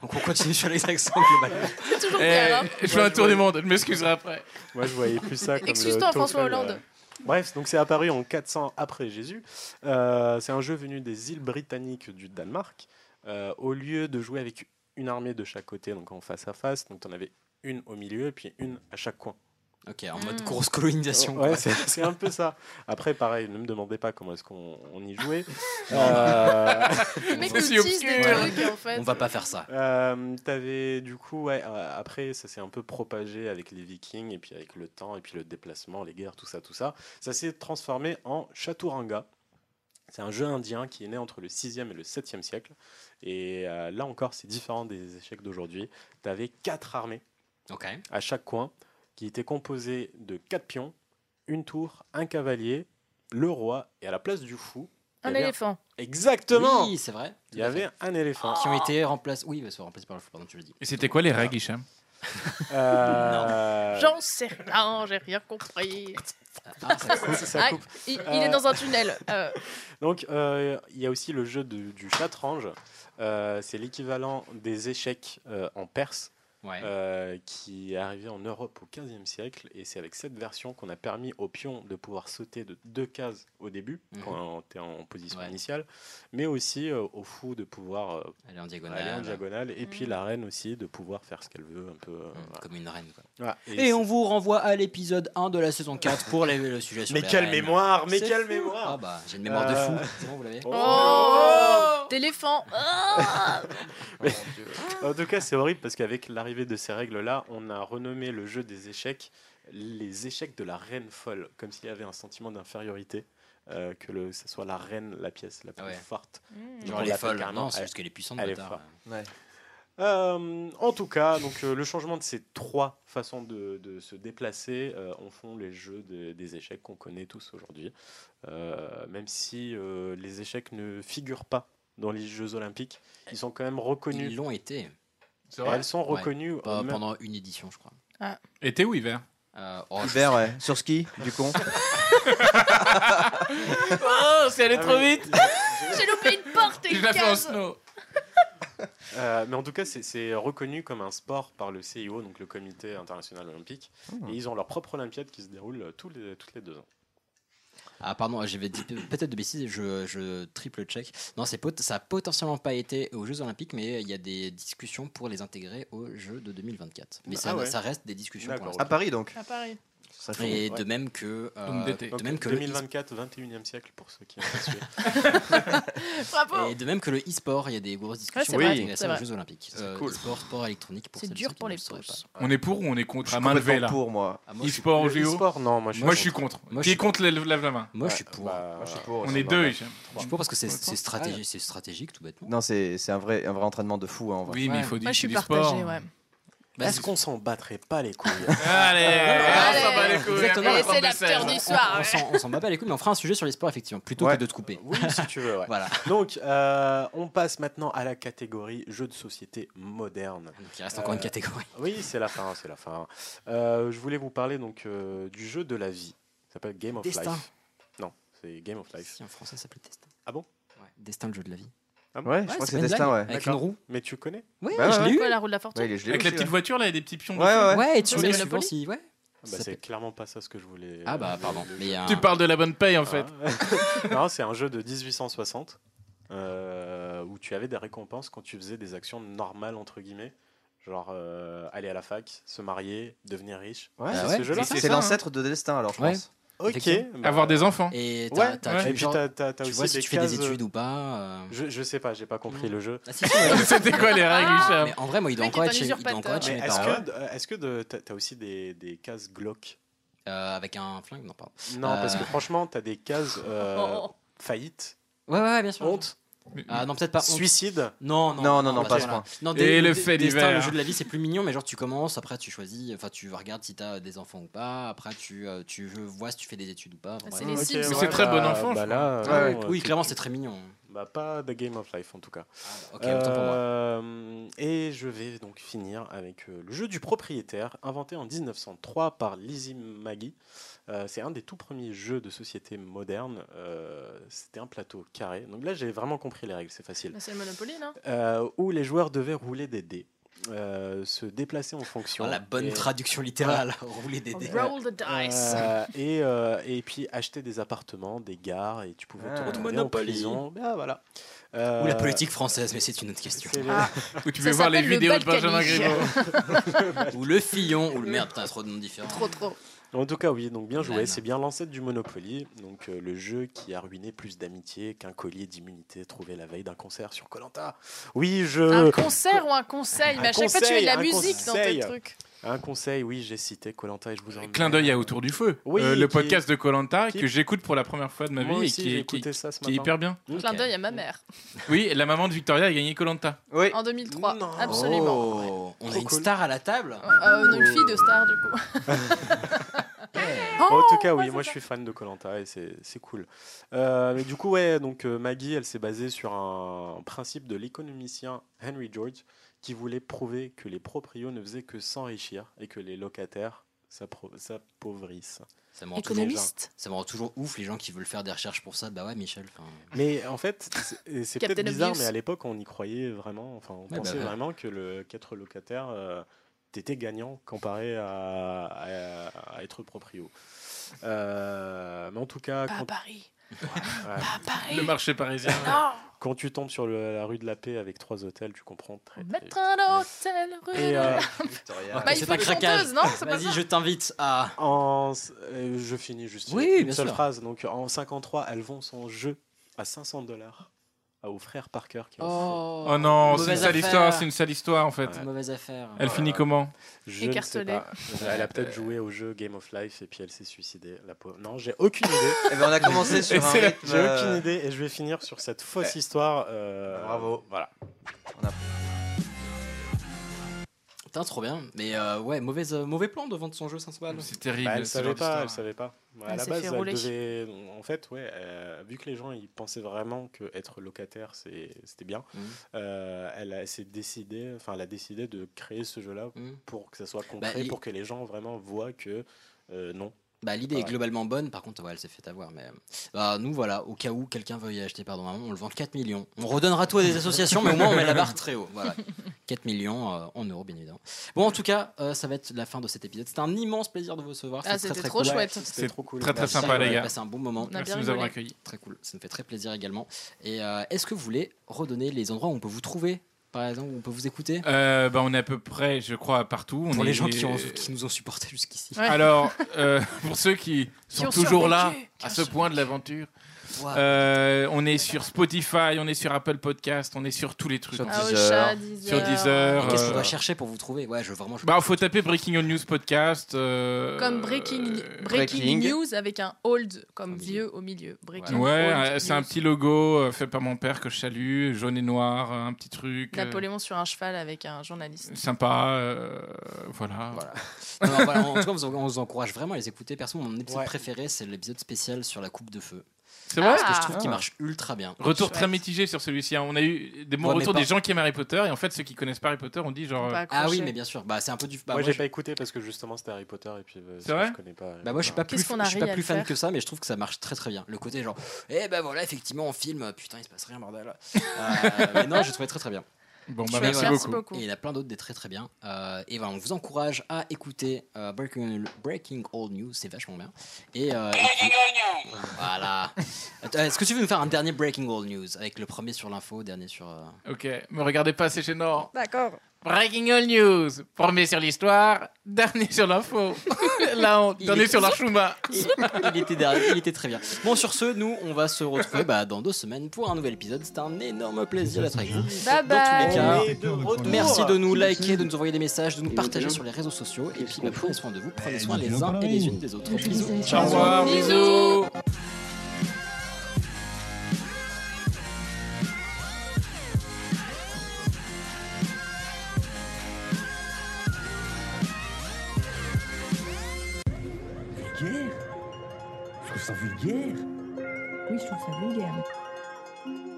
Donc on continue sur les accents globalement.
C'est toujours
Eh,
clair. hein.
je fais un tour du monde, je m'excuserai après.
Moi, je voyais
*laughs*
plus ça comme. le
Excuse-toi, François
Toffel,
Hollande.
euh. Bref, donc c'est apparu en 400 après Jésus. Euh, c'est un jeu venu des îles britanniques du Danemark. Euh, au lieu de jouer avec une armée de chaque côté, donc en face à face, donc t'en avais une au milieu et puis une à chaque coin.
Ok, en mode grosse colonisation.
Ouais,
quoi.
c'est c'est un peu ça. Après, pareil, ne me demandez pas comment est-ce qu'on on y jouait. Euh,
Le mec
C'est
nous
si
tease des
obscur.
trucs et en fait.
On va pas faire ça.
Euh, T'avais du coup, ouais, euh, après ça s'est un peu propagé avec les Vikings et puis avec le temps et puis le déplacement, les guerres, tout ça, tout ça. Ça s'est transformé en Chaturanga. C'est un jeu indien qui est né entre le 6e et le 7e siècle. Et euh, là encore, c'est différent des échecs d'aujourd'hui. T'avais quatre armées
Ok.
à chaque coin, qui était composé de quatre pions, une tour, un cavalier, le roi, et à la place du fou, il y
Un
avait
éléphant.
Exactement.
Oui, c'est vrai.
Il y avait un éléphant.
Qui ont été remplacés. Oui, ils sont remplacés par le fou, pardon, tu le dis.
Et c'était quoi les règles, Hicham
Ah. *laughs*
Euh,
J'en sais rien, j'ai rien compris.
ça coupe, ça
Ah,
coupe.
il, il est dans un tunnel. Euh,
Donc, euh, il y a aussi le jeu du, du chatrange. Euh, c'est l'équivalent des échecs euh, en Perse, euh, qui est arrivé en Europe au XVe siècle. Et c'est avec cette version qu'on a permis aux pions de pouvoir sauter de deux cases au début,
Mhm.
quand tu es en position initiale, mais aussi euh, aux fous de pouvoir euh,
Aller en diagonale.
aller en diagonale. Mhm. Et puis la reine aussi de pouvoir faire ce qu'elle veut, un peu. euh,
euh, Comme une reine.
et
Et, on vous renvoie à l'épisode 1 de la saison 4 pour les- le sujet sur
Mais
les
quelle
reines.
mémoire, mais
C'est
quelle
fou. Mm.
mémoire
Ah bah, j'ai une mémoire de
Euh.
fou. C'est bon, vous l'avez
Oh D'éléphant. Ah
En tout cas, c'est horrible parce qu'avec l'arrivée de ces règles-là, on a renommé le jeu des échecs les échecs de la reine folle, comme s'il y avait un sentiment d'infériorité, euh, que le, ce soit la reine, la pièce la plus
Ouais.
forte.
Mmh.
Donc,
Genre
on
les
l'appelle
folles,
carrément-
non, c'est
elle-
juste qu'elle est puissante,
elle est
bâtard.
forte. Euh, en tout cas, donc, euh, le changement de ces trois façons de, de se déplacer euh, en font les jeux de- des échecs qu'on connaît tous aujourd'hui. Euh, même si euh, les échecs ne figurent pas dans les Jeux Olympiques, ils sont quand même reconnus.
Ils l'ont été.
Et Elles sont
Ouais.
reconnues
Pas-
au même-
pendant une édition, je crois.
Ah.
Été ou hiver
oh, je
Hiver,
sais.
ouais. Sur ski, du *laughs* con.
Oh, c'est allé
Ah
trop
oui.
vite
J'ai loupé une porte et
*laughs* Je
une
l'ai fait en
case.
snow. *laughs*
Euh, mais en tout cas, c'est- c'est reconnu comme un sport par le CIO, donc le Comité international olympique.
Hmm.
Et ils ont leur propre Olympiade qui se déroule euh, tous les, toutes les deux ans.
Ah pardon, j'avais dit pe- peut-être de bêtises, je, je triple check. Non, c'est pot- ça a potentiellement pas été aux Jeux Olympiques, mais il y a des discussions pour les intégrer aux Jeux de 2024. Mais
Ah
ça,
ouais. Ah,
ça reste des discussions pour
D'accord,
l'instant.
À Paris, donc.
À Paris.
Et
Ouais.
de même que, euh,
Donc d'été.
Donc,
de même que le
2024, 21e siècle pour ceux qui ont suivi.
Bravo.
Et de même que le e-sport, il y a des grosses
Ouais,
discussions
Ah, c'est
pour
vrai,
l'intégration
c'est vrai.
aux Jeux Olympiques.
C'est
Euh,
cool.
E-sport, sport électronique pour
C'est
celles et
dur
ceux qui
pour
ne
les
le sauraient
pouces.
pas.
On est pour ou on est contre
Je suis
à main levée
complètement
là
pour, moi.
Ah, moi, je suis-
E-sport en
Le
JO
e-sport, non, moi je suis
Moi je suis
contre.
contre.
Moi, je
Qui est
suis-
contre, lève, lève la main.
Moi, je suis pour.
Bah,
Moi, je suis pour,
On
ça
est
va.
deux, Hicham.
Je suis pour parce que c'est
Moi, je
c'est
pense-
stratégi- c'est stratégique, tout bêtement.
Non, c'est c'est un vrai, un vrai entraînement de fou. hein, en vrai.
Oui, mais il faut
Moi,
du
je suis
du
partagée,
sport.
ouais.
Bah,
Est-ce qu'on s'en battrait pas les couilles
Allez, on s'en bat les couilles.
Exactement.
après, on
Et
prend
c'est
des
l'after
seize.
du
on-
soir.
on s'en- on s'en bat pas les couilles, mais on fera un sujet sur les sports, effectivement, plutôt
Ouais.
que de te couper.
Oui, si tu veux, ouais.
Voilà.
Donc, euh, on passe maintenant à la catégorie jeux de société moderne.
Donc il reste encore une
Euh,
catégorie.
Oui, c'est la fin, c'est la fin. Euh, je voulais vous parler donc euh, du jeu de la vie. Ça s'appelle Game of
Destin.
Life. Non, c'est Game of Life.
Si en français ça s'appelait Destin.
Ah bon
Ouais. Destin, le jeu de la vie.
Ah bon
Ouais, je crois que
c'est
c'est
pas une
Destin,
blague.
ouais.
Avec une
D'accord.
roue.
Mais tu connais
Ah, Oui,
Bah,
je
ouais,
l'ai eu.
Quoi, la roue de la fortune
Ouais, il est gelé
Avec la
aussi, hein.
petite voiture là, il y a des petits pions.
Ouais, ouais.
dessus.
ouais.
Ouais, et tu
Sur
mets
le
suivant
Monopoly.
si. Ouais.
Ah
Ça
bah, c'est
s'appelle-
clairement pas ça ce que je voulais.
Ah bah, pardon. Mais il y a
Tu
un-
parles de la bonne paye en fait.
Ah. *laughs* non, c'est un jeu de 1860 euh, où tu avais des récompenses quand tu faisais des actions normales entre guillemets, genre euh, aller à la fac, se marier, devenir riche.
Ouais,
Bah
c'est
ouais.
ce jeu-là.
Et c'est
C'est
ça, hein.
l'ancêtre de Destin, alors je
Ouais.
pense.
Ok.
Effectivement.
bah,
Avoir des enfants.
Et t'as-
Ouais,
t'as-
et puis
genre-
t'as- t'as- t'as
tu
aussi
vois si
des
tu fais des
cases, euh,
études ou pas. euh.
Je, je sais pas, j'ai pas compris le jeu.
Ah, si, si, ouais.
*laughs* C'était quoi les règles,
Ah.
Hicham
Mais en vrai, moi, il doit
Le mec
encore
est
être
un
chez, il doit
usurpateur.
encore être chez
Mais
mes
est-ce
parents.
que, euh, est-ce que de- t'as t'as aussi des, des cases Glock
Euh, avec un flingue, non, pardon.
Non, parce que
Euh.
franchement, t'as des cases euh,
*laughs*
Oh.
faillite,
Ouais, ouais, ouais, bien sûr.
honte,
Ah non, peut-être pas. honte.
suicide.
Non, non,
Non, non, non, pas à ce
voilà.
point.
Non,
Et
des-
le
des-
fait
Destin,
divers.
Le jeu de la vie, c'est plus mignon, mais genre tu commences, après tu choisis, enfin tu regardes si t'as des enfants ou pas, après tu, euh, tu vois si tu fais des études ou pas. enfin,
C'est
bref.
les
Ok,
Sims.
Mais c'est très bon enfant, je
Bah
crois.
là,
Ouais, ouais.
non, euh,
Oui,
tu-
clairement, c'est très mignon.
Bah, pas The Game of Life en tout cas.
Ah,
Ok, autant pour moi.
Euh, Et je vais donc finir avec euh, le jeu du propriétaire, inventé en 1903 par Lizzie Maggie. Euh, c'est un des tout premiers jeux de société moderne. Euh, C'était un plateau carré. Donc là, j'ai vraiment compris les règles, c'est facile.
Bah, C'est le Monopoly, non
Euh, où les joueurs devaient rouler des dés, euh, se déplacer en fonction.
Oh, la bonne
et-
traduction littérale, *laughs* rouler des dés.
Roll the dice.
Euh, et, euh, et puis acheter des appartements, des gares, et tu pouvais te
Ah.
retrouver en
Monopoly.
prison. Ah, voilà.
Ou la
Euh,
politique française, mais c'est une autre question.
c'est les-
Ah.
Où tu
Ça
peux voir les
s'appelle le
vidéos de Benjamin
Balkany.
Griveaux.
ou le Fillon, ou le merde, putain, trop de noms différents.
Trop, trop.
En tout cas, oui, donc bien joué.
Nan.
C'est bien l'ancêtre du Monopoly, donc euh, le jeu qui a ruiné plus d'amitié qu'un collier d'immunité trouvé la veille d'un concert sur Colanta. Oui, je.
Ah,
Un concert ou un conseil
Un
Mais à chaque fois, tu mets de
conseil,
la
Euh. un
musique dans tes
conseil.
trucs.
Un conseil, oui, j'ai cité Colanta et je vous en
Clin d'œil à Autour du Feu,
Oui,
euh, le
qui-
podcast de Colanta
qui-
que j'écoute pour la première fois de ma
Moi
vie
aussi,
et qui,
j'ai
est- qui-
écouté ça ce
qui est
matin.
hyper bien.
Clin d'œil à ma mère.
Oui, la maman de Victoria a gagné Colanta.
*laughs*
Oui.
En 2003. Absolument.
Oh. On a une star à la table
Euh, une fille de star, du coup.
Oh,
en tout cas, oui, moi je suis fan de Colanta et c'est c'est cool. Euh, mais du coup, ouais, donc euh, Maggie, elle s'est basée sur un principe de l'économicien Henry George qui voulait prouver que les proprios ne faisaient que s'enrichir et que les locataires s'appro- s'appauvrissent.
Ça me, rend toujours, ça me rend toujours ouf les gens qui veulent faire des recherches pour ça. Bah ouais, Michel. enfin,
Ah,
Mais en fait, c'est- et c'est peut-être
Captain
bizarre,
Obvious.
mais à l'époque, on y croyait vraiment. Enfin, on
bah
pensait
ouais.
vraiment que le qu'être locataire, euh, t'étais gagnant comparé à, à- à être proprio. Euh, mais en tout
Bah,
cas,
Pas à
quand-
Paris.
Ouais, *laughs* ouais.
Pas à Paris.
parisien.
Non.
Quand tu tombes sur le- la rue de la Paix avec trois hôtels, tu comprends très.
Mettre un hôtel rue.
Et, euh,
Bah, il faut une chanteuse, non C'est pas ça
je t'invite à.
En... euh, Je finis juste
Oui,
une
bien
seule
sûr.
phrase. Donc en 53, elles vont son jeu à 500 dollars aux frères Parker qui ont
Oh, non, c'est une sale histoire, c'est une sale histoire en fait.
Mauvaise affaire.
Elle finit comment
Je ne sais pas. Elle a peut-être joué au jeu Game of Life et puis elle s'est suicidée. La pauvre. Non, j'ai aucune
*laughs*
idée.
Eh ben, on a commencé
*laughs*
sur
Et
un
c'est la-
rythme,
J'ai
euh,
aucune idée et je vais finir sur cette
Eh.
fausse histoire. Bravo. Voilà.
Putain, trop bien. Mais euh, ouais, mauvaise, euh, mauvais plan de vendre son jeu 500 balles.
C'est
Bah, elle savait pas, elle savait pas. Ouais,
Ah,
à la base, elle devait- En fait, ouais, euh, vu que les gens ils pensaient vraiment que être locataire c'est- c'était bien,
Mhm.
euh, elle, a- elle s'est décidée, enfin, elle a décidé de créer ce jeu-là
Mm.
pour que ça soit concret,
Bah, il-
pour que les gens vraiment voient que euh, non.
Bah, l'idée est
Ouais.
globalement bonne, par contre, ouais, elle s'est fait avoir. Mais... Bah, nous, voilà, au cas où quelqu'un veuille acheter, pardon, maman, on le vend 4 millions. On redonnera tout à des associations, mais au moins on met la barre très haut.
*laughs*
Voilà. 4 millions euh, en euros, bien évidemment. Bon, en tout cas, euh, ça va être la fin de cet épisode. C'était un immense plaisir de vous recevoir.
Ah,
C'était
c'était
très, très
trop
cool.
chouette.
C'était C'était trop cool. très, très sympa, les
bah, On a
gars.
passé un bon moment.
On a Merci bien de nous avoir rigolé. accueillis.
Très cool. Ça nous fait très plaisir également. Et euh, est-ce que vous voulez redonner les endroits où on peut vous trouver par exemple, où on peut vous écouter
Euh, bah, on est à peu près, je crois, partout. On
Pour
est-
les gens qui, ont- qui nous ont supportés jusqu'ici.
Ouais. Alors, euh, *laughs* pour ceux qui
Qui
sont
ont
toujours là,
survécu, qui
à
ont
ce point de l'aventure,
Wow.
euh, on est sur Spotify, on est sur Apple Podcast, on est sur tous les trucs.
Sur
hein.
Ah
Deezer.
Sur Deezer,
Et Qu'est-ce qu'on
euh,
doit chercher pour vous trouver Ouais, je vraiment. je-
Bah, faut taper Breaking All News Podcast. euh,
Comme breaking, breaking,
Breaking.
news avec un old comme vieux au milieu. Breaking
Ouais,
old
euh, c'est un
news.
petit logo euh, fait par mon père que je salue, jaune et noir, euh, un petit truc. euh,
Napoléon sur un cheval avec un journaliste.
sympa, euh, voilà.
Non, non, voilà, en tout cas, on vous, on vous encourage vraiment à les écouter. Perso, mon épisode
Ouais.
préféré, c'est l'épisode spécial sur la coupe de feu.
C'est vrai
Parce que je trouve
Ah.
qu'il marche ultra bien.
Retour très mitigé sur celui-ci. hein. On a eu des bons
Ouais, mais
retours
pas-
des gens qui aiment Harry Potter et en fait ceux qui connaissent pas Harry Potter ont dit genre. euh,
Ah oui, mais bien sûr. Bah, c'est un peu du. Bah,
moi,
moi,
j'ai
je-
pas écouté parce que justement c'était Harry Potter et puis euh,
C'est
ça,
vrai
je connais pas.
Bah moi je suis pas plus,
Qu'est-ce qu'on
je suis
arrive
pas
à
plus fan
faire
que ça, mais je trouve que ça marche très très bien. Le côté genre, eh ben voilà, effectivement, on filme, putain, il se passe rien,
*laughs*
bordel. Euh, mais non, je trouvais très très bien.
Bon, bah,
Mais
merci
voilà.
Merci beaucoup. beaucoup.
Et il y en a plein d'autres des très très bien. Euh, et voilà, on vous encourage à écouter euh, Breaking, Breaking All News, c'est vachement bien. Et, euh, et puis- Voilà. Attends, Est-ce que tu veux me faire un dernier Breaking All News avec le premier sur l'info, dernier sur. euh,
Ok, me regardez pas, c'est gênant.
D'accord.
Breaking All News, premier sur l'histoire, *laughs* dernier sur *laughs* l'info. La honte,
Il
dernier
est-
sur l'archouma.
il était derrière, il était très bien. Bon, sur ce, nous, on va se retrouver bah, dans deux semaines pour un nouvel épisode. C'était un énorme plaisir d'être avec vous. dans
Bye bye.
tous
On
les
est
cas,
de retour.
merci de nous liker, de nous envoyer des messages, de nous
Et
partager
maintenant
sur les réseaux sociaux. Et puis, bah, prenez soin de vous, prenez soin les uns et
conneries.
les unes des autres. Bisous.
Au revoir, bisous.
Vulgaire Je trouve ça vulgaire. Oui, je trouve ça vulgaire.